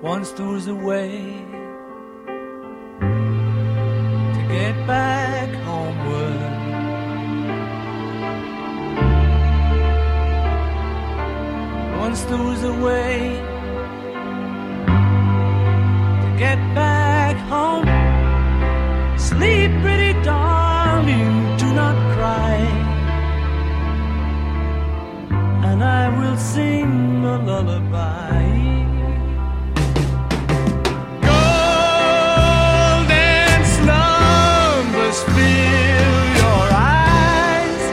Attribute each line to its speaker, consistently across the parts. Speaker 1: one store's away to get back homeward. One store's away to get back home. Sleep, pretty darling, you do not cry. And I will sing a lullaby. Golden slumbers fill your eyes.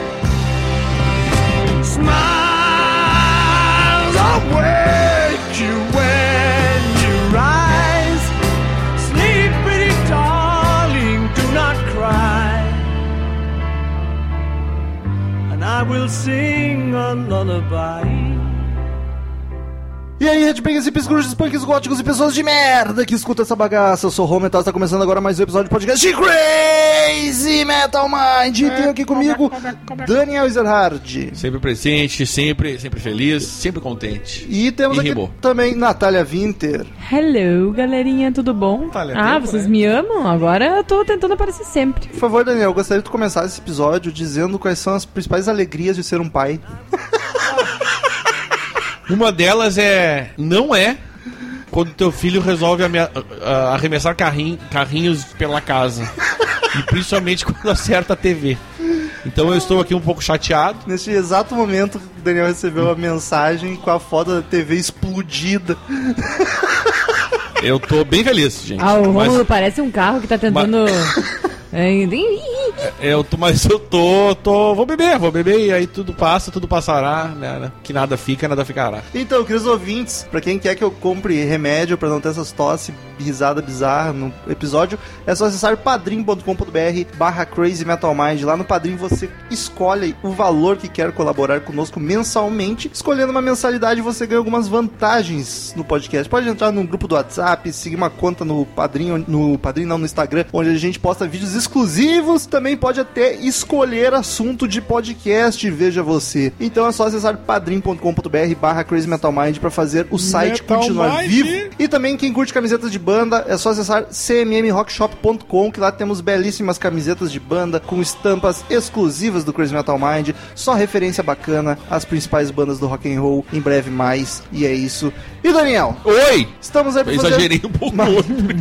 Speaker 1: Smiles await you when you rise. Sleep, pretty darling, do not cry. And I will sing a lullaby.
Speaker 2: E aí, Redbangers, hippies, grunges, punks, góticos e pessoas de merda que escuta essa bagaça. Eu sou o Rô Metal, está começando agora mais um episódio de podcast de Crazy Metal Mind. E tem aqui comigo Daniel Ezerhard.
Speaker 3: Sempre presente, sempre, sempre feliz, sempre contente.
Speaker 2: E temos
Speaker 3: E
Speaker 2: aqui
Speaker 3: rimou.
Speaker 2: também Natália Winter.
Speaker 4: Hello, galerinha, tudo bom?
Speaker 5: Tá, ele é
Speaker 4: ah,
Speaker 5: tempo,
Speaker 4: vocês
Speaker 5: né?
Speaker 4: me amam? Agora eu tô tentando aparecer sempre.
Speaker 2: Por favor, Daniel, eu gostaria de começar esse episódio dizendo quais são as principais alegrias de ser um pai.
Speaker 3: Uma delas é. Não é quando teu filho resolve amea- ah, arremessar carrinho- carrinhos pela casa. E principalmente quando acerta a TV. Então eu estou aqui um pouco chateado.
Speaker 2: Nesse exato momento, o Daniel recebeu a mensagem com a foto da TV explodida.
Speaker 3: Eu tô bem feliz, gente.
Speaker 4: Ah, o
Speaker 3: mas,
Speaker 4: Romulo parece um carro que tá tentando. É, ih,
Speaker 3: eu tô, mas eu tô, tô. Vou beber, vou beber, e aí tudo passa, tudo passará, né? Que nada fica, nada ficará.
Speaker 2: Então, queridos ouvintes, pra quem quer que eu compre remédio pra não ter essas tosse risada bizarra no episódio, é só acessar padrim.com.br barra Crazy Metal Mind. Lá no Padrim você escolhe o valor que quer colaborar conosco mensalmente. Escolhendo uma mensalidade, você ganha algumas vantagens no podcast. Pode entrar num grupo do WhatsApp, seguir uma conta no Padrim, on- no Padrim não, no Instagram, onde a gente posta vídeos exclusivos. Também pode até escolher assunto de podcast, veja você. Então é só acessar padrim.com.br barra Crazy Metal Mind pra fazer o site
Speaker 5: Metal
Speaker 2: continuar
Speaker 5: Mind.
Speaker 2: vivo. E também quem curte camisetas de banda, é só acessar cmmrockshop.com, que lá temos belíssimas camisetas de banda com estampas exclusivas do Crazy Metal Mind, só referência bacana às principais bandas do rock and roll, em breve mais. E é isso. E Daniel,
Speaker 3: Oi!
Speaker 2: estamos aí pra
Speaker 3: Eu
Speaker 2: fazer
Speaker 3: exagerei um pouco.
Speaker 2: ma-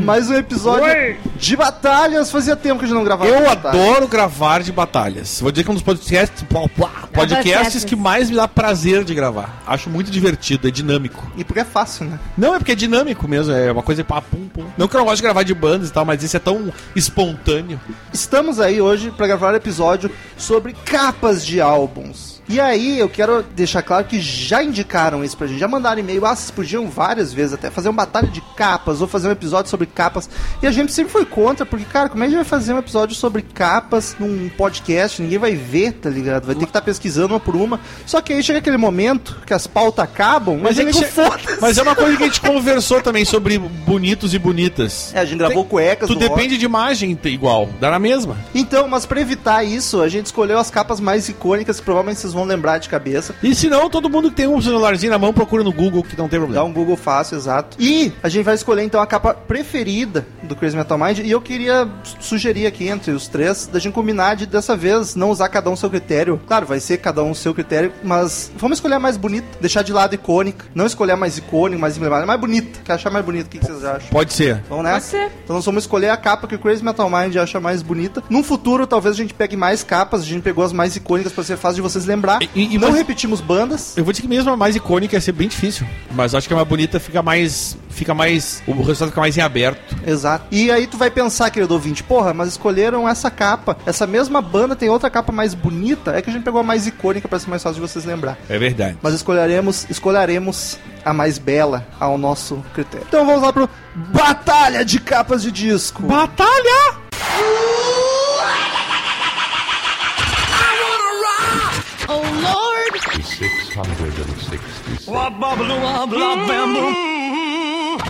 Speaker 2: mais um episódio de batalhas. Fazia tempo que a gente não gravava.
Speaker 3: Eu
Speaker 2: batalha.
Speaker 3: adoro gravar de batalhas. Vou dizer que é um dos podcasts, pá, pá, podcasts que mais me dá prazer de gravar. Acho muito divertido, é dinâmico.
Speaker 2: E porque é fácil, né?
Speaker 3: Não, é porque é dinâmico mesmo, é uma coisa pá, pum, pum. Não que eu não gosto de gravar de bandas e tal, mas isso é tão espontâneo.
Speaker 2: Estamos aí hoje para gravar um episódio sobre capas de álbuns. E aí, eu quero deixar claro que já indicaram isso pra gente, já mandaram e-mail, ah, vocês podiam várias vezes até fazer uma batalha de capas ou fazer um episódio sobre capas. E a gente sempre foi contra, porque, cara, como é que a gente vai fazer um episódio sobre capas num podcast? Ninguém vai ver, tá ligado? Vai ter que estar pesquisando uma por uma. Só que aí chega aquele momento que as pautas acabam, mas,
Speaker 3: Mas é,
Speaker 2: aí
Speaker 3: que
Speaker 2: nego
Speaker 3: che-
Speaker 2: foda-se.
Speaker 3: mas é uma coisa que a gente conversou também sobre bonitos e bonitas.
Speaker 2: É, a gente gravou cuecas
Speaker 3: Tu
Speaker 2: no rock.
Speaker 3: depende de imagem t- igual, dá na mesma.
Speaker 2: Então, mas pra evitar isso, a gente escolheu as capas mais icônicas que provavelmente vocês vão lembrar de cabeça.
Speaker 3: E se não, todo mundo que tem um celularzinho na mão procura no Google que não tem
Speaker 2: Dá
Speaker 3: problema.
Speaker 2: um Google fácil, exato. E a gente vai escolher então a capa preferida do Crazy Metal Mind. E eu queria sugerir aqui entre os três da gente combinar de dessa vez não usar cada um seu critério. Claro, vai ser cada um seu critério, mas vamos escolher a mais bonita, deixar de lado icônica, não escolher a mais icônica, mais emblemática, a mais bonita. Que achar mais bonita, o que que vocês acham?
Speaker 3: Pode ser.
Speaker 2: Vamos nessa?
Speaker 4: Pode ser.
Speaker 2: Então nós vamos escolher a capa que o Crazy Metal Mind acha mais bonita. Num futuro, talvez a gente pegue mais capas, a gente pegou as mais icônicas pra ser fácil de vocês lembrar.
Speaker 3: E- e- e
Speaker 2: não
Speaker 3: mas-
Speaker 2: repetimos bandas.
Speaker 3: Eu vou dizer que mesmo a mais icônica ia ser bem difícil. Mas acho que a mais bonita fica mais. Fica mais. O resultado fica mais em aberto.
Speaker 2: Exato. E aí tu vai pensar, querido ouvinte, porra, mas escolheram essa capa. Essa mesma banda tem outra capa mais bonita. É que a gente pegou a mais icônica pra ser mais fácil de vocês lembrar.
Speaker 3: É verdade.
Speaker 2: Mas escolheremos, escolheremos a mais bela ao nosso critério. Então vamos lá pro Batalha de Capas de Disco.
Speaker 3: Batalha!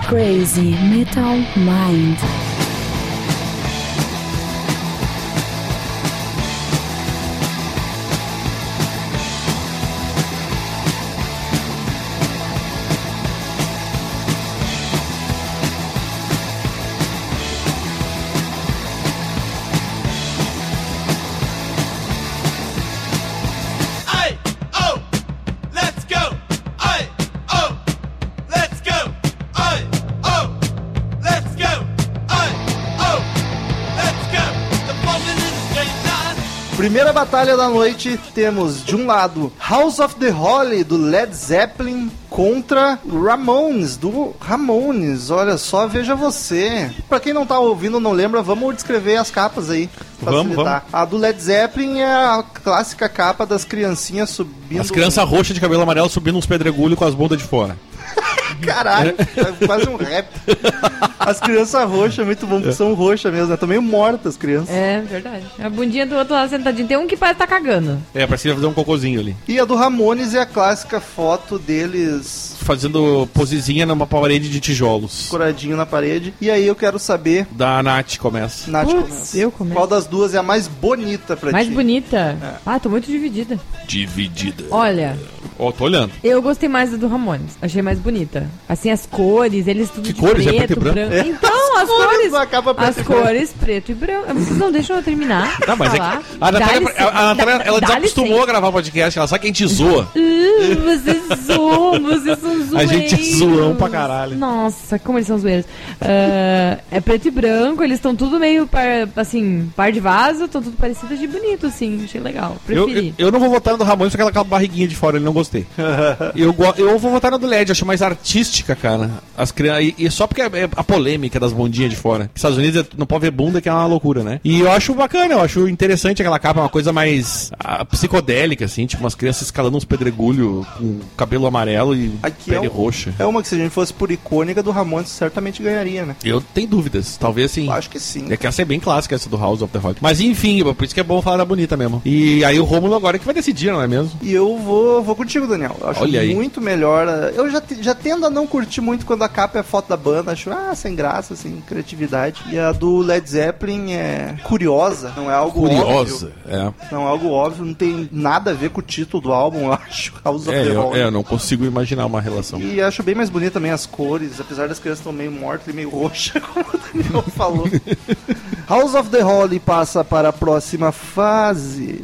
Speaker 6: Crazy Metal Mind.
Speaker 2: Primeira batalha da noite, temos de um lado House of the Holy do Led Zeppelin contra Ramones do Ramones. Olha só, veja você. Pra quem não tá ouvindo, não lembra, vamos descrever as capas aí.
Speaker 3: Vamos,
Speaker 2: facilitar. A do Led Zeppelin é a clássica capa das criancinhas subindo.
Speaker 3: As crianças roxas de cabelo amarelo subindo uns pedregulhos com as bundas de fora.
Speaker 2: um Caralho, é quase um rap. As crianças roxas, é muito
Speaker 3: É.
Speaker 2: bom, porque são roxas mesmo, né? Estão meio mortas as crianças.
Speaker 4: É, verdade. A bundinha do outro lá sentadinho. Tem um que parece que tá cagando.
Speaker 3: É, parecia fazer um cocôzinho ali.
Speaker 2: E a do Ramones é a clássica foto deles
Speaker 3: Fazendo posezinha numa parede de tijolos.
Speaker 2: coradinho na parede. E aí eu quero saber,
Speaker 3: Da Nath começa.
Speaker 2: Nath,
Speaker 4: Putz,
Speaker 2: começa.
Speaker 4: eu começo.
Speaker 2: qual das duas é a mais bonita pra
Speaker 4: Mais
Speaker 2: ti?
Speaker 4: bonita.
Speaker 3: É.
Speaker 4: Ah, tô muito dividida.
Speaker 3: Dividida.
Speaker 4: Olha,
Speaker 3: Ó, tô olhando.
Speaker 4: eu gostei mais da do Ramones. Achei mais bonita. Assim, as cores, eles tudo
Speaker 3: Que
Speaker 4: de
Speaker 3: cores? É
Speaker 4: preto,
Speaker 3: preto e branco?
Speaker 4: branco. Então, as
Speaker 2: cores,
Speaker 4: cores.
Speaker 2: a capa preta e
Speaker 4: As
Speaker 2: branca.
Speaker 4: cores, preto e branco. Vocês não deixam eu terminar. de
Speaker 3: Não, mas é que
Speaker 4: falar.
Speaker 3: a Natália,
Speaker 4: Tá Dá licença.
Speaker 3: a- a Natália,
Speaker 4: Dá-
Speaker 3: ela
Speaker 4: dá
Speaker 3: desacostumou a
Speaker 4: licença.
Speaker 3: gravar podcast, ela sabe que a gente zoa.
Speaker 4: Uh, vocês zoam, vocês são zoeiros.
Speaker 3: A gente é zoão pra caralho.
Speaker 4: Nossa, como eles são zoeiros. Ah, é preto e branco, eles estão tudo meio, par, assim, par de vaso, estão tudo parecido de bonito, assim. Achei legal,
Speaker 3: Eu,
Speaker 4: preferi.
Speaker 3: eu- eu não vou votar no do Ramones porque ela com aquela barriguinha de fora, ele não gostei. eu, go- eu vou votar na do LED, acho mais artística, cara. As crianças, e, e só porque é, é a polêmica das bundinhas de fora. Que Estados Unidos é- não pode ver bunda, que é uma loucura, né? E eu acho bacana, eu acho interessante aquela capa, uma coisa mais ah, psicodélica, assim, tipo umas crianças escalando uns pedregulho com cabelo amarelo e
Speaker 2: Aqui
Speaker 3: pele
Speaker 2: é um-
Speaker 3: roxa.
Speaker 2: É uma que se a gente fosse por icônica do Ramones, certamente ganharia, né?
Speaker 3: Eu tenho dúvidas, talvez sim.
Speaker 2: Eu acho que sim.
Speaker 3: É que essa é bem clássica, essa do House of the Rock. Mas enfim, por isso que é bom falar da bonita mesmo. E aí o Rômulo agora é que vai decidir, não é mesmo?
Speaker 2: E eu vou, vou contigo, Daniel. Eu acho
Speaker 3: Olha aí.
Speaker 2: muito melhor. eh, Eu já, te- já tendo a não curtir muito quando a capa é foto da banda. Acho, ah, sem graça, sem criatividade. E a do Led Zeppelin é curiosa, não é algo óbvio.
Speaker 3: Curiosa. É.
Speaker 2: Não é algo óbvio, não tem nada a ver com o título do álbum, eu acho. House of
Speaker 3: É,
Speaker 2: the
Speaker 3: eu,
Speaker 2: Rock.
Speaker 3: é, eu não consigo imaginar uma relação.
Speaker 2: E acho bem mais bonita também as cores, apesar das crianças estão meio mortas e meio roxa, como o Daniel falou. House of the Holy passa para a próxima fase.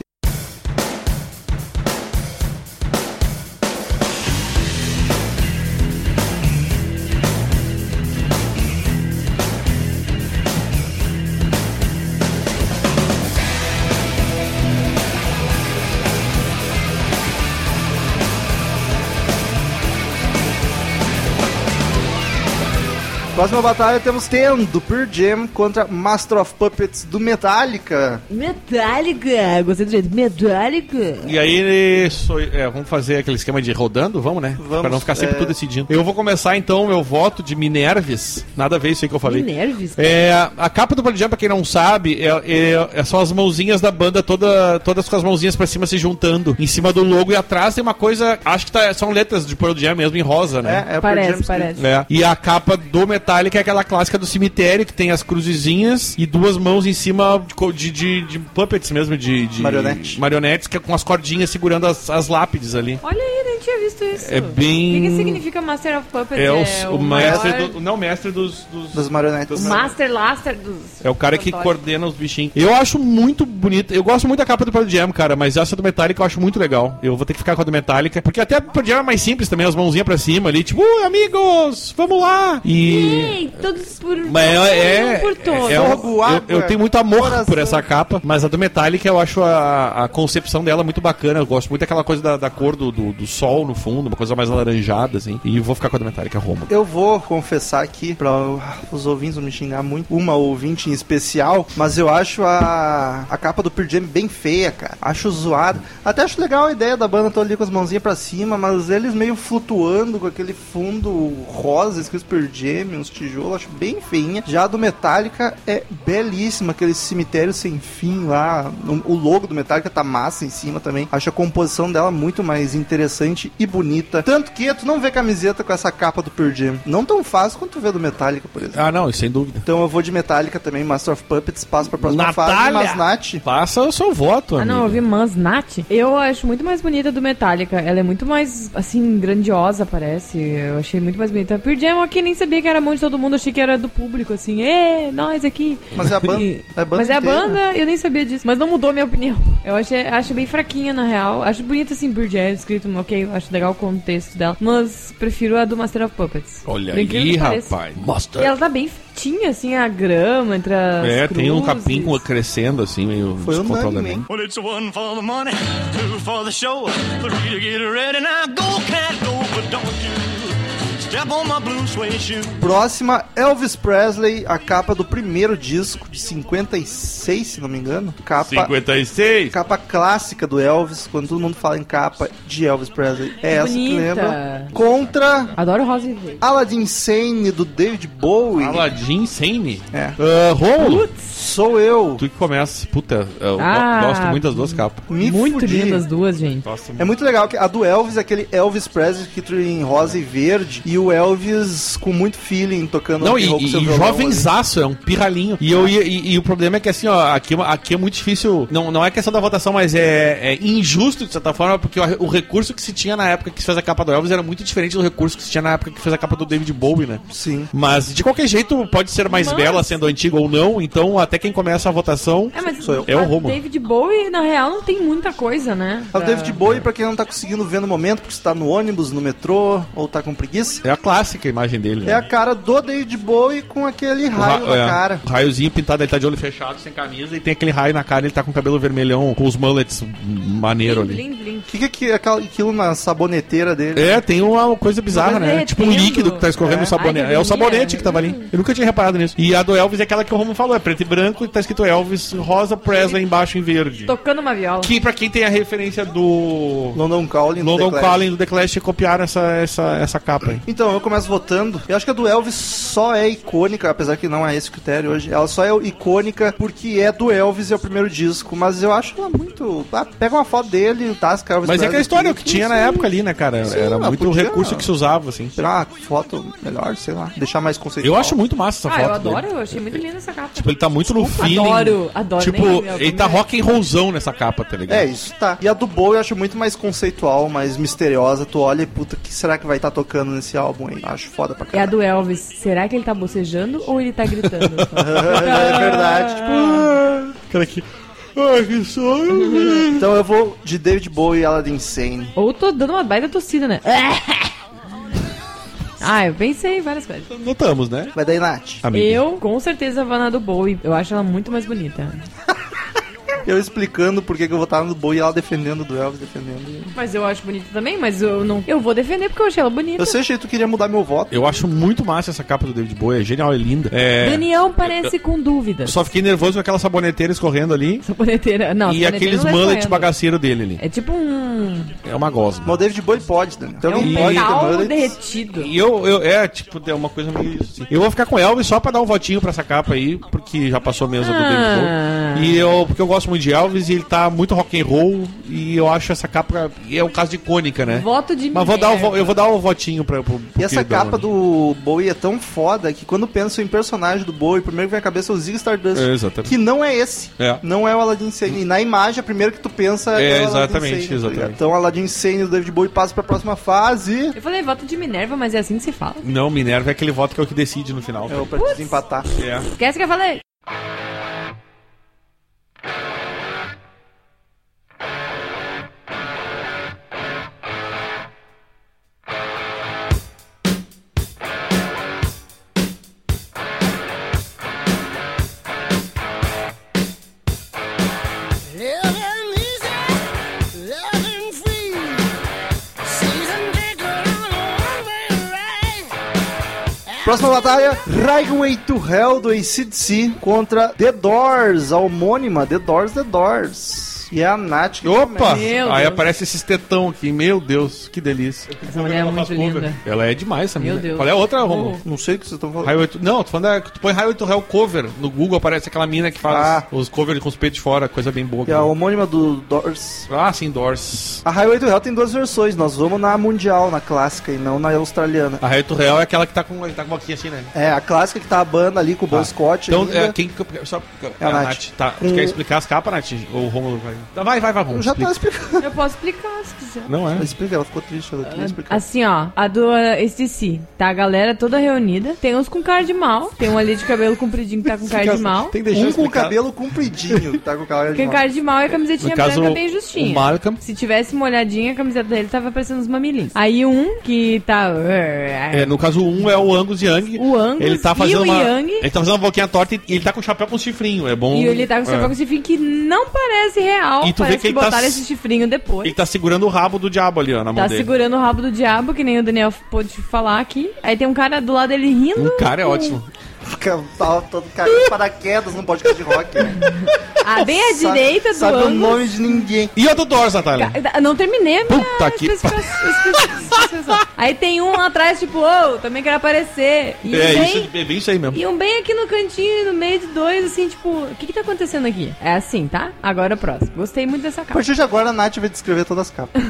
Speaker 2: Próxima batalha temos Ten do Pearl Jam contra Master of Puppets do Metallica.
Speaker 4: Metallica, gostei do jeito. Metallica.
Speaker 3: E aí, sou- é, vamos fazer aquele esquema de rodando? Vamos, né?
Speaker 2: Vamos,
Speaker 3: pra não ficar sempre
Speaker 2: é.
Speaker 3: tudo decidindo. Eu vou começar então o meu voto de Minerves. Nada a ver isso aí que eu falei.
Speaker 4: Nerves.
Speaker 3: É, a capa do Pearl Jam, pra quem não sabe, é, é- é só as mãozinhas da banda, toda, todas com as mãozinhas pra cima se juntando, em cima do logo, e atrás tem uma coisa, acho que tá- são letras de Pearl Jam mesmo, em rosa, né?
Speaker 2: É, é o Pearl Jam
Speaker 4: Parece,
Speaker 2: escrito.
Speaker 4: parece.
Speaker 3: É. E a capa do Metallica é aquela clássica do cemitério, que tem as cruzezinhas e duas mãos em cima de co- de, de- de puppets mesmo, de, de
Speaker 2: Marionete.
Speaker 3: marionetes, que é com as cordinhas segurando as, as lápides ali.
Speaker 4: Olha aí, nem tinha visto isso.
Speaker 3: É bem-
Speaker 4: O que, que significa Master of Puppets?
Speaker 3: É, o, o mestre
Speaker 4: maior-
Speaker 3: do, Não, o mestre dos. dos-
Speaker 2: Das marionetes.
Speaker 4: O Master Laster dos...
Speaker 3: É o cara que
Speaker 4: fantoches.
Speaker 3: coordena os bichinhos. Eu acho muito bonito. Eu gosto muito da capa do Pearl Jam, cara, mas essa do Metallica eu acho muito legal. Eu vou ter que ficar com a do Metallica. Porque até a Pearl Jam é mais simples também, as mãozinhas pra cima ali, tipo, "Ui, amigos, vamos lá! E.
Speaker 4: Ei, todos por...
Speaker 3: Mas é, é,
Speaker 4: um por todos.
Speaker 3: é um-
Speaker 2: Fogo,
Speaker 3: eu-
Speaker 2: água,
Speaker 3: eu, tenho muito amor
Speaker 2: coração.
Speaker 3: por essa capa, mas a do Metallica eu acho a, a concepção dela muito bacana. Eu gosto muito daquela coisa da, da cor do, do, do sol no fundo, uma coisa mais alaranjada, assim. E vou ficar com a do Metallica Roma.
Speaker 2: Eu vou confessar aqui para os ouvintes não me xingar muito, uma ouvinte em especial, mas eu acho a, a capa do Pearl Jam bem feia, cara. Acho zoado. Até acho legal a ideia da banda toda ali com as mãozinhas pra cima, mas eles meio flutuando com aquele fundo rosa escrito Pearl Jam, uns tijolos, acho bem feinha. Já a do Metallica é belíssima, aquele cemitério sem fim lá. O o logo do Metallica tá massa em cima também. Acho a composição dela muito mais interessante e bonita. Tanto que tu não vê camiseta com essa capa do Pearl Jam. Não tão fácil quanto tu vê do Metallica, por exemplo.
Speaker 3: Ah, não, sem dúvida.
Speaker 2: Então eu vou de Metallica também, Master of Puppets, passo pra próxima fase,
Speaker 3: Natália!
Speaker 2: mas Nath...
Speaker 3: Passa o seu voto,
Speaker 4: Ah,
Speaker 3: amigo.
Speaker 4: não, eu vi Mans Nat. Eu acho muito mais bonita do Metallica. Ela é muito mais, assim, grandiosa, parece. Eu achei muito mais bonita. Pearl Jam, eu que nem sabia que era mão de todo mundo, achei que era do público, assim, é, nós aqui.
Speaker 2: Mas é a banda.
Speaker 4: E-
Speaker 2: É a banda
Speaker 4: Mas é a
Speaker 2: inteira.
Speaker 4: banda, eu nem sabia disso. Mas não mudou minha opinião. Eu achei, acho bem fraquinha, na real. Acho bonito, assim, Bird Air escrito, ok, eu acho legal o contexto dela. Mas prefiro a do Master of Puppets.
Speaker 3: Olha
Speaker 4: Por incrível
Speaker 3: aí,
Speaker 4: que pareça.
Speaker 3: rapaz.
Speaker 4: E ela tá bem fitinha, assim, a grama entre as
Speaker 3: É, tem um
Speaker 4: cruzes.
Speaker 3: capim com- crescendo assim, meio
Speaker 2: Foi unânime,
Speaker 3: descontroladamente.
Speaker 2: hein?
Speaker 1: Well, it's one for the money, two for the show, three to get ready. Now go, cat, go, but don't you step on my blue suede shoe.
Speaker 2: Próxima, Elvis Presley, a capa do primeiro disco, de 56, se não me engano. Capa.
Speaker 3: 56!
Speaker 2: Capa clássica do Elvis, quando todo mundo fala em capa de Elvis Presley, é essa que
Speaker 4: Bonita.
Speaker 2: lembra. Contra
Speaker 4: Adoro Rosa e Rei.
Speaker 2: Aladdin Sane do David Bowie.
Speaker 3: Aladdin Sane?
Speaker 2: É.
Speaker 3: Ah, Rômulo,
Speaker 2: Sou eu.
Speaker 3: tu que começa. Puta, eu go-
Speaker 4: Ah.
Speaker 3: gosto muito das duas capas.
Speaker 2: Me
Speaker 4: Muito
Speaker 2: fudi.
Speaker 4: lindas as duas, gente.
Speaker 3: Gosto
Speaker 2: É muito legal que a do Elvis é aquele Elvis Presley que tu em rosa e verde e o Elvis com muito feeling tocando
Speaker 3: Não,
Speaker 2: rock
Speaker 3: e,
Speaker 2: and roll com
Speaker 3: e,
Speaker 2: seu
Speaker 3: e
Speaker 2: violão ali.
Speaker 3: jovenzaço, é um pirralhinho. E, eu, ia- e, e o problema é que assim, ó, aqui, aqui é muito difícil. Não, não é questão da votação, mas é, é injusto de certa forma, porque o, o recurso que se tinha na época que se fez a capa do Elvis era muito diferente do recurso que se tinha na época que fez a capa do David Bowie, né?
Speaker 2: Sim.
Speaker 3: Mas de qualquer jeito, pode ser mais
Speaker 4: Mas-
Speaker 3: bela sendo antiga ou não, então até quem começa a votação.
Speaker 4: É, mas
Speaker 2: Sou eu.
Speaker 3: É o É
Speaker 4: a
Speaker 3: Rômulo.
Speaker 4: David Bowie, na real, não tem muita coisa, né?
Speaker 2: A do
Speaker 4: Pra-
Speaker 2: É David Bowie, pra quem não tá conseguindo ver no momento, porque você tá no ônibus, no metrô ou tá com preguiça,
Speaker 3: É a clássica imagem dele.
Speaker 2: é a cara do David Bowie com aquele raio na
Speaker 3: é,
Speaker 2: cara.
Speaker 3: o Raiozinho pintado, ele tá de olho fechado, sem camisa, e tem aquele raio na cara, ele tá com o cabelo vermelhão, com os mullets maneiro ali.
Speaker 4: Bling, bling, bling.
Speaker 2: O que, que é que- aquela- aquilo na saboneteira dele?
Speaker 3: É, tem uma coisa bizarra,
Speaker 4: coisa
Speaker 3: né? Tipo um
Speaker 4: derretendo.
Speaker 3: líquido que tá escorrendo
Speaker 2: É.
Speaker 3: no
Speaker 4: Ai,
Speaker 3: sabonete.
Speaker 4: que
Speaker 3: É o
Speaker 4: agonia.
Speaker 3: sabonete que tava ali. Eu nunca tinha reparado nisso. E a do Elvis é aquela que o Romo falou, é preto e branco e tá escrito Elvis rosa, Presley embaixo em verde.
Speaker 4: Tocando uma viola.
Speaker 3: Que pra quem tem a referência do
Speaker 2: London Calling. do
Speaker 3: London
Speaker 2: The Clash.
Speaker 3: Calling do The Clash copiaram essa, essa, essa capa aí.
Speaker 2: Então, eu começo votando. Eu acho que a do Elvis só é icônica, apesar que não é esse o critério hoje. Ela só é icônica porque é do Elvis e é o primeiro disco. Mas eu acho ela muito. Ah, pega uma foto dele, tasca Elvis.
Speaker 3: Mas
Speaker 2: Presley
Speaker 3: é aquela história o
Speaker 2: aqui,
Speaker 3: que tinha na
Speaker 2: sim.
Speaker 3: época ali, né, cara?
Speaker 2: Sim,
Speaker 3: Era
Speaker 2: ela
Speaker 3: muito o
Speaker 2: podia-
Speaker 3: recurso que se usava, assim.
Speaker 2: Tirar uma foto melhor, sei lá. Deixar mais conceitual.
Speaker 3: Eu acho muito massa essa
Speaker 4: Ah, eu
Speaker 3: foto. dele.
Speaker 4: adoro, eu achei muito linda essa capa.
Speaker 3: Tipo, ele tá muito no
Speaker 4: Desculpa,
Speaker 3: feeling.
Speaker 4: adoro, adoro,
Speaker 3: Tipo,
Speaker 4: nem eu,
Speaker 3: ele tá
Speaker 4: também.
Speaker 3: rock and rollzão nessa capa, tá ligado?
Speaker 2: É, isso tá. E a do Bowie eu acho muito mais conceitual, mais misteriosa. Tu olha e puta, o que será que vai estar tocando nesse álbum aí? Acho foda pra
Speaker 4: É a
Speaker 2: caralho.
Speaker 4: do Elvis. Será que ele tá bocejando ou ele tá gritando?
Speaker 2: é verdade.
Speaker 4: Ah.
Speaker 2: Tipo,
Speaker 3: Cara, que... Ai, que sonho.
Speaker 2: então eu vou de David Bowie e Aladdin Sane.
Speaker 4: ou tô dando uma baita tossida, né? ah, eu pensei em várias coisas.
Speaker 3: Notamos, né?
Speaker 2: Vai daí, Nath.
Speaker 3: Amigo.
Speaker 4: Eu, com certeza, vou na do Bowie. Eu acho ela muito mais bonita.
Speaker 2: Eu explicando por que que eu votava no Bowie e ela defendendo do Elvis, defendendo.
Speaker 4: Mas eu acho bonita também, mas eu não... Eu vou defender porque eu achei ela bonita.
Speaker 2: Eu sei que tu queria mudar meu voto.
Speaker 3: Eu acho muito massa essa capa do David Bowie, é genial, é linda. É,
Speaker 4: Daniel parece com dúvidas.
Speaker 3: só fiquei nervoso com aquela saboneteira escorrendo ali
Speaker 4: Saboneteira. Não,
Speaker 3: e
Speaker 4: saboneteira
Speaker 3: aqueles
Speaker 4: não tá
Speaker 3: mullet
Speaker 4: correndo.
Speaker 3: bagaceiro dele ali.
Speaker 4: É tipo um...
Speaker 3: É uma gosma.
Speaker 2: Mas o David Bowie pode, Daniel. Tem
Speaker 4: É um
Speaker 2: alguém
Speaker 3: Então, pode ter
Speaker 4: metal
Speaker 2: mullet?
Speaker 4: derretido.
Speaker 3: E eu, eu, é, tipo, é uma coisa meio isso. assim. Eu vou ficar com o Elvis só pra dar um votinho pra essa capa aí, porque já passou mesmo do
Speaker 4: Ah.
Speaker 3: David Bowie. E eu, porque eu gosto muito de Elvis e ele tá muito rock and roll e eu acho essa capa, e é um caso de icônica, né?
Speaker 4: Ah, Voto de
Speaker 3: Mas vou dar o vo-
Speaker 4: merda.
Speaker 3: eu vou dar o votinho pra, pro, pro
Speaker 2: E essa
Speaker 3: queridão né?
Speaker 2: capa
Speaker 3: ali.
Speaker 2: do Bowie é tão foda que quando eu penso em personagem do Bowie, o primeiro que vem à cabeça é o Zig Stardust.
Speaker 3: É, exatamente.
Speaker 2: Que não é esse.
Speaker 3: É.
Speaker 2: Não é o Aladdin Sane. E na imagem, a primeira que tu pensa
Speaker 3: É,
Speaker 2: o Aladdin
Speaker 3: exatamente,
Speaker 2: Sane, tá ligado?
Speaker 3: exatamente.
Speaker 2: então, Aladdin Sane do David Bowie passa pra próxima fase.
Speaker 4: Eu falei voto de Minerva, mas é assim que se fala.
Speaker 3: Não, Minerva é aquele voto que é o que decide no final.
Speaker 2: É, pra desempatar.
Speaker 3: É.
Speaker 4: Esquece que eu falei.
Speaker 5: Living easy, living free. Season ticket on a one-way ride.
Speaker 2: Próxima batalha: Highway to Hell do ACDC contra The Doors, a homônima The Doors, The Doors. E é a Nath que né?
Speaker 3: Opa!
Speaker 2: começa.
Speaker 4: Meu
Speaker 3: Aí
Speaker 4: Deus.
Speaker 3: aparece esse tetão aqui. Meu Deus, que delícia.
Speaker 4: Essa mulher é muito linda.
Speaker 3: Ela é demais, essa
Speaker 4: Meu
Speaker 3: menina.
Speaker 4: Deus.
Speaker 3: Qual é a outra, Romulo?
Speaker 2: Não sei o que vocês estão falando.
Speaker 3: Highway to- Não, tô falando da... tu põe Highway to Hell cover no Google, aparece aquela mina que faz
Speaker 2: Ah.
Speaker 3: os covers com os peitos de fora, coisa bem boa.
Speaker 2: Que é a homônima do Doors.
Speaker 3: Ah, sim, Doors.
Speaker 2: A Highway to Hell tem duas versões, nós vamos na mundial, na clássica e não na australiana.
Speaker 3: A Highway to Hell é aquela que tá com, ele tá com a boquinha assim, né?
Speaker 2: É, a clássica que tá a banda ali com o Bon Scott.
Speaker 3: Então,
Speaker 2: ainda.
Speaker 3: é, quem... Só, é a
Speaker 2: a
Speaker 3: Nath.
Speaker 2: Nath.
Speaker 3: Tá,
Speaker 2: Com-
Speaker 3: tu quer explicar as capas, Nath? Ou o Romulo vai... Tá, Vai, vai, vai, vamos.
Speaker 2: Já tá
Speaker 3: explica.
Speaker 2: explicando.
Speaker 4: Eu posso explicar se quiser.
Speaker 3: Não é?
Speaker 2: Ela explica, ela ficou triste, ela queria explicar.
Speaker 4: Assim, ó, a do ACDC, tá a galera toda reunida. Tem uns com cara de mal, tem um ali de cabelo compridinho que tá com cara de mal.
Speaker 7: Tem que deixar
Speaker 2: Um com o
Speaker 7: explicar.
Speaker 2: cabelo compridinho, tá com o cara de
Speaker 4: Porque
Speaker 2: mal.
Speaker 4: cara de mal é a camisetinha
Speaker 3: No caso,
Speaker 4: branca bem
Speaker 3: o
Speaker 4: justinha.
Speaker 3: Malcolm.
Speaker 4: Se tivesse molhadinha, a camiseta dele tava parecendo uns mamilinhos. Aí um que tá.
Speaker 3: É, no caso, um é o Angus Young.
Speaker 4: O Angus
Speaker 3: ele tá
Speaker 4: e
Speaker 3: fazendo
Speaker 4: o
Speaker 3: uma,
Speaker 4: Young.
Speaker 3: Ele tá fazendo uma boquinha torta e ele tá com o chapéu com chifrinho. É bom.
Speaker 4: E ele tá com o chapéu
Speaker 3: é.
Speaker 4: com chifrinho que não parece real.
Speaker 3: E tu vê
Speaker 4: parece
Speaker 3: que
Speaker 4: que,
Speaker 3: ele tá s-
Speaker 4: botaram esse chifrinho depois.
Speaker 3: Ele tá segurando o rabo do diabo ali, ó, na mão
Speaker 4: Tá
Speaker 3: dele.
Speaker 4: segurando o rabo do diabo, que nem o Daniel pôde falar aqui. Aí tem um cara do lado dele rindo.
Speaker 3: O cara é ótimo.
Speaker 2: Fica- Tava todo caindo de paraquedas num podcast de rock. né?
Speaker 4: Ah, bem à
Speaker 2: Sabe-
Speaker 4: direita do
Speaker 2: Sabe o
Speaker 4: Angus.
Speaker 2: nome de ninguém.
Speaker 3: E a do Doors, Natália?
Speaker 4: Ca- Não terminei a minha
Speaker 3: Puta que
Speaker 4: especifica- especifica- especificação. Aí tem um lá atrás, tipo, ô, também quero aparecer. E um
Speaker 3: É,
Speaker 4: bem,
Speaker 3: isso, é bem isso aí mesmo.
Speaker 4: E um bem aqui no cantinho, no meio de dois, assim, tipo, o que que tá acontecendo aqui? É assim, tá? Agora o próximo. Gostei muito dessa
Speaker 2: A
Speaker 4: capa.
Speaker 2: partir de agora a Nath vai descrever todas as capas.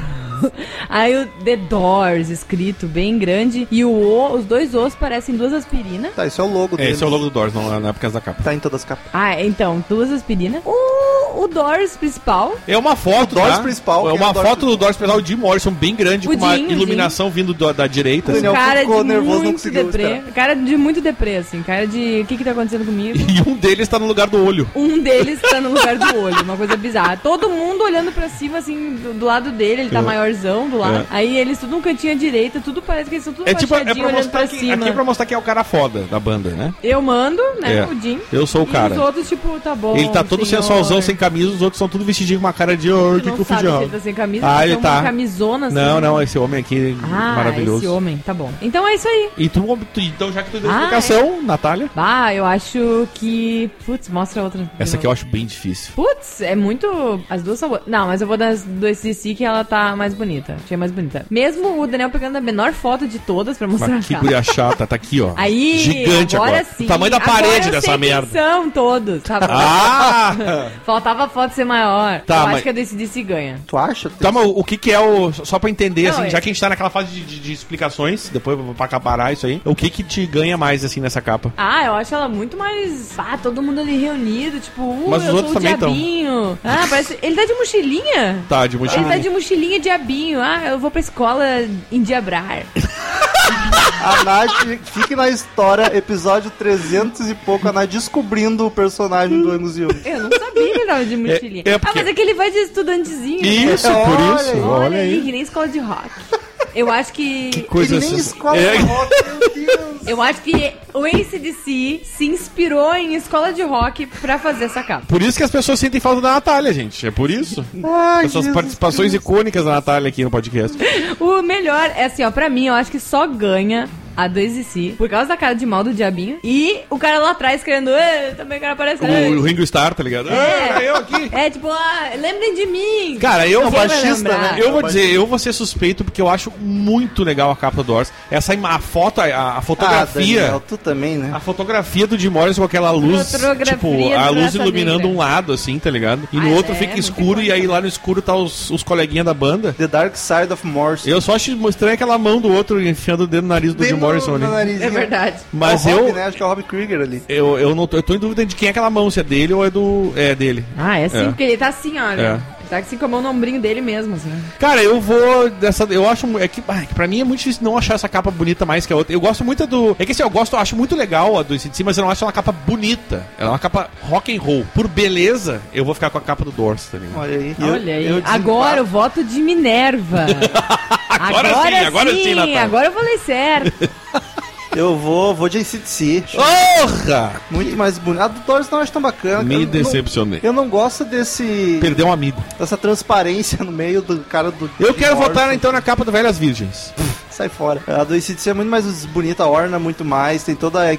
Speaker 4: Aí o The Doors escrito bem grande e o O, os dois O's parecem duas aspirinas.
Speaker 2: Tá, isso é o logo
Speaker 3: É,
Speaker 2: dele.
Speaker 3: esse é o logo do Doors, não, não é por causa da capa.
Speaker 2: Tá em todas as capas.
Speaker 4: Ah, então, duas aspirinas. O, o Doors principal,
Speaker 3: É uma foto,
Speaker 2: O Doors
Speaker 3: tá?
Speaker 2: principal,
Speaker 3: É
Speaker 2: quem é
Speaker 3: uma
Speaker 2: o Doors
Speaker 3: foto do Doors principal de Morrison bem grande,
Speaker 4: O
Speaker 3: com uma
Speaker 4: Dinho, o
Speaker 3: iluminação vindo do- da
Speaker 2: O
Speaker 3: direita. assim.
Speaker 2: Daniel
Speaker 4: cara
Speaker 2: ficou
Speaker 4: de
Speaker 2: nervoso, não
Speaker 4: muito
Speaker 2: conseguiu
Speaker 4: deprê.
Speaker 2: esperar.
Speaker 4: Cara de muito deprê, assim. Cara de, o que que tá acontecendo comigo?
Speaker 3: E um deles tá no lugar do olho.
Speaker 4: Um deles tá no lugar do olho, uma coisa bizarra. Todo mundo olhando pra cima, assim, do, do lado dele, ele tá maiorzão do lado.
Speaker 3: É.
Speaker 4: Aí eles tudo num cantinho à direita, tudo parece que eles são tudo
Speaker 3: É tipo, é
Speaker 4: fachadinho,
Speaker 3: pra
Speaker 4: Um olhando
Speaker 3: mostrar
Speaker 4: pra
Speaker 3: que,
Speaker 4: cima.
Speaker 3: aqui é pra mostrar que é o cara foda da banda, né?
Speaker 4: Eu mando, né,
Speaker 3: É.
Speaker 4: o Jim.
Speaker 3: Eu sou o
Speaker 4: E
Speaker 3: cara.
Speaker 4: os outros, tipo, tá bom.
Speaker 3: ele tá todo
Speaker 4: senhor.
Speaker 3: sensualzão, sem camisa, os outros são tudo vestidinho com uma cara de
Speaker 4: Tu
Speaker 3: "Oh,
Speaker 4: não
Speaker 3: que que eu fui
Speaker 4: sabe
Speaker 3: de
Speaker 4: se
Speaker 3: rolo?"
Speaker 4: ele tá sem camisa,
Speaker 3: Ah,
Speaker 4: tem
Speaker 3: ele
Speaker 4: uma
Speaker 3: tá.
Speaker 4: camisona assim.
Speaker 3: Não, não, esse homem aqui é
Speaker 4: Ah,
Speaker 3: maravilhoso.
Speaker 4: esse homem, tá bom. Então é isso aí.
Speaker 3: E tu, tu- então, já que tu deu
Speaker 4: Ah,
Speaker 3: explicação, Natália.
Speaker 4: Bah, eu acho que. Putz, mostra outra.
Speaker 3: Essa aqui é eu acho bem difícil.
Speaker 4: Putz, é muito. As duas são boas. Não, mas eu vou das do SCC que ela tá mais bonita. Achei mais bonita. Mesmo o Daniel pegando a menor foto de todas pra mostrar
Speaker 3: Mas
Speaker 4: a
Speaker 3: que
Speaker 4: cara.
Speaker 3: guria chata, tá aqui, ó.
Speaker 4: Aí,
Speaker 3: Gigante agora.
Speaker 4: agora, sim.
Speaker 3: O tamanho da
Speaker 4: Agora
Speaker 3: parede
Speaker 4: eu
Speaker 3: dessa
Speaker 4: sei quem
Speaker 3: merda.
Speaker 4: São todos. Tá bom.
Speaker 3: Ah!
Speaker 4: Faltava a foto ser maior.
Speaker 3: Tá,
Speaker 4: eu
Speaker 3: mas-
Speaker 4: acho que a do SCC ganha.
Speaker 2: Tu acha?
Speaker 3: Tá, mas o que que é o... Só pra entender,
Speaker 4: Não,
Speaker 3: assim,
Speaker 4: é-
Speaker 3: já que a gente tá naquela fase de, de- de explicações, depois pra acabar isso aí, o que que te ganha mais, assim, nessa capa?
Speaker 4: Ah, eu acho ela muito mais. Ah, todo mundo ali reunido, tipo, uh,
Speaker 3: Mas os
Speaker 4: eu
Speaker 3: outros
Speaker 4: sou o
Speaker 3: também tão.
Speaker 4: diabinho. Ah, parece. Ele tá de mochilinha?
Speaker 3: Tá, de
Speaker 4: Ele tá
Speaker 3: mochilinha.
Speaker 4: de mochilinha diabinho. Ah, eu vou pra escola endiabrar.
Speaker 2: A Nath, fique na história, episódio 300 e pouco, a Nath descobrindo o personagem do Angus Young.
Speaker 4: Eu não sabia que ele tava de mochilinha.
Speaker 3: É- é porque-
Speaker 4: Ah, mas é que ele vai de estudantezinho. né?
Speaker 3: Isso,
Speaker 2: Olha
Speaker 3: por
Speaker 2: aí,
Speaker 3: isso.
Speaker 4: Olha aí, que nem escola de rock. Eu acho que.
Speaker 2: Ele
Speaker 3: Coisa
Speaker 2: nem
Speaker 3: sens-
Speaker 2: escola
Speaker 3: É.
Speaker 2: de rock, meu Deus.
Speaker 4: Eu acho que o ACDC se inspirou em escola de rock pra fazer essa capa.
Speaker 3: Por isso que as pessoas sentem falta da Natália, gente. É por isso.
Speaker 2: Ai,
Speaker 3: Essas
Speaker 2: Jesus
Speaker 3: participações icônicas da Natália aqui no podcast.
Speaker 4: O melhor é assim, ó, pra mim, eu acho que só ganha. A 2 e si, por causa da cara de mal do diabinho. E o cara lá atrás querendo. "Ê, Também quero aparecer.
Speaker 3: O, o Ringo Starr, tá ligado?
Speaker 4: É.
Speaker 3: Ah, eu aqui.
Speaker 4: É tipo, ah, lembrem de mim.
Speaker 3: Cara, eu vou,
Speaker 4: Ninguém vai
Speaker 2: baixista,
Speaker 4: lembrar.
Speaker 2: né?
Speaker 3: eu vou dizer, eu vou ser suspeito porque eu acho muito legal a capa do Doors. Essa ima- a foto, a, a
Speaker 2: Ah,
Speaker 3: fotografia,
Speaker 2: Daniel, tu também, né?
Speaker 3: a fotografia do Jim Morrison com aquela luz,
Speaker 4: Fotografia
Speaker 3: tipo,
Speaker 4: do
Speaker 3: a luz
Speaker 4: Raça
Speaker 3: iluminando
Speaker 4: Negra.
Speaker 3: um lado assim, tá ligado? E no
Speaker 4: Mas
Speaker 3: outro
Speaker 4: é,
Speaker 3: fica
Speaker 4: muito
Speaker 3: escuro e aí lá no escuro tá os, os coleguinhas da banda.
Speaker 2: The Dark Side of Morse.
Speaker 3: Eu só acho estranho aquela mão do outro enfiando o dedo no nariz do Jim Morrison ali.
Speaker 4: É verdade.
Speaker 3: Mas
Speaker 2: é o
Speaker 3: eu,
Speaker 2: Rob, né? Acho que é o Rob Krieger ali.
Speaker 3: eu eu não tô, eu tô em dúvida de quem é aquela mão, se é dele ou é do é dele.
Speaker 4: Ah, é assim,
Speaker 3: É.
Speaker 4: porque ele tá assim, olha.
Speaker 3: É.
Speaker 4: Ele tá assim com a mão no ombrinho dele mesmo, assim.
Speaker 3: Cara, eu vou dessa. Eu acho. mu- É que, ai, que pra mim é muito difícil não achar essa capa bonita mais que a outra. Eu gosto muito do. É que assim, eu gosto, eu acho muito legal a do ICDC, mas eu não acho ela uma capa bonita. Ela é uma capa rock and roll. Por beleza, eu vou ficar com a capa do Doors, tá ligado?
Speaker 2: Olha aí.
Speaker 4: Olha aí.
Speaker 2: Eu- Ah, eu
Speaker 4: agora o voto de Minerva.
Speaker 3: "Ah." Agora sim, agora sim, Natália.
Speaker 4: Agora eu falei certo.
Speaker 2: Eu vou, vou de ACDC.
Speaker 3: Porra!
Speaker 2: Muito mais bonito. A do Doris não acho tão bacana. cara.
Speaker 3: Me
Speaker 2: Eu não-
Speaker 3: decepcionei.
Speaker 2: Eu não gosto desse.
Speaker 3: Perdeu um amigo.
Speaker 2: dessa transparência no meio do cara do.
Speaker 3: Eu quero
Speaker 2: Morrison.
Speaker 3: votar então na capa do Velhas Virgens.
Speaker 2: Sai fora. A do ACDC é muito mais bonita, orna muito mais. Tem toda a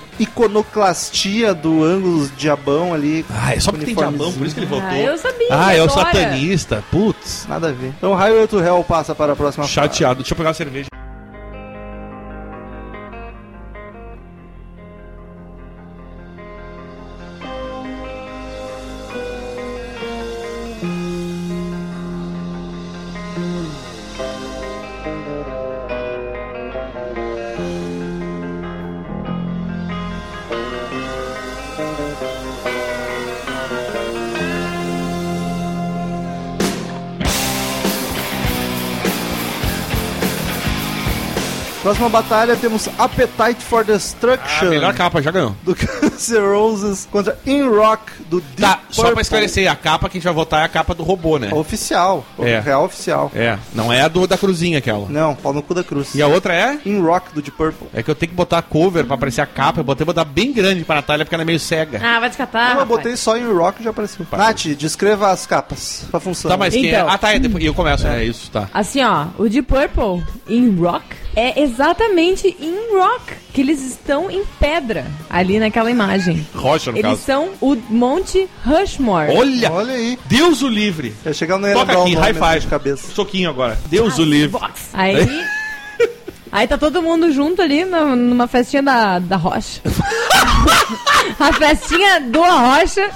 Speaker 2: iconoclastia do ângulo diabão ali.
Speaker 3: Ah, é só porque tem diabão, por isso que ele votou.
Speaker 4: Ah, eu sabia.
Speaker 3: Ah, é o
Speaker 4: adora.
Speaker 3: satanista. Putz.
Speaker 2: Nada a ver. Então, Highway to Hell passa para a próxima fase.
Speaker 3: Chateado. Deixa eu pegar uma cerveja. É
Speaker 2: Próxima batalha temos Appetite for
Speaker 3: A
Speaker 2: Destruction
Speaker 3: Ah, melhor capa, já ganhou.
Speaker 2: do Cancer Roses contra In Rock do Deep
Speaker 3: Tá, só pra
Speaker 2: Purple.
Speaker 3: esclarecer, a capa que a gente vai votar é a capa do robô, né?
Speaker 2: Oficial,
Speaker 3: É.
Speaker 2: real oficial.
Speaker 3: É, não é a do, da cruzinha aquela.
Speaker 2: Não, pau no cu da cruz.
Speaker 3: E a outra é?
Speaker 2: In Rock do Deep Purple.
Speaker 3: É que eu tenho que botar a cover pra aparecer a capa. Eu botei botar bem grande pra Natália porque ela é meio cega.
Speaker 4: Ah, vai descatar.
Speaker 2: Não, eu
Speaker 4: rapaz.
Speaker 2: botei só In Rock e já apareceu. Nath, descreva as capas. Sua função.
Speaker 3: Tá, mas quem é?
Speaker 4: Então.
Speaker 3: Ah, tá, é, depois- eu começo. É, isso, tá.
Speaker 4: Assim, ó, o Deep Purple em rock é exatamente em rock que eles estão em pedra ali naquela imagem.
Speaker 3: Rocha, no
Speaker 4: Eles
Speaker 3: caso.
Speaker 4: são o Monte Rushmore.
Speaker 3: Olha!
Speaker 2: Olha aí.
Speaker 3: Deus o livre!
Speaker 2: Eu chegar no
Speaker 3: Toca aqui, high five. Um
Speaker 2: de cabeça.
Speaker 3: Soquinho agora. Deus o livre.
Speaker 4: Aí. Aí tá todo mundo junto ali na- numa festinha da, da rocha. a festinha do Arrocha.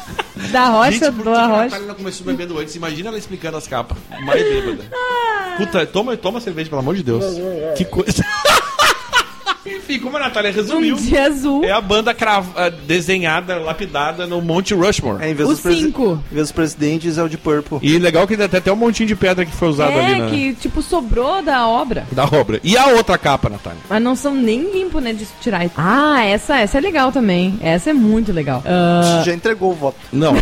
Speaker 4: Da rocha do Arrocha.
Speaker 3: não começou bebendo antes. Imagina ela explicando as capas. Mais bêbada.
Speaker 4: Ah.
Speaker 3: Puta, toma, toma cerveja, pelo amor de Deus. Que coisa. Enfim, como a Natália
Speaker 4: Um
Speaker 3: resumiu,
Speaker 4: dia azul.
Speaker 3: tá é a banda crava- ah, desenhada, lapidada no Monte Rushmore.
Speaker 2: É, em vez
Speaker 4: O
Speaker 2: dos presi-
Speaker 4: cinco.
Speaker 2: Em vez dos presidentes é o de Purple.
Speaker 3: E legal que tem até um montinho de pedra que foi usado ali
Speaker 4: É,
Speaker 3: na,
Speaker 4: que tipo sobrou da obra.
Speaker 3: da obra. E a outra capa, Natália?
Speaker 4: Mas não são nem limpo, né? De tirar. Ah, essa, essa é legal também. Essa é muito legal. Ah,
Speaker 2: Já entregou o voto.
Speaker 3: Não.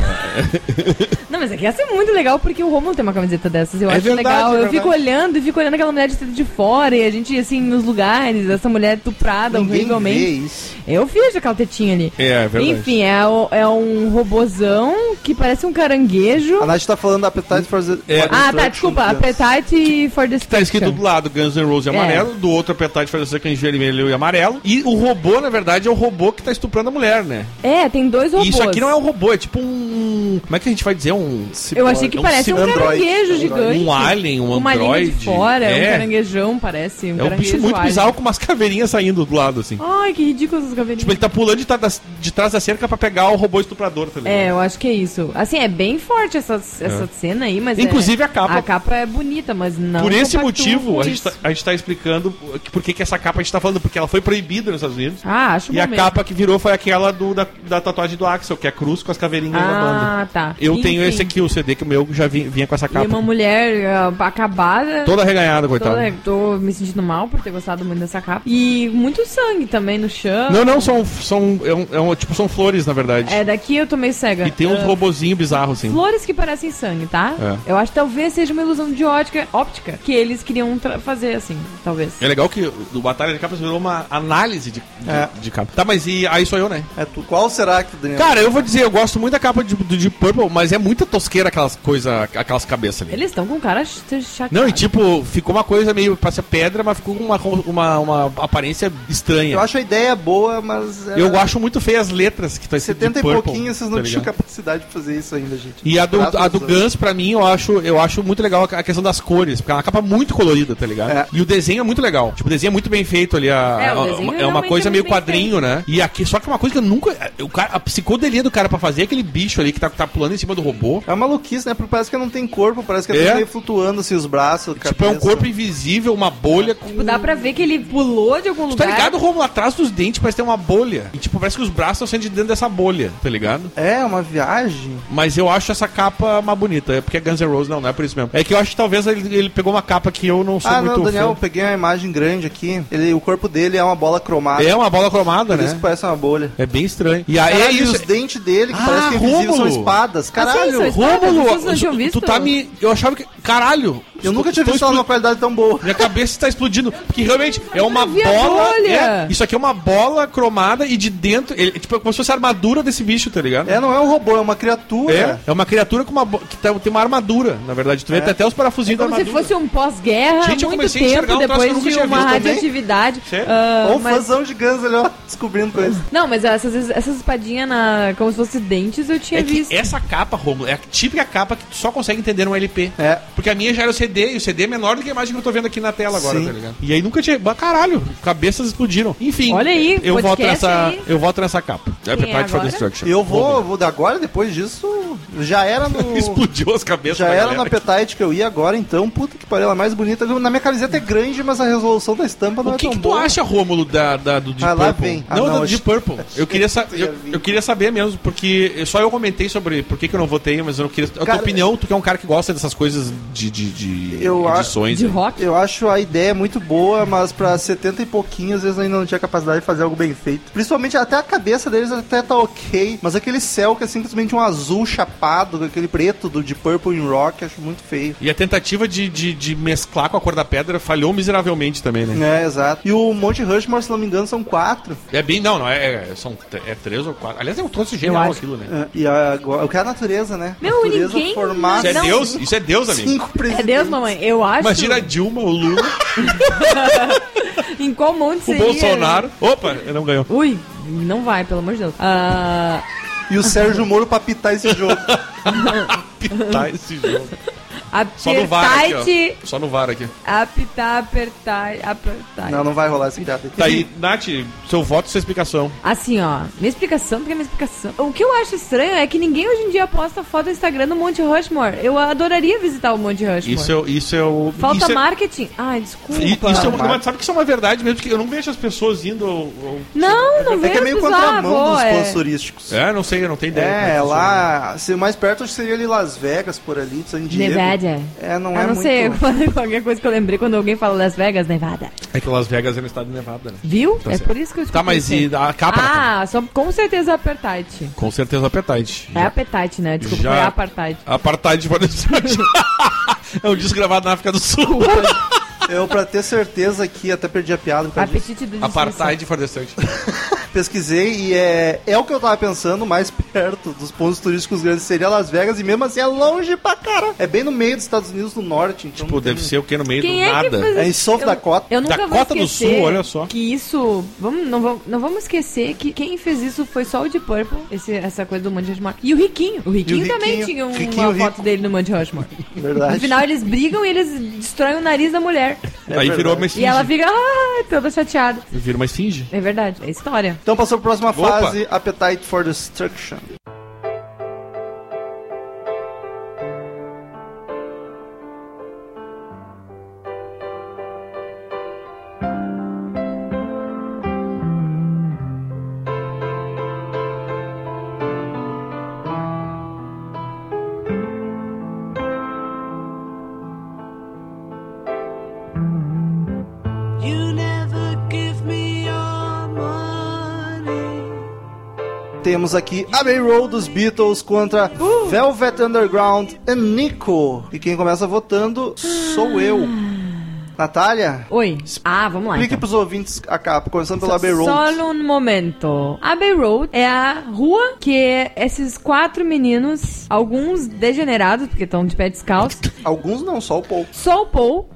Speaker 4: não, mas é que essa é muito legal porque o Romulo tem uma camiseta dessas. Eu
Speaker 3: É
Speaker 4: acho
Speaker 3: verdade,
Speaker 4: legal.
Speaker 3: é
Speaker 4: eu fico
Speaker 3: verdade.
Speaker 4: olhando e fico olhando aquela mulher de teto de fora e a gente, assim, nos lugares, essa mulher tuprada
Speaker 2: Ninguém vê
Speaker 4: horrivelmente.
Speaker 2: isso.
Speaker 4: Eu vejo aquela tetinha ali.
Speaker 3: É, é verdade.
Speaker 4: Enfim, é, o- é um robozão que parece um caranguejo.
Speaker 2: A Nath tá falando da Appetite for the...
Speaker 3: É.
Speaker 4: Ah, tá, desculpa. Appetite for
Speaker 3: Tá
Speaker 4: Destruction.
Speaker 3: escrito do lado Guns N' Roses
Speaker 4: É.
Speaker 3: amarelo, do outro Appetite for Destruction é em vermelho e amarelo. E o robô, na verdade, é o robô que tá estuprando a mulher, né?
Speaker 4: É, tem dois robôs.
Speaker 3: E isso aqui não é um robô, é tipo um... Como é que a gente vai dizer? Um...
Speaker 4: Eu achei que
Speaker 3: É um
Speaker 4: parece um
Speaker 2: androide.
Speaker 4: caranguejo
Speaker 2: Um
Speaker 4: gigante.
Speaker 3: Um alien, um
Speaker 4: uma
Speaker 3: androide.
Speaker 4: língua de fora, é. um
Speaker 3: é,
Speaker 4: caranguejão, parece. Um
Speaker 3: é um bicho
Speaker 4: caranguejo
Speaker 3: muito
Speaker 4: alien.
Speaker 3: bizarro com umas caveirinhas saindo do lado, assim.
Speaker 4: Ai, que ridículo essas
Speaker 3: Tipo,
Speaker 4: caveirinhas.
Speaker 3: ele tá pulando de, tá- das- de trás da cerca pra pegar o robô estuprador, tá ligado?
Speaker 4: É, eu acho que é isso. Assim, é bem forte essa, essa cena aí, mas. é-
Speaker 3: Inclusive a capa.
Speaker 4: A capa é bonita, mas não.
Speaker 3: Por esse
Speaker 4: compactua
Speaker 3: motivo,
Speaker 4: com
Speaker 3: a gente, tá,
Speaker 4: isso.
Speaker 3: a gente tá explicando que- por que, que essa capa a gente tá falando, porque ela foi proibida nos Estados Unidos.
Speaker 4: Ah, acho
Speaker 3: E
Speaker 4: bom
Speaker 3: a
Speaker 4: mesmo.
Speaker 3: capa que virou foi aquela do- da, da tatuagem do Axel, que é a cruz com as caveirinhas na banda.
Speaker 4: Ah, tá.
Speaker 3: Eu tenho
Speaker 4: Enfim.
Speaker 3: esse aqui, o CD que o meu já vi- vinha com essa
Speaker 4: E uma
Speaker 3: capa.
Speaker 4: mulher ah, acabada.
Speaker 3: Toda reganhada, coitada.
Speaker 4: Toda- tô me sentindo mal por ter gostado muito dessa capa. E muito sangue também no chão.
Speaker 3: Não, não, são, são, é um- é um- tipo, são flores, na verdade.
Speaker 4: É, daqui eu tô meio cega.
Speaker 3: E tem um uns
Speaker 4: Ah,
Speaker 3: robozinhos bizarros, assim.
Speaker 4: Flores que parecem sangue, tá?
Speaker 3: É.
Speaker 4: Eu acho que talvez seja uma ilusão de ótica, óptica que eles queriam tra- fazer assim, talvez.
Speaker 3: É legal que o Batalha de Capas virou uma análise de, de,
Speaker 2: É.
Speaker 3: de capa. Tá, mas e aí sou eu, né?
Speaker 2: É tu. Qual será que, Daniel?
Speaker 3: Cara, eu vou dizer, eu gosto muito da capa de, do Deep Purple, mas é muita tosqueira aquelas coisas, aquelas cabeças ali.
Speaker 4: Eles estão com cara ch- chateado.
Speaker 3: Não, e tipo, ficou uma coisa meio pra ser pedra, mas ficou com uma, uma, uma aparência estranha.
Speaker 2: Eu acho a ideia boa, mas... ela-
Speaker 3: Eu acho muito feia as letras que tá escrito
Speaker 2: 70 e
Speaker 3: Deep Purple,
Speaker 2: pouquinho, vocês não
Speaker 3: tá
Speaker 2: tinham né?
Speaker 3: ligado?
Speaker 2: capacidade de fazer isso ainda, gente.
Speaker 3: E a do,
Speaker 2: Graças
Speaker 3: a do
Speaker 2: Deus.
Speaker 3: Guns, pra mim, eu acho, eu acho muito legal a questão das cores, porque é uma capa muito colorida, tá ligado?
Speaker 2: É.
Speaker 3: E o desenho é muito legal. Tipo, o desenho é muito bem feito ali. A,
Speaker 4: É, o
Speaker 3: a-
Speaker 4: desenho
Speaker 3: uma- é uma
Speaker 4: realmente
Speaker 3: coisa
Speaker 4: é
Speaker 3: meio
Speaker 4: muito bem
Speaker 3: quadrinho, né? E aqui, só que uma coisa que eu nunca. O cara, a psicodelia do cara pra fazer é aquele bicho ali que tá, tá pulando em cima do robô.
Speaker 2: É uma maluquice, né? Porque Parece que não tem corpo, parece que
Speaker 3: É.
Speaker 2: é meio flutuando assim os braços.
Speaker 3: Tipo, é um corpo invisível, uma bolha com.
Speaker 4: Tipo, dá pra ver que ele pulou de algum
Speaker 3: Tu tá
Speaker 4: lugar.
Speaker 3: ligado, Romulo? Atrás dos dentes parece ter uma bolha. E, tipo, parece que os braços estão saindo de dentro dessa bolha, tá ligado?
Speaker 2: É, uma viagem.
Speaker 3: Mas eu acho essa capa mais bonita. É porque é Guns N' Roses, não, não é por isso mesmo. É que eu acho que talvez ele, ele pegou uma capa que eu não sou
Speaker 2: ah,
Speaker 3: é muito
Speaker 2: não, Daniel, eu
Speaker 3: fã.
Speaker 2: peguei uma imagem grande aqui. Ele, o corpo dele é uma bola cromada.
Speaker 3: É uma bola cromada,
Speaker 2: Por isso
Speaker 3: né?
Speaker 2: que parece uma bolha.
Speaker 3: É bem estranho. E aí
Speaker 2: Caralho,
Speaker 3: é
Speaker 2: e
Speaker 3: isso.
Speaker 2: os dentes dele, que
Speaker 3: Ah,
Speaker 2: parece que é invisível, são
Speaker 3: Rômulo!
Speaker 2: espadas. Caralho,
Speaker 4: são espadas.
Speaker 3: Rômulo,
Speaker 4: Vocês não tinham
Speaker 3: tu- tu
Speaker 4: visto?
Speaker 3: tá me. Eu achava que. Caralho!
Speaker 2: eu nunca tinha
Speaker 3: tô
Speaker 2: visto ela
Speaker 3: explo-
Speaker 2: numa qualidade tão boa.
Speaker 3: Minha cabeça está explodindo. Porque realmente é uma
Speaker 4: vi a
Speaker 3: bola.
Speaker 4: bolha!
Speaker 3: é, isso aqui é uma bola cromada e de dentro. Ele, tipo, é como se fosse a armadura desse bicho, tá ligado?
Speaker 2: É, não é um robô, é uma criatura.
Speaker 3: É, é uma criatura com uma bo- que tá- tem uma armadura, na verdade. Tu vê
Speaker 2: É.
Speaker 3: tem até os parafusinhos da
Speaker 4: Como se
Speaker 3: armadura.
Speaker 4: fosse um pós-guerra,
Speaker 3: Gente, eu
Speaker 4: muito
Speaker 3: comecei a enxergar
Speaker 4: tempo
Speaker 3: um troço que eu
Speaker 4: depois
Speaker 3: nunca
Speaker 4: de
Speaker 3: tinha
Speaker 4: uma
Speaker 3: visto também. é
Speaker 4: radioatividade.
Speaker 3: Sério?
Speaker 4: Ah,
Speaker 2: Ou um
Speaker 4: mas-
Speaker 2: fãzão de Guns ali, ó, descobrindo coisa.
Speaker 4: Não, mas essas, essas espadinhas na- como se fossem dentes eu tinha
Speaker 3: É que
Speaker 4: visto.
Speaker 3: essa capa, Romulo, é a típica capa que tu só consegue entender no LP.
Speaker 2: É.
Speaker 3: Porque a minha já era o CD, e o CD é menor do que a imagem que eu tô vendo aqui na tela agora,
Speaker 2: Sim.
Speaker 3: tá ligado? E aí nunca tinha. Bah, caralho, cabeças explodiram. Enfim,
Speaker 4: Olha aí,
Speaker 3: eu voto
Speaker 4: podcast
Speaker 3: nessa.
Speaker 4: aí.
Speaker 3: Eu voto nessa capa.
Speaker 4: Quem é
Speaker 3: Appetite for
Speaker 4: agora?
Speaker 3: Destruction.
Speaker 2: Eu vou,
Speaker 3: Romulo.
Speaker 2: vou dar agora, depois disso, explodiu. Já era no.
Speaker 3: Explodiu as cabeças
Speaker 2: Já
Speaker 3: da
Speaker 2: era
Speaker 3: galera.
Speaker 2: no Appetite que eu ia agora, então. Puta que pariu, ela é mais bonita. Na minha camiseta é grande, mas a resolução da estampa não
Speaker 3: O
Speaker 2: é
Speaker 3: que,
Speaker 2: tão
Speaker 3: que tu
Speaker 2: boa.
Speaker 3: acha, Rômulo, da, da- do Deep
Speaker 2: Ah, lá
Speaker 3: Purple?
Speaker 2: vem. Ah,
Speaker 3: não,
Speaker 2: não,
Speaker 3: do
Speaker 2: acho-
Speaker 3: Deep Purple. Eu queria, sa-
Speaker 2: que tu ia
Speaker 3: eu,
Speaker 2: vir.
Speaker 3: eu queria saber mesmo, porque eu- só eu comentei sobre por que, que eu não votei, mas eu não queria. A
Speaker 2: Cara,
Speaker 3: tua opinião, tu que é um cara que gosta dessas coisas de, de, de
Speaker 2: Eu a-
Speaker 3: edições. né?
Speaker 4: De rock?
Speaker 2: Eu acho a ideia muito boa, mas pra 70 e pouquinho, às vezes ainda não tinha capacidade de fazer algo bem feito. Principalmente até a cabeça deles até tá ok, mas aquele céu que é simplesmente um azul chapado, aquele preto do de Purple in Rock, acho muito feio.
Speaker 3: E a tentativa de, de, de mesclar com a cor da pedra falhou miseravelmente também, né?
Speaker 2: É, exato. E o Monte Rushmore, se não me engano, são quatro.
Speaker 3: É bem. Não, não, é, é- são t- é três ou quatro. Aliás, é um troço genial
Speaker 4: acho.
Speaker 3: aquilo, né?
Speaker 2: É, E agora, o que é a natureza, né?
Speaker 4: Meu,
Speaker 2: natureza
Speaker 4: ninguém-
Speaker 2: formar
Speaker 3: Isso é
Speaker 4: Não.
Speaker 3: Deus, isso é Deus, amigo.
Speaker 2: cinco
Speaker 4: É
Speaker 2: presidentes.
Speaker 4: Deus, mamãe. Eu acho.
Speaker 3: Imagina a Dilma, o Lula,
Speaker 4: Em qual
Speaker 3: o
Speaker 4: monte seria?
Speaker 3: Bolsonaro. Opa, ele não ganhou.
Speaker 4: Ui, não vai, pelo amor de Deus. Ah,
Speaker 2: E o Sérgio Moro pra pitar esse jogo.
Speaker 3: Tá esse jogo. Só
Speaker 4: É,
Speaker 3: no VAR aqui,
Speaker 4: apertite.
Speaker 3: ó. Só no VAR aqui.
Speaker 4: Apitar, apertar, apertar.
Speaker 2: não, não vai rolar essa piada.
Speaker 3: Tá aí, Nath, seu voto e sua explicação.
Speaker 4: Assim, ó, minha explicação, porque é minha explicação. O que eu acho estranho é que ninguém hoje em dia posta foto no Instagram do Monte Rushmore. Eu adoraria visitar o Monte Rushmore.
Speaker 3: Isso é, o- isso é o.
Speaker 4: Falta um
Speaker 3: isso é-
Speaker 4: marketing. Ai, desculpa.
Speaker 3: I- Isso é uma,
Speaker 2: Marco.
Speaker 3: mas sabe que isso é uma verdade mesmo, que eu não vejo as pessoas indo ao. ao-
Speaker 4: Não, não
Speaker 2: É
Speaker 4: vejo
Speaker 2: que é meio
Speaker 4: bizarro,
Speaker 2: contramão dos
Speaker 4: é.
Speaker 2: pontos turísticos.
Speaker 3: É, não sei, eu não tenho ideia. como
Speaker 2: É,
Speaker 3: que
Speaker 2: lá, se mais perto acho que seria ali Las Vegas, por ali, San Diego.
Speaker 4: Nevada.
Speaker 2: É, não
Speaker 4: eu
Speaker 2: é
Speaker 4: não
Speaker 2: muito...
Speaker 4: sei, eu falei qualquer coisa que eu lembrei quando alguém fala Las Vegas, Nevada.
Speaker 3: funciona. É que Las Vegas é no estado de Nevada, né?
Speaker 4: Viu?
Speaker 3: Tá
Speaker 4: é
Speaker 3: certo.
Speaker 4: por isso que eu
Speaker 3: Tá, mas e
Speaker 4: escutei.
Speaker 3: a capa?
Speaker 4: Ah, só com certeza é apertite.
Speaker 3: Com certeza, apetite.
Speaker 4: É apetite, né? Desculpa,
Speaker 3: Já-
Speaker 4: foi apartheid.
Speaker 3: Apartheid pode ser. é um disco gravado na África do Sul.
Speaker 4: assim,
Speaker 2: Eu, pra ter certeza aqui, até perdi a piada, por causa disso.
Speaker 4: Apetite do
Speaker 3: Apartheid for the Saint.
Speaker 2: pesquisei e é, é o que eu tava pensando, mais perto dos pontos turísticos grandes seria Las Vegas, e mesmo assim é longe pra cara. É bem no meio dos Estados Unidos, no norte, então...
Speaker 3: Pô,
Speaker 2: não tem-
Speaker 3: Tipo, deve ser o que no meio
Speaker 4: Quem
Speaker 3: do
Speaker 4: é que
Speaker 3: nada.
Speaker 4: fez
Speaker 2: É em South
Speaker 4: eu,
Speaker 2: Dakota.
Speaker 4: Eu nunca vou
Speaker 3: Dakota do Sul,
Speaker 4: esquecer
Speaker 3: olha só.
Speaker 4: Que isso. Vamos, não, vamos, não vamos esquecer que quem fez isso foi só o de Purple, esse, essa coisa do Monte Rushmore. E o Riquinho. O Riquinho, também
Speaker 2: Riquinho.
Speaker 4: tinha um- uma
Speaker 2: Riquinho
Speaker 4: foto
Speaker 2: rico.
Speaker 4: dele no Monte Rushmore.
Speaker 2: Verdade.
Speaker 4: No final eles brigam e eles destroem o nariz da mulher.
Speaker 2: É
Speaker 3: Aí
Speaker 2: verdade.
Speaker 3: virou uma
Speaker 4: E
Speaker 3: esfinge.
Speaker 4: ela fica ah, toda chateada.
Speaker 3: Vira uma esfinge.
Speaker 4: É verdade, é história.
Speaker 2: Então passou pra próxima
Speaker 3: Opa.
Speaker 2: fase, Appetite for Destruction.
Speaker 5: You never give me your money.
Speaker 2: Temos aqui Abbey Road dos Beatles contra Velvet Underground e Nico. E quem começa votando sou eu. Natália,
Speaker 4: Oi. Ah, vamos lá.
Speaker 2: explique
Speaker 4: então.
Speaker 2: pros ouvintes a capa, começando pelo
Speaker 4: Só-
Speaker 2: Abbey Road.
Speaker 4: Só um momento. Abbey Road é a rua que esses quatro meninos, alguns degenerados, porque estão de pé descalço,
Speaker 2: Alguns não, só o Paul.
Speaker 4: só o Paul.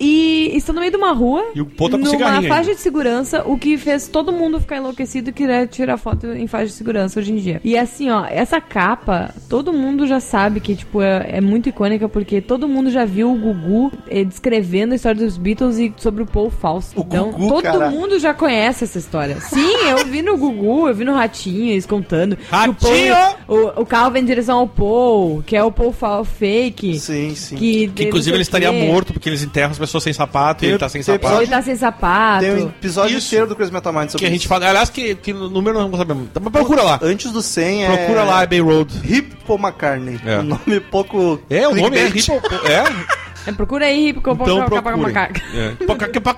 Speaker 4: E estão no meio de uma rua,
Speaker 3: E o Paul tá com
Speaker 4: numa
Speaker 3: cigarrinho
Speaker 4: faixa
Speaker 3: ainda.
Speaker 4: de segurança, o que fez todo mundo ficar enlouquecido e querer tirar foto em faixa de segurança hoje em dia. E assim, ó, essa capa, todo mundo já sabe que, tipo, é, é muito icônica, porque todo mundo já viu o Gugu eh, descrevendo a história dos Beatles e sobre o Paul falso.
Speaker 2: O
Speaker 4: então,
Speaker 2: Gugu,
Speaker 4: todo
Speaker 2: cara.
Speaker 4: mundo já conhece essa história. Sim, eu vi no Gugu, eu vi no Ratinho, eles contando. que o Paul-
Speaker 3: Ratinho!
Speaker 4: O, o carro vem em direção ao Paul, que é o Paul fal- fake.
Speaker 2: Sim, sim.
Speaker 4: Que,
Speaker 3: Que inclusive ele estaria morto porque eles enterram as pessoas sem sapato e
Speaker 2: Tem-
Speaker 3: ele tá sem
Speaker 2: tem
Speaker 3: sapato.
Speaker 4: Ele tá sem sapato.
Speaker 2: Tem um episódio
Speaker 3: Isso.
Speaker 2: inteiro do Crazy Metal Mind sobre
Speaker 3: Que a gente
Speaker 2: isso.
Speaker 3: fala. Aliás, que, que número não sabemos. Mas procura lá.
Speaker 2: Antes do 100 é...
Speaker 3: Procura lá, Bay Road.
Speaker 2: Hip Paul McCartney.
Speaker 3: É.
Speaker 2: Um nome pouco...
Speaker 3: É, o nome é
Speaker 2: clickbait.
Speaker 3: Ripple. É,
Speaker 4: É, procura aí, Rico.
Speaker 3: então procurem. É.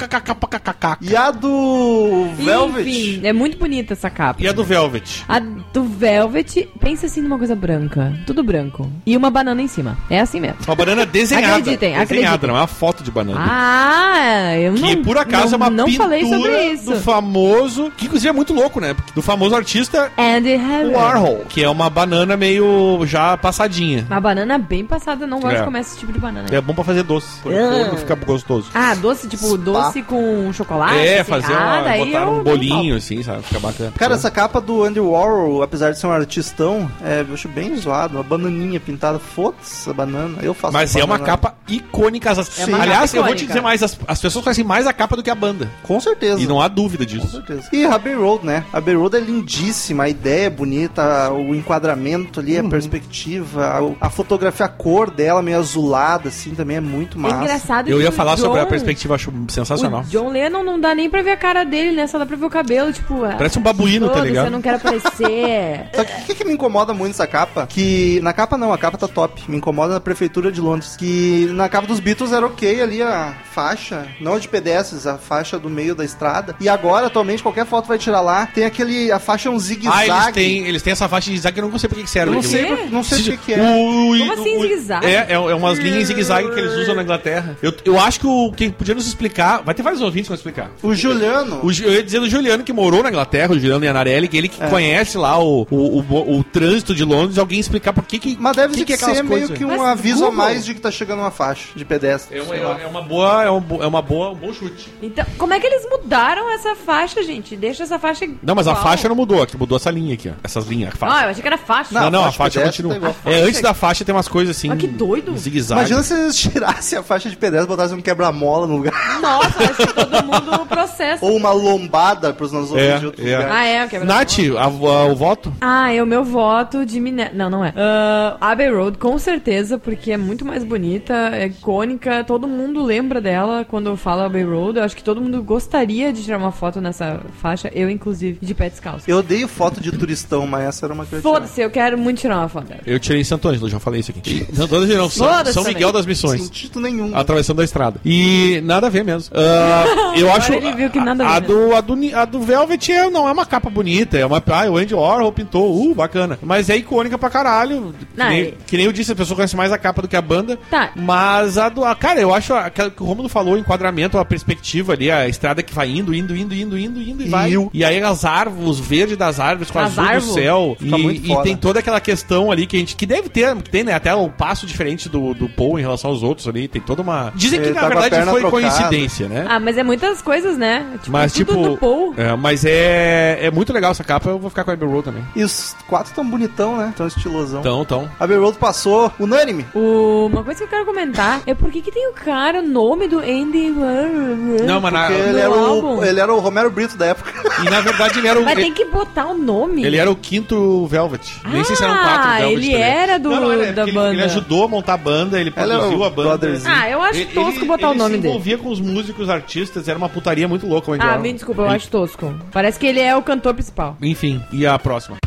Speaker 3: Pacacacacacacacacá.
Speaker 2: E a do Velvet.
Speaker 4: Enfim, é muito bonita essa capa.
Speaker 3: E a do Velvet?
Speaker 4: A do Velvet, pensa assim numa coisa branca. Tudo branco. E uma banana em cima. É assim mesmo.
Speaker 3: Uma banana desenhada.
Speaker 4: Acreditem,
Speaker 3: desenhada,
Speaker 4: acreditem.
Speaker 3: não é uma foto de banana.
Speaker 4: Ah, eu não.
Speaker 3: que por acaso
Speaker 4: não,
Speaker 3: é uma
Speaker 4: Não
Speaker 3: pintura
Speaker 4: falei sobre isso.
Speaker 3: do famoso, que inclusive é muito louco, né? Do famoso artista
Speaker 4: Andy Harris.
Speaker 3: Warhol, que é uma banana meio já passadinha.
Speaker 4: Uma banana bem passada. eu Não gosto
Speaker 3: É.
Speaker 4: de comer esse tipo de banana.
Speaker 3: É bom pra fazer fazer doce. Põe no forno e fica gostoso.
Speaker 4: Ah, doce, tipo, doce com chocolate?
Speaker 3: é,
Speaker 4: assim?
Speaker 3: fazer
Speaker 4: ah,
Speaker 3: uma,
Speaker 4: daí
Speaker 3: botar
Speaker 4: eu
Speaker 3: um
Speaker 4: não
Speaker 3: bolinho assim, sabe? Fica bacana.
Speaker 2: Cara, essa capa do Andy Warhol, apesar de ser um artistão, é, eu acho bem zoado. Uma bananinha pintada, foda-se a banana. Eu faço
Speaker 3: Mas é uma
Speaker 2: banana.
Speaker 3: capa icônica. As-
Speaker 2: É uma
Speaker 3: Aliás,
Speaker 4: capa
Speaker 3: eu vou te
Speaker 4: icônica.
Speaker 3: dizer mais, as, as pessoas conhecem mais a capa do que a banda.
Speaker 2: Com certeza.
Speaker 3: E não há dúvida disso.
Speaker 2: Com certeza. E Abbey Road, né? Abbey Road é lindíssima, a ideia é bonita, o enquadramento ali, a
Speaker 3: Uhum.
Speaker 2: perspectiva, a, a fotografia, a cor dela meio azulada, assim, também é muito
Speaker 4: É
Speaker 2: massa.
Speaker 4: engraçado
Speaker 3: Eu
Speaker 4: que
Speaker 3: ia
Speaker 4: o
Speaker 3: falar sobre a
Speaker 4: John-
Speaker 3: perspectiva, acho sensacional.
Speaker 4: O John Lennon não dá nem pra ver a cara dele, né? Só dá pra ver o cabelo, tipo... ah,
Speaker 3: Parece um babuíno, tá
Speaker 4: foda-se,
Speaker 3: ligado?
Speaker 4: Eu não quero aparecer.
Speaker 2: Só que o que, que me incomoda muito nessa capa? Que na capa não, a capa tá top. Me incomoda na prefeitura de Londres. Que na capa dos Beatles era ok ali a faixa, não a de pedestres, a faixa do meio da estrada. E agora, atualmente, qualquer foto vai tirar lá, tem aquele. A faixa é um
Speaker 3: Ah,
Speaker 2: zigue-zague.
Speaker 3: eles têm, eles têm essa faixa de zigue-zague, eu não sei pra que que serve.
Speaker 2: Eu não
Speaker 3: aquilo.
Speaker 2: sei,
Speaker 4: quê?
Speaker 2: não sei o que, que é.
Speaker 3: O-
Speaker 4: Como assim,
Speaker 3: o-
Speaker 4: zigue-zague?
Speaker 3: É, é, é umas linhas zigue-zague que eles usam na Inglaterra. Eu, eu acho que o que podia nos explicar, vai ter vários ouvintes que vão explicar.
Speaker 2: O Juliano.
Speaker 3: O Ju- eu ia dizer do Juliano que morou na Inglaterra, o Juliano Ianarelli, que ele que
Speaker 2: É.
Speaker 3: conhece lá o, o, o, bo- o trânsito de Londres, alguém explicar por que que.
Speaker 2: Mas deve
Speaker 3: que que é
Speaker 2: ser
Speaker 3: aquelas
Speaker 2: meio
Speaker 3: coisas.
Speaker 2: que um
Speaker 4: Mas
Speaker 2: aviso a
Speaker 4: Google?
Speaker 2: mais de que tá chegando uma faixa de pedestre.
Speaker 3: É, uma,
Speaker 2: sei
Speaker 3: é
Speaker 2: lá.
Speaker 3: uma- é uma boa, é, um, bo- é uma boa, um bom chute.
Speaker 4: Então, como é que eles mudaram essa faixa, gente? Deixa essa faixa
Speaker 3: Não, mas a
Speaker 4: igual.
Speaker 3: faixa não mudou, aqui mudou essa linha aqui, ó. Essas linhas, a
Speaker 4: Ah,
Speaker 3: faixa.
Speaker 4: eu achei que era faixa.
Speaker 3: Não, não, a
Speaker 2: faixa
Speaker 3: faixa
Speaker 2: pedestre
Speaker 3: continua.
Speaker 2: tá igual a
Speaker 3: é, antes da faixa tem umas coisas assim.
Speaker 4: Mas que doido.
Speaker 3: Zigue-zague.
Speaker 2: Imagina se eles tirassem a faixa de pedestre e botassem um quebra-mola no lugar.
Speaker 4: Nossa, acho que todo mundo processa.
Speaker 2: Ou uma lombada pros nossos
Speaker 3: É,
Speaker 2: ouvintes de outro
Speaker 3: é.
Speaker 2: lugar.
Speaker 4: Ah, é, o quebra
Speaker 3: Nath, a- a- o voto?
Speaker 4: Ah, é o meu voto de Minerva. Não, não é. Ah, Abbey Road, com certeza, porque é muito mais bonita, é icônica, todo mundo lembra dela quando fala Abbey Road. Eu acho que todo mundo gostaria de tirar uma foto nessa faixa, eu inclusive, de pé descalço.
Speaker 2: Eu odeio foto de turistão, mas essa era uma coisa.
Speaker 4: Foda-se, eu quero muito tirar uma foto dela.
Speaker 3: Eu tirei Santo Ângelo, já falei isso aqui. Santo Ângelo não, São,
Speaker 4: Foda-se
Speaker 3: São
Speaker 4: também.
Speaker 3: Miguel das
Speaker 2: Sem
Speaker 3: Missões.
Speaker 2: título nenhum.
Speaker 3: Atravessando a estrada. E nada a ver mesmo. Ah, eu acho.
Speaker 4: ele viu que nada
Speaker 3: a,
Speaker 4: a
Speaker 3: a
Speaker 4: ver
Speaker 3: do, a, do, Ni- a do Velvet é- não é uma capa bonita. É uma. Ah, o Andy Warhol pintou. Uh, bacana. Mas é icônica pra caralho.
Speaker 4: Não,
Speaker 3: que, nem,
Speaker 4: é-
Speaker 3: que nem eu disse, a pessoa conhece mais a capa do que a banda.
Speaker 4: Tá.
Speaker 3: Mas a do. a- cara, eu acho aquela que o Romulo falou, o enquadramento, a perspectiva ali, a estrada que vai indo, indo, indo, indo, indo, indo e,
Speaker 2: E
Speaker 3: vai.
Speaker 2: eu-
Speaker 3: E aí as árvores, os verdes das árvores com
Speaker 4: As
Speaker 3: azul do
Speaker 4: árvores.
Speaker 3: céu.
Speaker 2: Fica
Speaker 3: e,
Speaker 2: muito
Speaker 3: e
Speaker 2: foda.
Speaker 3: tem toda aquela questão ali que a gente. Que deve ter, que tem, né? Até um passo diferente do, do Paul em relação aos outros ali. Tem toda uma. Dizem que
Speaker 2: Ele
Speaker 3: na
Speaker 2: tá com a
Speaker 3: verdade
Speaker 2: perna
Speaker 3: foi
Speaker 2: trocada.
Speaker 3: coincidência, né?
Speaker 4: Ah, mas é muitas coisas, né? Tipo,
Speaker 3: Mas,
Speaker 4: tudo
Speaker 3: tipo,
Speaker 4: do Paul.
Speaker 3: é, mas é, é muito legal essa capa, eu vou ficar com a Abbey Road também.
Speaker 2: E os quatro tão bonitão, né? Tão estilosão.
Speaker 3: Então, então.
Speaker 2: A Road passou unânime.
Speaker 4: O- Uma coisa que eu quero comentar é por que, que tem o cara, o nome do Andy.
Speaker 3: Ah, Não, mas na,
Speaker 2: Porque
Speaker 4: do
Speaker 2: ele era, o,
Speaker 4: álbum.
Speaker 2: ele era o Romero Brito da época.
Speaker 3: e na verdade ele era o,
Speaker 4: Mas tem
Speaker 3: ele,
Speaker 4: que botar o nome.
Speaker 3: era o quinto Velvet. Nem sei se eram
Speaker 4: Ah,
Speaker 3: quatro Velvet.
Speaker 4: ele
Speaker 3: também.
Speaker 4: era do-
Speaker 3: ele-
Speaker 4: da
Speaker 3: é, ele,
Speaker 4: banda.
Speaker 3: Ele ajudou a montar a banda, ele
Speaker 2: Ela é
Speaker 3: produziu
Speaker 2: o
Speaker 3: a banda.
Speaker 2: brotherzinho.
Speaker 4: Ah, eu acho
Speaker 3: Ele-
Speaker 4: tosco
Speaker 3: ele-
Speaker 4: botar o nome
Speaker 3: Ele se
Speaker 4: dele.
Speaker 3: envolvia com os músicos, artistas, era uma putaria muito louca. o Andy
Speaker 4: Ah,
Speaker 3: Warhol.
Speaker 4: me desculpa, eu
Speaker 3: Ele-
Speaker 4: acho tosco. Parece que ele é o cantor principal.
Speaker 3: Enfim, e a próxima?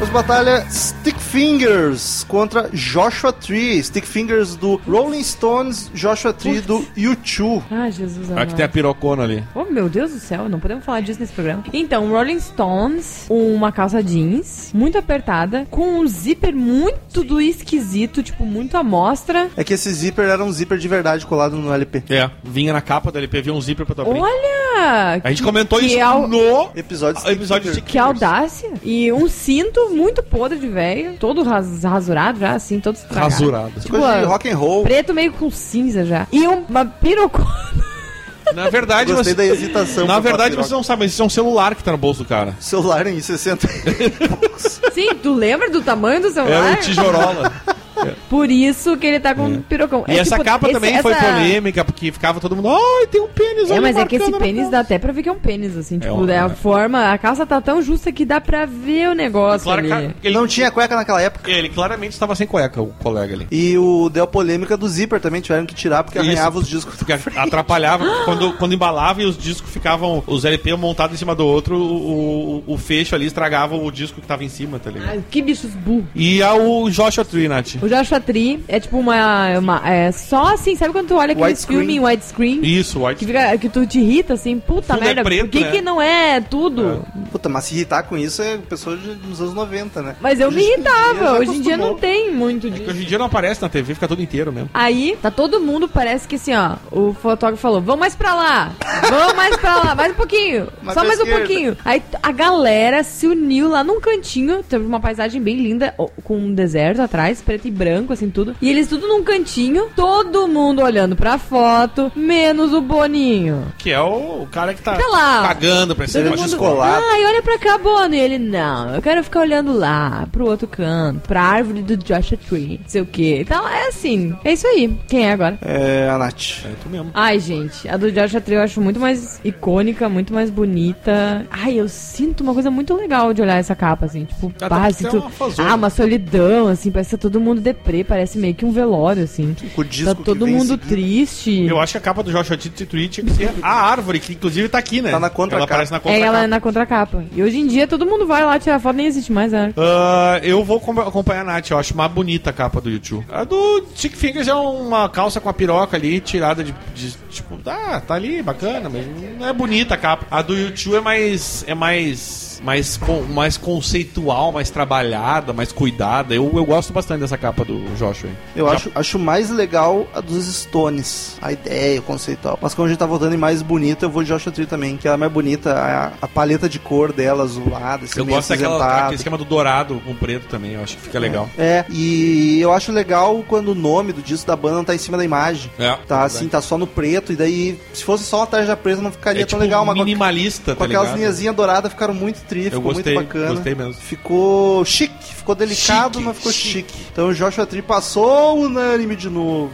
Speaker 2: As batalhas Stick Fingers contra Joshua Tree. Stick Fingers do Rolling Stones, Joshua Tree do U2.
Speaker 4: Ah, Jesus amado.
Speaker 3: Aqui tem a pirocona ali.
Speaker 4: Oh, meu Deus do céu, não podemos falar disso nesse programa. Então, Rolling Stones, uma calça jeans, muito apertada, com um zíper muito do esquisito, tipo, muito à mostra.
Speaker 2: É que esse zíper era um zíper de verdade colado no LP.
Speaker 3: É, vinha na capa do LP, vinha um zíper pra tu abrir.
Speaker 4: Olha!
Speaker 3: A gente comentou
Speaker 4: que é
Speaker 3: isso
Speaker 4: au-
Speaker 3: no
Speaker 2: Episódio Stick
Speaker 3: Ah, episódio
Speaker 2: Fingers.
Speaker 3: de
Speaker 4: Que audácia! E um cinto muito podre de velho, todo ras- rasurado já, assim, todo estragado.
Speaker 3: Rasurado.
Speaker 4: Tipo,
Speaker 2: Coisa de
Speaker 4: ó,
Speaker 2: rock and roll.
Speaker 4: preto meio com cinza já. E um- uma pirocona.
Speaker 3: Na verdade,
Speaker 2: Gostei
Speaker 3: você,
Speaker 2: da hesitação.
Speaker 3: na
Speaker 2: pra
Speaker 3: verdade
Speaker 2: falar
Speaker 3: você não sabe, mas isso é um celular que tá no bolso do cara.
Speaker 2: piroca. Celular em 60 e poucos.
Speaker 4: Sim, tu lembra do tamanho do
Speaker 3: É
Speaker 4: celular?
Speaker 3: o tijorola.
Speaker 4: Por isso que ele tá com um pirocão.
Speaker 3: E
Speaker 4: É
Speaker 3: essa
Speaker 4: tipo,
Speaker 3: capa
Speaker 4: esse-
Speaker 3: também foi
Speaker 4: essa-
Speaker 3: polêmica, porque ficava todo mundo, ai, tem um pênis
Speaker 4: É,
Speaker 3: olha
Speaker 4: mas é que
Speaker 3: marcando
Speaker 4: esse
Speaker 3: na
Speaker 4: pênis
Speaker 3: calça."
Speaker 4: dá até pra ver que é um pênis, assim. Tipo,
Speaker 3: um-
Speaker 4: é a forma... A calça tá tão justa que dá pra ver o negócio
Speaker 3: Claro,
Speaker 4: ali.
Speaker 3: cara, ele,
Speaker 2: Não tinha cueca naquela época.
Speaker 3: ele claramente estava sem cueca, o colega ali.
Speaker 2: E o deu a polêmica do zíper também, tiveram que tirar porque
Speaker 3: Isso.
Speaker 2: arranhava os discos.
Speaker 3: Porque atrapalhava. quando, quando embalava e os discos ficavam, os LP montados em cima do outro, o, o, o fecho ali estragava o disco que tava em cima, tá ligado?
Speaker 4: Ai, que bichos burros.
Speaker 3: E a o Joshua Tree, Nath.
Speaker 4: O Joshua Tree é tipo uma... uma- é só assim, sabe quando tu olha aqueles
Speaker 2: Widescreen.
Speaker 4: filmes em widescreen?
Speaker 3: Isso, o
Speaker 4: Que,
Speaker 3: White
Speaker 4: fica, que tu te irrita, assim, puta
Speaker 3: Fundo é
Speaker 4: merda,
Speaker 3: preto,
Speaker 4: por que,
Speaker 3: né?
Speaker 4: que não é tudo?
Speaker 2: Puta, mas se irritar com isso é pessoa de- dos anos 90, né?
Speaker 4: Mas eu me
Speaker 2: Hoje em dia já tá
Speaker 4: irritava, hoje em dia
Speaker 2: acostumou.
Speaker 4: não tem muito disso.
Speaker 3: É Hoje em dia não aparece na TV, fica todo inteiro mesmo.
Speaker 4: Aí, tá todo mundo, parece que assim, ó, o fotógrafo falou, vão mais pra lá, vão mais pra lá, mais um pouquinho,
Speaker 2: Mais
Speaker 4: só
Speaker 2: pra
Speaker 4: mais um
Speaker 2: esquerda."
Speaker 4: pouquinho. Aí t- a galera se uniu lá num cantinho, teve uma paisagem bem linda, ó, com um deserto atrás, preto e branco, assim, tudo. E eles tudo num cantinho, todo mundo olhando pra foto, menos o Boninho.
Speaker 3: Que é o, o cara que tá
Speaker 4: Tá lá.
Speaker 3: cagando pra esse
Speaker 2: Todo
Speaker 3: negócio.
Speaker 2: mundo- descolado.
Speaker 4: Ai, olha pra cá, Bono. E ele, não, eu quero ficar olhando lá, pro outro canto, pra árvore do Joshua Tree, não sei o quê. Então é assim, é isso aí. Quem é agora?
Speaker 2: É, a Nath.
Speaker 3: É tu mesmo.
Speaker 4: Ai, gente, a do Joshua Tree eu acho muito mais icônica, muito mais bonita. Ai, eu sinto uma coisa muito legal de olhar essa capa, assim, tipo,
Speaker 3: Ah,
Speaker 4: pá,
Speaker 3: tá,
Speaker 4: assim,
Speaker 3: é
Speaker 4: tu-
Speaker 3: uma fazona.
Speaker 4: ah, uma solidão, assim, parece que tá todo mundo deprê, parece meio que um velório, assim.
Speaker 2: O disco
Speaker 4: Tá
Speaker 2: que
Speaker 4: todo
Speaker 2: vem em
Speaker 4: mundo
Speaker 2: seguida.
Speaker 4: triste.
Speaker 3: Eu acho que a capa do Joshua Tree Tree tinha que ser a árvore, que inclusive tá aqui, né?
Speaker 2: Tá na contracapa.
Speaker 3: Ela aparece na
Speaker 4: É
Speaker 3: contra
Speaker 4: ela é na contracapa. E hoje em dia todo mundo vai lá tirar foto, nem existe mais, né?
Speaker 3: Ah, eu vou com- acompanhar a Nath, eu acho mais bonita a capa do YouTube. A do Chick Fingers é uma calça com a piroca ali, tirada de, de- tipo, ah, tá ali, bacana, mas não é bonita a capa. A do YouTube é mais é mais mais con- mais conceitual, mais trabalhada, mais cuidada. Eu, eu gosto bastante dessa capa do Joshua. hein.
Speaker 2: Eu
Speaker 3: Já-
Speaker 2: acho, acho mais legal a dos Stones, a ideia, o conceitual. Mas como a gente tá voltando em mais bonita, eu vou de Joshua Tree também, que ela é mais bonita, a, a paleta de cor dela, azulada, esse
Speaker 3: eu
Speaker 2: meio
Speaker 3: gosto daquela
Speaker 2: acinzentado.
Speaker 3: aquele esquema do dourado com preto também, eu acho que fica legal.
Speaker 2: É, e eu acho legal quando o nome do disco da banda não tá em cima da imagem.
Speaker 3: É,
Speaker 2: Tá assim, tá só no preto, e daí, se fosse só uma tarja preta, não
Speaker 3: é
Speaker 2: ficaria tão
Speaker 3: tipo
Speaker 2: legal, mas com a-
Speaker 3: minimalista,
Speaker 2: com
Speaker 3: tá
Speaker 2: aquelas
Speaker 3: ligado?
Speaker 2: linhazinhas douradas ficaram muito tri,
Speaker 3: eu
Speaker 2: ficou
Speaker 3: gostei,
Speaker 2: muito bacana.
Speaker 3: gostei mesmo.
Speaker 2: Ficou chique, ficou delicado,
Speaker 3: Chique,
Speaker 2: mas ficou
Speaker 3: chique.
Speaker 2: chique. Então o Joshua Tree passou unânime de novo.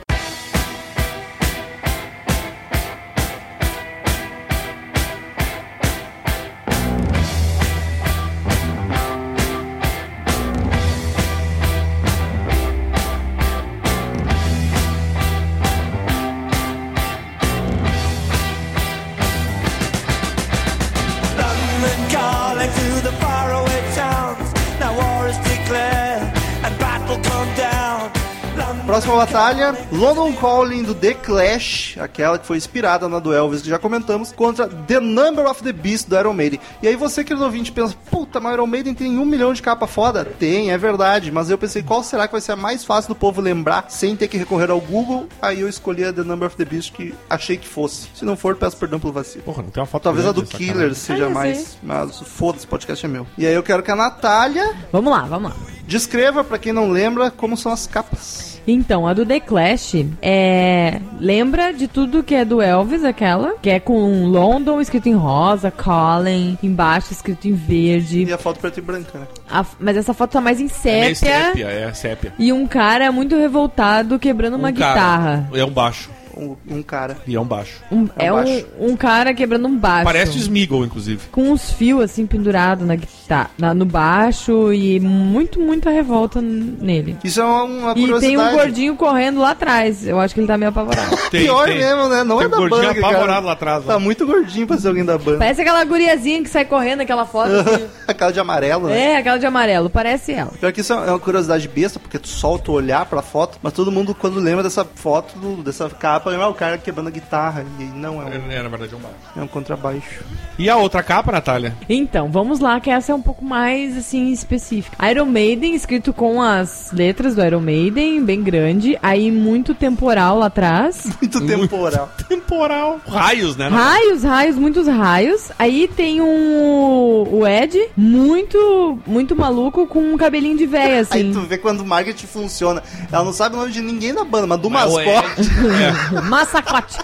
Speaker 5: London calling to the faraway towns. Now war is declared and battle come down. London
Speaker 2: Próxima batalha, London Calling do The Clash, aquela que foi inspirada na do Elvis que já comentamos, contra The Number of the Beast do Iron Maiden. E aí você, querido ouvinte, pensa, puta, mas Iron Maiden tem um milhão de capa foda? Tem, é verdade, mas eu pensei, qual será que vai ser a mais fácil do povo lembrar sem ter que recorrer ao Google? Aí eu escolhi a The Number of the Beast que achei que fosse. Se não for, peço perdão pelo vacilo.
Speaker 3: Porra, não tem uma foto
Speaker 2: Talvez a do
Speaker 3: grande dessa
Speaker 2: Killer
Speaker 4: Ah,
Speaker 2: seja
Speaker 4: eu
Speaker 2: mais.
Speaker 4: sei.
Speaker 2: Mas foda-se, o podcast é meu. E aí eu quero que a Natália
Speaker 4: Vamos lá, vamos lá.
Speaker 2: descreva, pra quem não lembra, como são as capas.
Speaker 4: Então, a do The Clash é. Lembra de tudo que é do Elvis, aquela? Que é com London escrito em rosa, Colin, embaixo escrito em verde.
Speaker 2: E a foto preto e branca, né?
Speaker 4: A- Mas essa foto tá mais em
Speaker 3: É
Speaker 4: sépia.
Speaker 3: meio sépia, é sépia.
Speaker 4: E um cara muito revoltado quebrando uma
Speaker 3: Um cara.
Speaker 4: guitarra.
Speaker 3: É um baixo.
Speaker 2: Um, um cara.
Speaker 3: E é um baixo.
Speaker 4: Um-
Speaker 2: É
Speaker 4: é
Speaker 2: um
Speaker 4: um,
Speaker 2: baixo.
Speaker 4: um cara quebrando um baixo.
Speaker 3: Parece o Smeagol, inclusive.
Speaker 4: Com uns fios assim pendurados na guitarra, no baixo e muito, muita revolta n- nele.
Speaker 2: Isso é uma, uma
Speaker 4: E
Speaker 2: curiosidade.
Speaker 4: tem um gordinho correndo lá atrás. Eu acho que ele tá meio apavorado.
Speaker 3: Tem,
Speaker 2: Pior
Speaker 3: tem.
Speaker 2: mesmo, né? Não
Speaker 3: Tem
Speaker 2: é
Speaker 3: um
Speaker 2: da
Speaker 3: gordinho
Speaker 2: banda,
Speaker 3: apavorado
Speaker 2: cara.
Speaker 3: lá atrás.
Speaker 2: Tá
Speaker 3: ó.
Speaker 2: muito gordinho pra ser alguém da banda.
Speaker 4: Parece aquela guriazinha que sai correndo, aquela foto. assim.
Speaker 2: Aquela de amarelo, né?
Speaker 4: É, aquela de amarelo, parece ela.
Speaker 2: Pior que isso é uma curiosidade besta, porque tu solta o olhar pra foto, mas todo mundo quando lembra dessa foto, do- dessa capa, lembra "Ah, o cara quebrando a guitarra. E não, é um,
Speaker 3: É, na verdade, é um baixo.
Speaker 2: é um contrabaixo.
Speaker 3: E a outra capa, Natália?
Speaker 4: Então, vamos lá, que essa é um pouco mais, assim, específica. Iron Maiden, escrito com as letras do Iron Maiden, bem grande. Aí, muito temporal lá atrás.
Speaker 2: Muito temporal.
Speaker 3: Temporal. Raios,
Speaker 2: É,
Speaker 3: né? Natália?
Speaker 4: Raios, raios, muitos raios. Aí tem um, o Ed, muito, muito maluco, com um cabelinho de véia,
Speaker 2: Aí
Speaker 4: assim.
Speaker 2: tu vê quando o marketing funciona. Ela não sabe o nome de ninguém da banda, mas do
Speaker 3: Mas é o
Speaker 2: mascote.
Speaker 3: Ed- É.
Speaker 4: Massacote.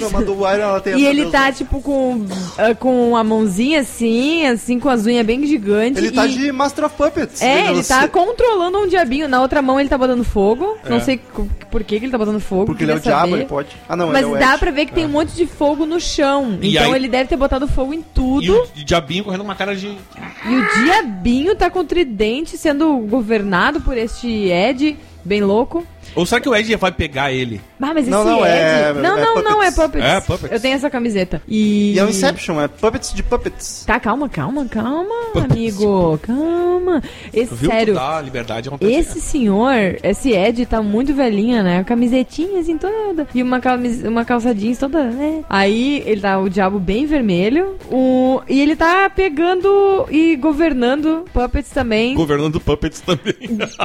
Speaker 2: Não, mas do Iron ela tem
Speaker 4: E
Speaker 2: essa
Speaker 4: ele
Speaker 2: mesma.
Speaker 4: tá, tipo, com, ah, com a mãozinha assim, assim, com as unhas bem gigantes.
Speaker 2: Ele tá
Speaker 4: e-
Speaker 2: de Master of Puppets.
Speaker 4: É,
Speaker 2: veja
Speaker 4: ele
Speaker 2: você.
Speaker 4: tá controlando um diabinho. Na outra mão ele tá botando fogo. Não sei co- por que, que ele tá botando fogo.
Speaker 2: É. Porque ele é o
Speaker 4: queria
Speaker 2: diabo,
Speaker 4: saber.
Speaker 2: ele pode. Ah, não,
Speaker 4: Mas
Speaker 2: ele é o
Speaker 4: dá
Speaker 2: Ash.
Speaker 4: pra ver que tem um monte de fogo no chão.
Speaker 3: E
Speaker 4: então
Speaker 3: aí-
Speaker 4: ele deve ter botado fogo em tudo.
Speaker 3: E o diabinho correndo uma cara de.
Speaker 4: E o diabinho tá com o tridente sendo governado por este Ed, bem louco.
Speaker 3: Ou será que o Ed vai pegar ele?
Speaker 4: Ah, mas
Speaker 2: Não,
Speaker 4: esse
Speaker 2: não,
Speaker 4: Ed.
Speaker 2: é-
Speaker 4: não,
Speaker 2: é
Speaker 4: não, não, é
Speaker 2: puppets.
Speaker 4: Puppets.
Speaker 3: É, Puppets.
Speaker 4: Eu tenho essa camiseta. E.
Speaker 2: E é o Inception, é Puppets de Puppets.
Speaker 4: Tá, calma, calma, calma,
Speaker 3: Puppets.
Speaker 4: amigo. Calma. Esse,
Speaker 3: Viu?
Speaker 4: sério.
Speaker 3: Dá liberdade acontece.
Speaker 4: Esse senhor, esse Ed, tá muito velhinha, né? Camisetinha assim toda. E uma, camis, uma calça jeans toda, né? Aí ele tá o diabo bem vermelho. O, e ele tá pegando e governando puppets também.
Speaker 3: Governando Puppets também.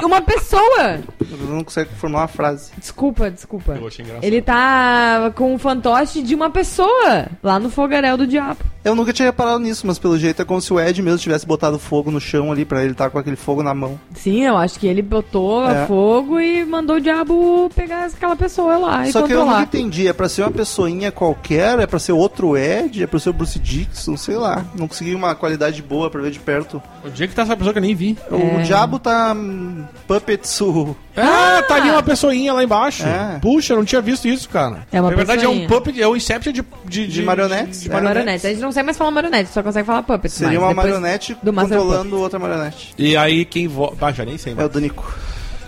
Speaker 4: uma pessoa!
Speaker 2: Eu não consigo formar uma frase.
Speaker 4: Desculpa, desculpa.
Speaker 3: Eu achei engraçado.
Speaker 4: Ele tá com o fantoche de uma pessoa lá no fogaréu do diabo.
Speaker 2: Eu nunca tinha reparado nisso, mas pelo jeito é como se o Ed mesmo tivesse botado fogo no chão ali pra ele estar com aquele fogo na mão.
Speaker 4: Sim, eu acho que ele botou
Speaker 2: É.
Speaker 4: a fogo e mandou o diabo pegar aquela pessoa lá e
Speaker 2: Só que eu não
Speaker 4: controlar.
Speaker 2: entendi, é pra ser uma pessoinha qualquer, é pra ser outro Ed, é pra ser o Bruce Dixon, sei lá. Não consegui uma qualidade boa pra ver de perto.
Speaker 3: Onde é que tá essa pessoa que eu nem vi?
Speaker 4: É.
Speaker 2: O diabo tá hum, puppets o-
Speaker 3: Ah, tá ali uma pessoinha lá embaixo.
Speaker 2: É.
Speaker 3: Puxa, eu não tinha visto isso, cara.
Speaker 4: É uma
Speaker 3: Na verdade, é um
Speaker 4: pessoinha.
Speaker 3: puppet, é um Inception de, de,
Speaker 2: de marionetes.
Speaker 3: de
Speaker 2: é.
Speaker 4: É marionete. A gente não sabe mais falar marionete, só consegue falar puppet.
Speaker 2: Seria
Speaker 4: mais.
Speaker 2: uma
Speaker 4: Depois
Speaker 2: marionete
Speaker 4: do Master
Speaker 2: controlando outra marionete.
Speaker 3: E aí, quem vota. Ah, já nem sei,
Speaker 2: É
Speaker 3: mais.
Speaker 2: o do Nico.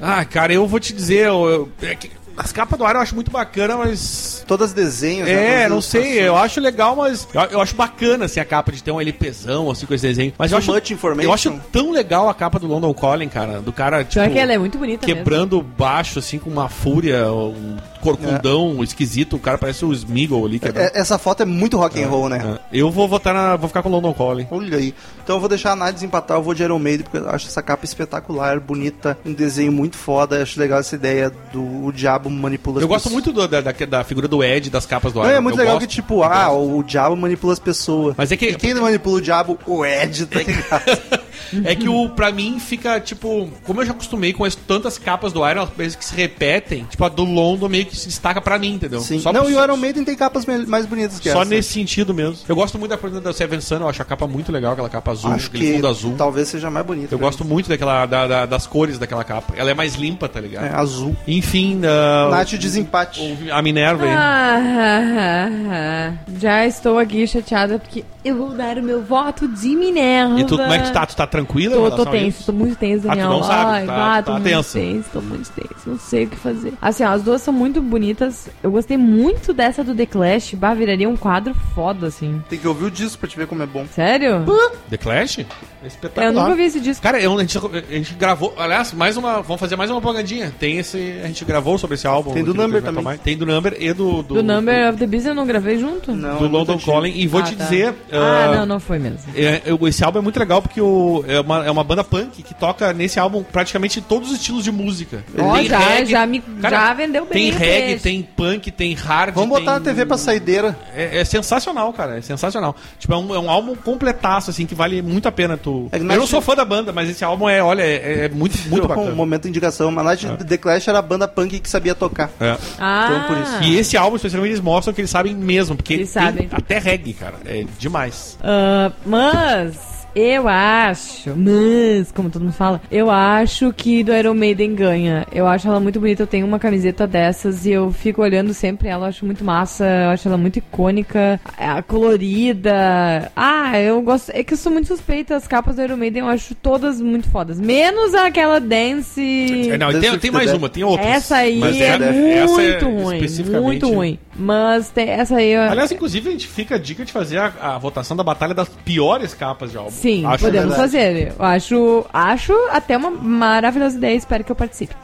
Speaker 3: Ah, cara, eu vou te dizer, eu- eu- é que as capas do ar eu acho muito bacana, mas.
Speaker 2: Todas as desenhos. né,
Speaker 3: É,
Speaker 2: todas
Speaker 3: não
Speaker 2: as
Speaker 3: sei,
Speaker 2: ilustrações.
Speaker 3: eu acho legal, mas. Eu, eu acho bacana, assim, a capa de ter um LPzão, assim, com esse desenho. Mas
Speaker 2: Too
Speaker 3: eu acho.
Speaker 2: much information.
Speaker 3: Eu acho tão legal a capa do London Calling, cara. Do cara, tipo.
Speaker 4: Pior que ela é muito bonita mesmo.
Speaker 3: Quebrando baixo, assim, com uma fúria, um corcundão esquisito. O cara parece o Smeagol ali. quebrando.
Speaker 2: É, Essa foto é muito rock and roll, né?
Speaker 3: É. Eu vou votar na. Vou ficar com o London Calling.
Speaker 2: Olha aí. Então eu vou deixar a Nath desempatar, eu vou de Iron Maiden, porque eu acho essa capa espetacular, bonita, um desenho muito foda. Eu acho legal essa ideia do o diabo manipula as
Speaker 3: Eu gosto
Speaker 2: pessoas.
Speaker 3: muito do- da, da, da figura do Ed, das capas do
Speaker 2: Não,
Speaker 3: Iron.
Speaker 2: é muito
Speaker 3: Eu
Speaker 2: legal
Speaker 3: gosto.
Speaker 2: que, tipo, ah, o diabo manipula as pessoas.
Speaker 3: Mas é que-
Speaker 2: E quem não manipula o diabo? O Ed, tá ligado?
Speaker 3: É que o, pra mim, fica, tipo, como eu já acostumei com as tantas capas do Iron, elas meio que se repetem, tipo, a do London meio que se destaca pra mim, entendeu?
Speaker 2: Sim.
Speaker 3: Só
Speaker 2: não,
Speaker 3: por-
Speaker 2: e o Iron Maiden tem capas me- mais bonitas que
Speaker 3: Só
Speaker 2: essa.
Speaker 3: nesse sentido mesmo. Eu gosto muito da coisa da Seven Sun, eu acho a capa muito legal, aquela capa azul,
Speaker 2: Acho
Speaker 3: aquele
Speaker 2: que tá
Speaker 3: fundo azul.
Speaker 2: talvez seja mais né? bonita.
Speaker 3: Eu
Speaker 2: pra
Speaker 3: gosto muito daquela, da- da- das cores daquela capa. Ela é mais limpa, tá ligado?
Speaker 2: mim. É, azul.
Speaker 3: Enfim, ah,
Speaker 2: Nath, desempate.
Speaker 3: o- a Minerva aí.
Speaker 4: Ah, ah, ah, ah. Já estou aqui chateada porque eu vou dar o meu voto de Minerva.
Speaker 3: E tu, como é que tu tá? Tu tá tranquila? em
Speaker 4: Tô, tô
Speaker 3: relação a
Speaker 4: tensa,
Speaker 3: isso?
Speaker 4: tô muito tensa,
Speaker 3: Ah, tu
Speaker 4: Daniel.
Speaker 3: não sabe,
Speaker 4: Ai,
Speaker 3: tá- tá
Speaker 4: vá, tô
Speaker 3: tensa.
Speaker 4: muito tensa, tô muito tensa, não sei o que fazer. Assim, ó, as duas são muito bonitas. Eu gostei muito dessa do The Clash, bah, viraria um quadro foda, assim.
Speaker 2: Tem que ouvir o disco pra te ver como é bom.
Speaker 4: Sério?
Speaker 3: The Clash? É espetacular.
Speaker 4: Eu nunca vi esse disco.
Speaker 3: Cara, eu- a, gente, a gente gravou. Aliás, mais uma. Vamos fazer mais uma propagandinha. Tem esse. A gente gravou sobre esse álbum.
Speaker 2: Tem do
Speaker 3: aqui
Speaker 2: Number
Speaker 3: Metal
Speaker 2: também.
Speaker 3: Mind. Tem do Number e do.
Speaker 4: Do Number of the Beast eu não gravei junto?
Speaker 2: Não,
Speaker 3: Do,
Speaker 2: é muito
Speaker 3: London
Speaker 2: antigo.
Speaker 3: Calling. E vou
Speaker 4: Ah,
Speaker 3: te
Speaker 4: tá.
Speaker 3: dizer.
Speaker 4: Ah,
Speaker 3: ah,
Speaker 4: não, não foi mesmo.
Speaker 3: é, eu- esse álbum é muito legal porque o- é, uma, é uma banda punk que toca nesse álbum praticamente todos os estilos de música.
Speaker 4: Ó,
Speaker 3: Tem
Speaker 4: já- já me-
Speaker 3: Cara,
Speaker 4: já vendeu bem
Speaker 3: Tem
Speaker 4: o
Speaker 3: reggae,
Speaker 4: peixe.
Speaker 3: tem punk, tem hard.
Speaker 2: Vamos botar a
Speaker 3: tem-
Speaker 2: TV pra saideira.
Speaker 3: É, é sensacional, cara. É sensacional. Tipo, é um, é um álbum completaço, assim, que vale muito a pena tu.
Speaker 2: É que
Speaker 3: eu
Speaker 2: nós
Speaker 3: não sou
Speaker 2: tive-
Speaker 3: fã da banda, mas esse álbum é, olha, é, é muito, muito
Speaker 2: Um
Speaker 3: bacana.
Speaker 2: momento de indicação. Mas Night The Clash era a banda punk que sabia tocar.
Speaker 3: É.
Speaker 4: Ah,
Speaker 2: Então, por isso.
Speaker 3: E esse álbum, especialmente, eles mostram que eles sabem mesmo, porque
Speaker 4: Eles
Speaker 3: tem
Speaker 4: sabem.
Speaker 3: até reggae, cara. É demais.
Speaker 4: Ah, mas eu acho, mas, como todo mundo fala, eu acho que do Iron Maiden ganha. Eu acho ela muito bonita, eu tenho uma camiseta dessas e eu fico olhando sempre ela, eu acho muito massa, eu acho ela muito icônica, a colorida. Ah, eu gosto. É que eu sou muito suspeita, as capas do Iron Maiden eu acho todas muito fodas. Menos aquela dance.
Speaker 3: É, não, e
Speaker 2: Dance
Speaker 3: tem,
Speaker 2: with
Speaker 3: tem
Speaker 2: the
Speaker 3: mais
Speaker 2: Dead.
Speaker 3: uma, tem outras.
Speaker 4: Essa aí
Speaker 3: Mas
Speaker 4: é,
Speaker 3: essa- essa é
Speaker 4: muito ruim,
Speaker 3: especificamente- um-
Speaker 4: muito ruim. Mas tem- essa aí é, eu...
Speaker 3: Aliás, inclusive, a gente fica a dica de fazer a, a votação da batalha das piores capas de álbum.
Speaker 4: Sim,
Speaker 3: Acho
Speaker 4: podemos
Speaker 2: verdade.
Speaker 4: fazer. Eu acho, acho até uma maravilhosa ideia, espero que eu participe.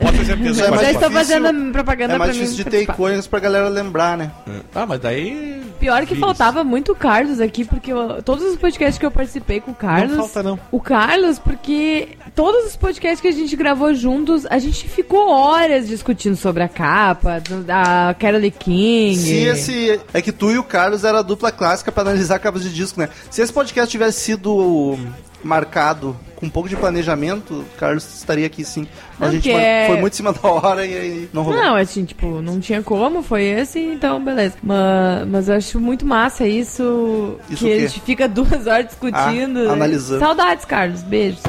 Speaker 3: Pode ter certeza.
Speaker 2: Já
Speaker 3: que
Speaker 2: é
Speaker 3: vai
Speaker 4: Já
Speaker 2: mais
Speaker 3: participar.
Speaker 4: estou
Speaker 2: difícil-
Speaker 4: fazendo propaganda
Speaker 2: É mais
Speaker 4: pra mim.
Speaker 2: difícil de ter
Speaker 4: participar.
Speaker 2: icônicos pra galera lembrar, né?
Speaker 3: Ah, mas daí.
Speaker 4: Pior que
Speaker 3: Vires.
Speaker 4: faltava muito o Carlos aqui, porque eu- todos os podcasts que eu participei com o Carlos.
Speaker 3: Não falta, não.
Speaker 4: O Carlos, porque todos os podcasts que a gente gravou juntos, a gente ficou horas discutindo sobre a capa, do- da Carole King.
Speaker 2: Se esse. É que tu e o Carlos era a dupla clássica pra analisar capas de disco, né? Se esse podcast tivesse sido marcado com um pouco de planejamento, o Carlos estaria aqui sim. Mas
Speaker 4: Não,
Speaker 2: a gente
Speaker 4: porque
Speaker 2: foi,
Speaker 4: é-
Speaker 2: foi muito em cima da hora e aí não rolou.
Speaker 4: Não, assim, tipo, não tinha como, foi esse, então beleza. Mas, mas eu acho muito massa isso,
Speaker 2: Isso
Speaker 4: que
Speaker 2: o quê?
Speaker 4: a gente fica duas horas discutindo.
Speaker 2: Ah, analisando.
Speaker 4: Saudades, Carlos. Beijos.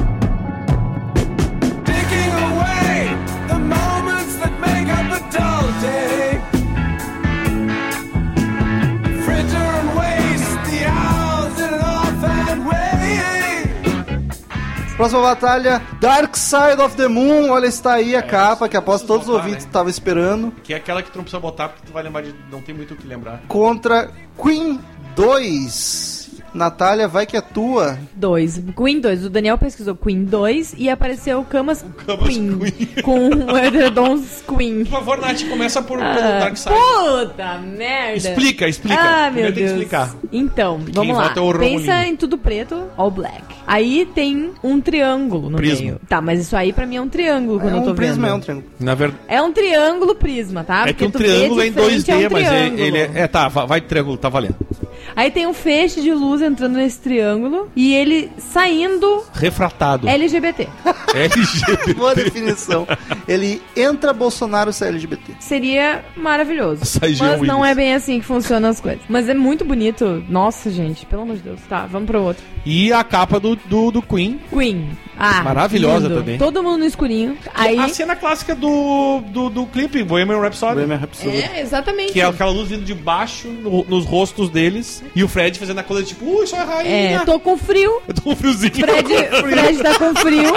Speaker 5: Picking away the moments that make up a dull day. Fritter and waste the hours in an offhand way.
Speaker 2: Próxima batalha, Dark Side of the Moon. Olha, está aí
Speaker 3: É,
Speaker 2: a capa que após todos os
Speaker 3: botar,
Speaker 2: ouvintes
Speaker 3: né?
Speaker 2: estavam esperando.
Speaker 3: Que é aquela que tu não precisa botar, porque tu vai lembrar de. Não tem muito o que lembrar.
Speaker 2: Contra Queen 2. Natália, vai que é tua.
Speaker 4: Dois. Queen 2. O Daniel pesquisou Queen 2 e apareceu Camas, Queen, Com um edredons Queen.
Speaker 3: Por favor, Nath, começa por pelo
Speaker 4: Ah,
Speaker 3: Dark Side.
Speaker 4: Puta merda.
Speaker 3: Explica, explica.
Speaker 4: Ah, meu
Speaker 3: Primeiro tem
Speaker 4: Deus.
Speaker 3: que explicar.
Speaker 4: Então, vamos lá.
Speaker 3: vota é o Romulino.
Speaker 4: Pensa em tudo preto, all black. Aí tem um triângulo no
Speaker 3: Prisma.
Speaker 4: meio. Tá, mas isso aí pra mim é um triângulo quando
Speaker 2: é
Speaker 4: eu tô
Speaker 2: um prisma,
Speaker 4: vendo.
Speaker 2: é um triângulo.
Speaker 3: Na verdade.
Speaker 4: É um triângulo prisma, tá?
Speaker 3: É que
Speaker 4: Porque
Speaker 3: um
Speaker 4: tu vê
Speaker 3: triângulo é em
Speaker 4: de frente,
Speaker 3: 2D,
Speaker 4: é um
Speaker 3: mas é-
Speaker 4: triângulo.
Speaker 3: ele é. É, tá, va- vai triângulo, tá valendo.
Speaker 4: Aí tem um feixe de luz entrando nesse triângulo e ele saindo
Speaker 3: Refratado.
Speaker 4: É
Speaker 3: É
Speaker 4: LGBT.
Speaker 3: LG.
Speaker 2: Boa definição. Ele entra Bolsonaro se é LGBT.
Speaker 4: Seria maravilhoso.
Speaker 3: Sai Jean
Speaker 4: Mas não
Speaker 3: Willis.
Speaker 4: é bem assim que funcionam as coisas. Mas é muito bonito. Nossa, gente, pelo amor de Deus. Tá, vamos pro outro.
Speaker 3: E a capa do, do, do Queen.
Speaker 4: Queen. Ah,
Speaker 3: Maravilhosa
Speaker 4: lindo.
Speaker 3: também. é
Speaker 4: Todo mundo no escurinho. Aí.
Speaker 3: A cena clássica do, do, do clipe, Bohemian Rhapsody.
Speaker 2: Bohemian Rhapsody.
Speaker 4: É, exatamente.
Speaker 3: Que é aquela luz vindo de baixo no- nos rostos deles. E o Fred fazendo a coisa tipo, ui, só a
Speaker 4: É,
Speaker 3: rainha.
Speaker 4: tô com frio.
Speaker 3: Eu tô com um friozinho.
Speaker 4: Fred, Fred tá com frio.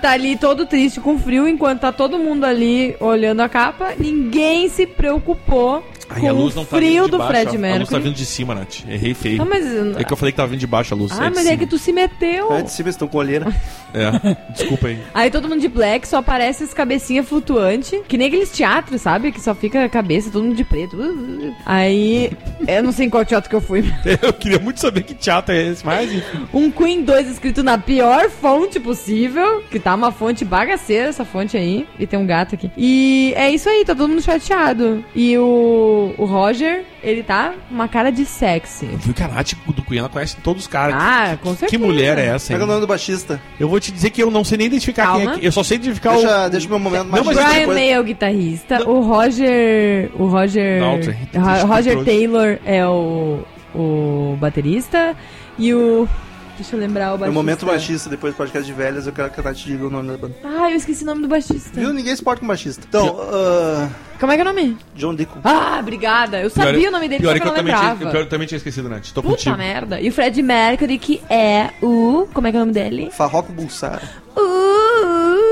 Speaker 4: Tá ali todo triste com frio, enquanto tá todo mundo ali olhando a capa. Ninguém se preocupou
Speaker 3: Ai,
Speaker 4: com
Speaker 3: a luz não
Speaker 4: o
Speaker 3: tá vindo
Speaker 4: frio
Speaker 3: de
Speaker 4: do
Speaker 3: baixo,
Speaker 4: Fred
Speaker 3: a, a luz tá
Speaker 4: Mercury.
Speaker 3: vindo de cima, Nath. Errei feio.
Speaker 4: Ah, mas,
Speaker 3: É que eu falei que tava vindo de baixo a luz.
Speaker 4: ah,
Speaker 3: de
Speaker 4: mas é
Speaker 3: cima.
Speaker 4: que tu se meteu.
Speaker 2: É de cima, eles estão com olheira.
Speaker 3: É, desculpa aí.
Speaker 4: Aí todo mundo de black, só aparece as cabecinhas flutuantes. Que nem aqueles teatros, sabe? Que só fica a cabeça, todo mundo de preto. Uh, uh. Aí. Eu não sei em qual teatro que eu fui.
Speaker 3: Eu queria muito saber que teatro é esse, mas enfim.
Speaker 4: Um Queen 2 escrito na pior fonte possível. Que tá uma fonte bagaceira essa fonte aí. E tem um gato aqui. E é isso aí, tá todo mundo chateado. E o, o Roger, ele tá com uma cara de sexy.
Speaker 3: Viu que a Nath do Queen, ela conhece todos os caras.
Speaker 4: Ah, com certeza.
Speaker 3: que mulher é essa,
Speaker 2: Pega o
Speaker 3: hein?
Speaker 2: nome do baixista.
Speaker 3: Eu vou te dizer que eu não sei nem identificar quem é.
Speaker 4: Calma.
Speaker 3: que- Eu só sei identificar
Speaker 2: Deixa,
Speaker 3: o.
Speaker 2: deixa o meu momento mais
Speaker 3: Não, mas
Speaker 4: Brian
Speaker 2: depois-
Speaker 4: May é o guitarrista, o Roger. O Roger.
Speaker 3: Não, tem- tem-
Speaker 4: Ro-
Speaker 3: tem-
Speaker 4: Roger
Speaker 3: tem-
Speaker 4: Taylor é o, o baterista. E o. Deixa eu lembrar
Speaker 3: É
Speaker 4: o baixista.
Speaker 2: No momento baixista, depois do podcast de velhas, eu quero que a Nath diga o nome da banda.
Speaker 4: Ah, eu esqueci o nome do baixista.
Speaker 2: Viu? Ninguém se importa com baixista. Então, ah,
Speaker 4: Como é que é o nome?
Speaker 2: John Deacon.
Speaker 4: Ah, obrigada. Eu sabia o nome dele,
Speaker 3: pior
Speaker 4: só
Speaker 3: é
Speaker 4: que eu
Speaker 3: eu
Speaker 4: não
Speaker 3: também tinha,
Speaker 4: lembrava.
Speaker 3: pior, eu também tinha esquecido, Nath. Tô
Speaker 4: Puta
Speaker 3: contigo.
Speaker 4: merda. E o Fred Mercury, que é o. Como é que é o nome dele?
Speaker 2: Farroco Bulsara.
Speaker 4: O.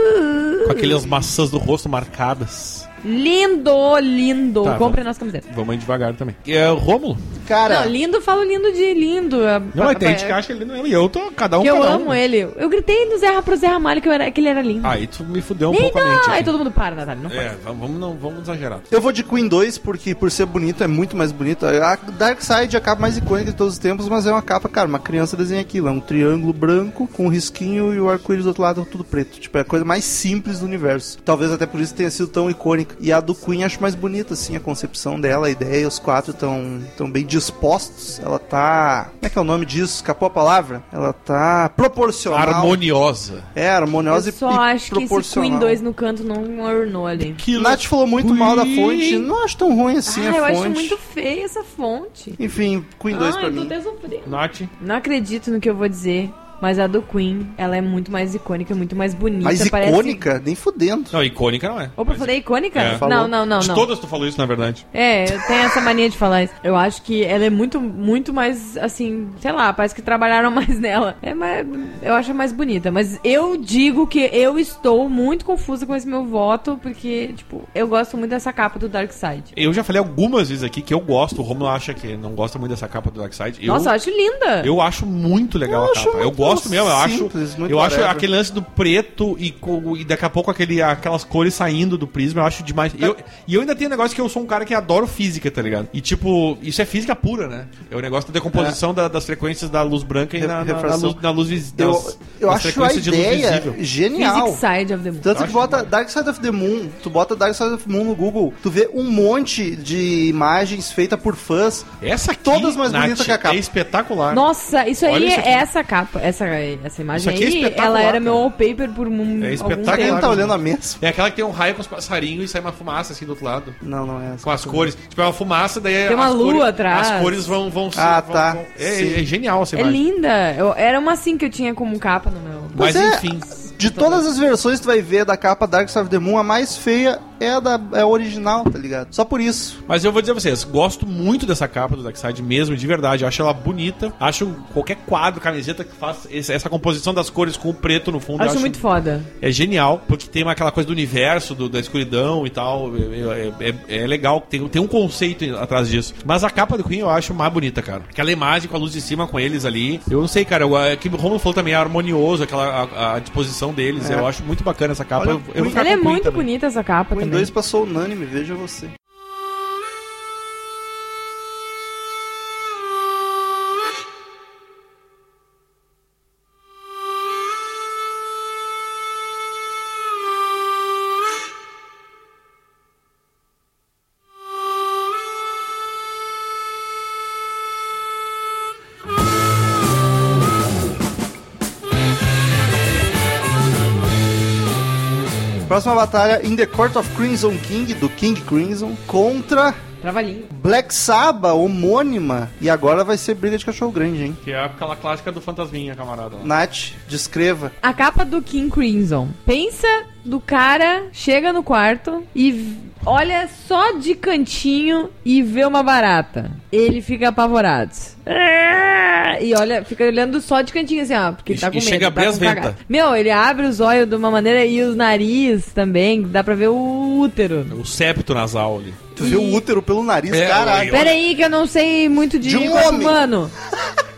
Speaker 3: Com aquelas maçãs do rosto marcadas.
Speaker 4: Lindo, lindo.
Speaker 3: Tá,
Speaker 4: Compre a nossa camiseta.
Speaker 3: Vamos aí devagar também. E é o Rômulo.
Speaker 2: Cara,
Speaker 4: Não, lindo, falo lindo de lindo.
Speaker 3: Não, mas tem gente que acha ele não é. E eu tô, cada um
Speaker 4: Que eu
Speaker 3: cada um.
Speaker 4: amo ele. Eu gritei no Zé Ra- pro Zé Ramalho que, eu era, que ele era lindo.
Speaker 3: Aí tu me fudeu um pouco a mente.
Speaker 4: lindo!
Speaker 3: aqui.
Speaker 4: Aí todo mundo para, Natália. Não
Speaker 3: É, vamos, vamos não, vamos exagerar.
Speaker 2: eu vou de Queen 2, porque por ser bonito, é muito mais bonito. A Dark Side é a capa mais icônica de todos os tempos, mas é uma capa, cara, uma criança desenha aquilo. É um triângulo branco com um risquinho e o arco-íris do outro lado tudo preto. Tipo, é a coisa mais simples do universo. Talvez até por isso tenha sido tão icônica. E a do Queen acho mais bonita, assim, a concepção dela, a ideia. Os quatro estão tão bem dispostos. Ela tá... Como é que é o nome disso? Escapou a palavra? Ela tá proporcional.
Speaker 3: Harmoniosa.
Speaker 2: É, harmoniosa
Speaker 4: Eu
Speaker 2: e
Speaker 4: só
Speaker 2: e
Speaker 4: acho que esse
Speaker 2: proporcional.
Speaker 4: Queen 2 no canto não ornou ali.
Speaker 3: Que
Speaker 2: Nath falou muito mal da
Speaker 3: Queen.
Speaker 2: fonte. Não acho tão ruim assim
Speaker 4: ah,
Speaker 2: a
Speaker 4: eu
Speaker 2: fonte.
Speaker 4: acho muito feia essa fonte.
Speaker 2: Enfim, Queen 2
Speaker 4: Ai,
Speaker 2: pra
Speaker 4: eu tô
Speaker 2: mim.
Speaker 4: até sofrendo.
Speaker 3: Nath.
Speaker 4: Não acredito no que eu vou dizer, mas a do Queen, ela é muito mais icônica, muito mais bonita.
Speaker 2: Mas
Speaker 4: parece-
Speaker 2: icônica?
Speaker 4: assim.
Speaker 2: Nem fudendo.
Speaker 3: Não, icônica não é.
Speaker 4: Opa, eu falei icônica?
Speaker 3: É.
Speaker 4: Não,
Speaker 2: Falou.
Speaker 4: não, não,
Speaker 3: De
Speaker 4: não.
Speaker 3: todas tu falou isso, na verdade.
Speaker 4: É, eu tenho essa mania de falar isso. Eu acho que ela é muito, muito mais, assim, sei lá, parece que trabalharam mais nela. É mais, eu acho mais bonita, mas eu digo que eu estou muito confusa com esse meu voto, porque, tipo, eu gosto muito dessa capa do Dark Side.
Speaker 3: Eu já falei algumas vezes aqui que eu gosto. O Romulo acha que não gosta muito dessa capa do Dark Side. Eu,
Speaker 4: Nossa, eu acho linda!
Speaker 3: eu acho muito legal a capa. Eu gosto gosto mesmo, eu acho.
Speaker 2: simples, muito
Speaker 3: eu acho
Speaker 2: whatever.
Speaker 3: aquele lance do preto e, co- e daqui a pouco aquele, aquelas cores saindo do prisma, eu acho demais. Eu- e eu ainda tenho um negócio que eu sou um cara que adoro física, tá ligado? E tipo, isso é física pura, né? É o negócio da decomposição da- das frequências da luz branca e
Speaker 2: Re-
Speaker 3: na, na- na
Speaker 2: refração.
Speaker 3: luz, na luz vis-
Speaker 2: Eu,
Speaker 3: das-
Speaker 2: eu
Speaker 3: das
Speaker 2: acho a ideia genial.
Speaker 4: Physics Side of the Moon.
Speaker 2: Tanto
Speaker 3: Eu
Speaker 2: que
Speaker 3: acho
Speaker 2: bota Dark Side of the Moon, tu bota Dark Side of the Moon no Google, tu vê um monte de imagens feitas por fãs.
Speaker 3: Essa aqui,
Speaker 2: Todas mais
Speaker 3: Nath,
Speaker 2: bonitas que a capa.
Speaker 3: É espetacular.
Speaker 4: Nossa, isso aí
Speaker 3: Olha isso
Speaker 4: é
Speaker 3: aqui.
Speaker 4: essa capa, essa, essa
Speaker 3: Isso
Speaker 4: imagem
Speaker 3: aqui é
Speaker 4: aí,
Speaker 3: espetacular,
Speaker 4: ela era
Speaker 3: cara.
Speaker 4: meu wallpaper por um,
Speaker 3: É
Speaker 4: algum
Speaker 3: espetacular.
Speaker 2: Quem
Speaker 4: tempo.
Speaker 2: tá olhando a mesa?
Speaker 3: É aquela que tem um raio com os passarinhos e sai uma fumaça assim do outro lado.
Speaker 2: Não, não é essa.
Speaker 3: Com as cores. Tipo, é uma fumaça, daí
Speaker 4: Tem uma
Speaker 3: as
Speaker 4: lua
Speaker 3: cores,
Speaker 4: atrás.
Speaker 3: As cores vão, vão se-
Speaker 2: Ah,
Speaker 3: vão-
Speaker 2: tá.
Speaker 3: vão- é,
Speaker 2: Sim.
Speaker 3: é genial essa
Speaker 4: É
Speaker 3: imagem.
Speaker 4: linda. Eu- era uma assim que eu tinha como capa no meu.
Speaker 3: Mas
Speaker 2: Pois é,
Speaker 3: enfim.
Speaker 2: De todas as versões que tu vai ver da capa Dark Side of the Moon, a mais feia é a, da, é a original, tá ligado? Só por isso.
Speaker 3: Mas eu vou dizer a vocês, gosto muito dessa capa do Darkseid mesmo, de verdade. Eu acho ela bonita. Acho qualquer quadro, camiseta que faça esse- essa composição das cores com o preto no fundo. eu
Speaker 4: Acho, muito foda.
Speaker 3: É genial, porque tem uma- aquela coisa do universo, do- da escuridão e tal. É, é- é- é legal, tem, tem um conceito atrás disso. Mas a capa do Queen eu acho mais bonita, cara. Aquela imagem com a luz de cima com eles ali. Eu não sei, cara. eu- é que o Romulo falou também, é harmonioso, aquela a, a disposição deles. Eu acho muito bacana essa capa.
Speaker 2: Olha,
Speaker 3: eu, eu vou ficar
Speaker 4: Ela é
Speaker 3: com o Queen
Speaker 4: muito
Speaker 3: também.
Speaker 4: bonita essa capa
Speaker 2: Queen
Speaker 4: também.
Speaker 2: 2 passou unânime, veja você. Próxima batalha, In the Court of Crimson King, do King Crimson, contra
Speaker 4: Trabalhinho.
Speaker 2: Black Saba, homônima. E agora vai ser briga de cachorro grande, hein?
Speaker 3: Que é aquela clássica do fantasminha, camarada. lá.
Speaker 2: Nath, descreva.
Speaker 4: A capa do King Crimson. Pensa do cara, chega no quarto e v- olha só de cantinho e vê uma barata. Ele fica apavorado. Ah! E olha, fica olhando só de cantinho assim, ó, porque
Speaker 3: E-
Speaker 4: tá com
Speaker 3: e
Speaker 4: medo.
Speaker 3: chega a
Speaker 4: tá
Speaker 3: abrir
Speaker 4: com
Speaker 3: as ventas.
Speaker 4: cagada. Meu, ele abre os olhos de uma maneira e os nariz também, dá pra ver o útero.
Speaker 3: O septo nasal ali.
Speaker 2: Tu viu o útero pelo nariz,
Speaker 3: É,
Speaker 2: caralho.
Speaker 3: eu-
Speaker 4: Pera aí que eu não sei muito de,
Speaker 2: De um
Speaker 4: corpo
Speaker 2: homem.
Speaker 4: humano.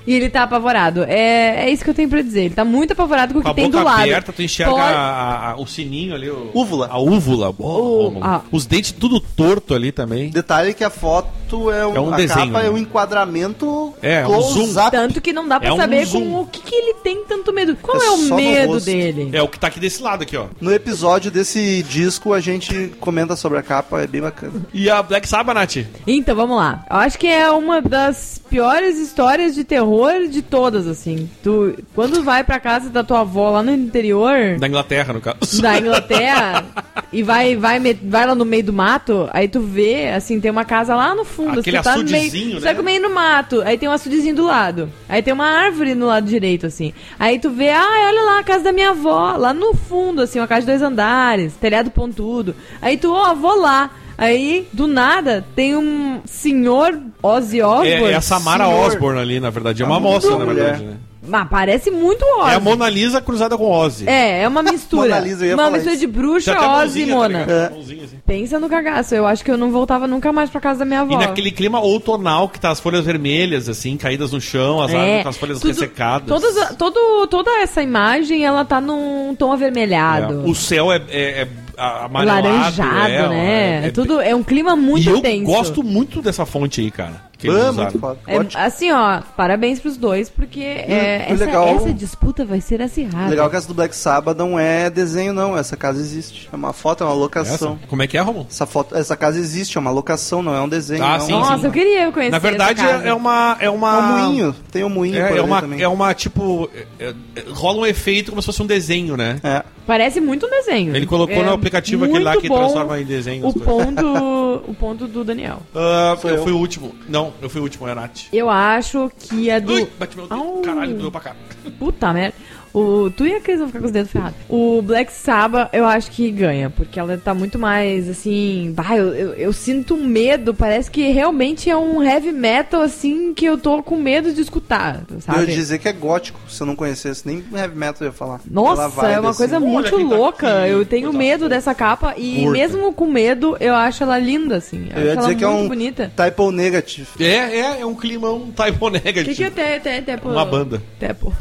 Speaker 4: E ele tá apavorado. É, é isso que eu tenho pra dizer. Ele tá muito apavorado com o
Speaker 3: Com
Speaker 4: que
Speaker 3: a
Speaker 4: tem do
Speaker 3: boca
Speaker 4: lado.
Speaker 3: aberta, tu enxerga
Speaker 4: Pode-
Speaker 3: a- a- o sininho ali. O...
Speaker 2: Úvula.
Speaker 3: A úvula. boa,
Speaker 4: O-
Speaker 3: Rômulo.
Speaker 4: a-
Speaker 3: Os dentes tudo torto ali também.
Speaker 2: Detalhe que a foto é um,
Speaker 3: É um
Speaker 2: a
Speaker 3: desenho,
Speaker 2: capa
Speaker 3: né?
Speaker 2: é um enquadramento
Speaker 3: É, um
Speaker 2: close-up.
Speaker 4: Tanto que não dá pra
Speaker 3: É um
Speaker 4: saber
Speaker 3: zoom.
Speaker 4: com o que, que ele tem tanto medo. Qual
Speaker 2: É
Speaker 4: é,
Speaker 2: só
Speaker 4: o
Speaker 2: no
Speaker 4: medo
Speaker 2: rosto.
Speaker 4: dele?
Speaker 3: É o que tá aqui desse lado aqui, ó.
Speaker 2: No episódio desse disco a gente comenta sobre a capa, é bem bacana.
Speaker 3: E a Black Sabbath, Nath?
Speaker 4: Então, vamos lá. Eu acho que é uma das piores histórias de terror de todas, assim. Tu, quando vai pra casa da tua avó lá no interior
Speaker 3: Da Inglaterra, no caso.
Speaker 4: da Inglaterra e vai, vai, me- vai lá no meio do mato, aí tu vê, assim, tem uma casa lá no fundo.
Speaker 3: Aquele
Speaker 4: assim, tu tá no
Speaker 3: açudezinho,
Speaker 4: meio,
Speaker 3: né?
Speaker 4: Só que meio no mato. Aí tem um açudezinho do lado. Aí tem uma árvore no lado direito, assim. Aí tu vê, ah, olha lá a casa da minha avó, lá no fundo, assim, uma casa de dois andares, telhado pontudo. Aí tu, ó, vou lá. Aí, do nada, tem um senhor Ozzy
Speaker 3: É,
Speaker 4: Osbourne.
Speaker 3: é a Samara
Speaker 2: senhor.
Speaker 3: Osborne ali, na verdade. É uma
Speaker 2: Tá
Speaker 3: moça,
Speaker 2: muito
Speaker 3: na
Speaker 2: mulher.
Speaker 3: verdade, né?
Speaker 4: Mas parece muito
Speaker 3: É
Speaker 4: Ozzy.
Speaker 3: a Mona Lisa cruzada com Ozzy.
Speaker 4: É, é uma mistura.
Speaker 2: Mona Lisa, eu ia
Speaker 4: uma
Speaker 2: falar
Speaker 4: mistura
Speaker 2: isso.
Speaker 4: de bruxa,
Speaker 3: Tinha até a
Speaker 4: Ozzy
Speaker 3: mãozinha,
Speaker 4: e
Speaker 3: tá
Speaker 4: Mona.
Speaker 3: ligado?
Speaker 2: É.
Speaker 3: Mãozinha, assim.
Speaker 4: Pensa no cagaço. Eu acho que eu não voltava nunca mais pra casa da minha avó.
Speaker 3: E naquele clima outonal que tá as folhas vermelhas, assim, caídas no chão, as árvores com as folhas
Speaker 4: É, tudo-
Speaker 3: ressecadas.
Speaker 4: todas- todo, toda essa imagem, ela tá num tom
Speaker 3: É.
Speaker 4: avermelhado.
Speaker 3: O céu é, é, é a- amarelado.
Speaker 4: laranjado,
Speaker 3: é,
Speaker 4: né?
Speaker 3: é-
Speaker 4: É, tudo, é um clima muito
Speaker 3: e eu
Speaker 4: tenso.
Speaker 3: gosto muito dessa fonte aí, cara. Que eles
Speaker 2: Ah,
Speaker 3: usaram.
Speaker 2: muito foda.
Speaker 4: É,
Speaker 2: Ótimo.
Speaker 4: assim, ó, parabéns pros dois, porque é,
Speaker 2: o
Speaker 4: essa,
Speaker 2: legal-
Speaker 4: essa disputa vai ser acirrada.
Speaker 2: Legal que essa do Black Sabbath não é desenho, não. Essa casa existe. É uma foto, é uma
Speaker 3: Essa?
Speaker 2: locação.
Speaker 3: Como é que é, Romulo?
Speaker 2: Essa, foto, essa casa existe, é uma locação, não é um desenho.
Speaker 3: Ah,
Speaker 2: não.
Speaker 3: sim,
Speaker 4: Nossa,
Speaker 3: sim.
Speaker 4: eu queria conhecer
Speaker 3: Na verdade,
Speaker 4: essa casa.
Speaker 3: é é uma. É
Speaker 2: É um
Speaker 3: uma.
Speaker 2: moinho. Tem um moinho por
Speaker 3: É, é
Speaker 2: ali
Speaker 3: uma,
Speaker 2: também.
Speaker 3: é uma, tipo. é- é- rola um efeito como se fosse um desenho, né?
Speaker 2: É.
Speaker 4: Parece muito um desenho.
Speaker 3: Ele colocou
Speaker 4: É
Speaker 3: no aplicativo aquele lá
Speaker 4: muito
Speaker 3: que
Speaker 4: bom
Speaker 3: transforma em desenho.
Speaker 4: o
Speaker 3: as coisas.
Speaker 4: ponto, o ponto do Daniel.
Speaker 3: Ah,
Speaker 2: Foi
Speaker 3: eu
Speaker 2: eu.
Speaker 3: fui o último. Não, eu fui o último, é a Nath.
Speaker 4: Eu acho que a do...
Speaker 3: Ui, bati meu dedo.
Speaker 4: Au.
Speaker 3: Caralho, doeu pra cá.
Speaker 4: Puta merda. O, tu e a Cris vão ficar com os dedos ferrados. O Black Sabbath, eu acho que ganha, porque ela tá muito mais assim. Bah, eu, eu, eu sinto um medo. Parece que realmente é um heavy metal assim que eu tô com medo de escutar,
Speaker 2: Eu
Speaker 4: sabe?
Speaker 2: ia dizer que é gótico, se eu não conhecesse. Nem heavy metal eu ia falar. Pela
Speaker 4: Nossa,
Speaker 2: vibe,
Speaker 4: é uma
Speaker 2: assim.
Speaker 4: coisa
Speaker 3: Olha
Speaker 4: muito
Speaker 3: quem tá
Speaker 4: louca.
Speaker 3: aqui.
Speaker 4: eu tenho
Speaker 3: Coisa
Speaker 4: medo dessa capa e
Speaker 3: Curta.
Speaker 4: mesmo com medo, eu acho ela linda assim. Eu,
Speaker 2: Eu ia
Speaker 4: acho ela
Speaker 2: dizer que é
Speaker 4: muito
Speaker 2: um
Speaker 4: bonita.
Speaker 2: typo negative.
Speaker 3: É, é, é um climão typo
Speaker 4: O que,
Speaker 3: negative.
Speaker 4: que é te, te, tepo?
Speaker 3: Uma banda.
Speaker 4: Tepo.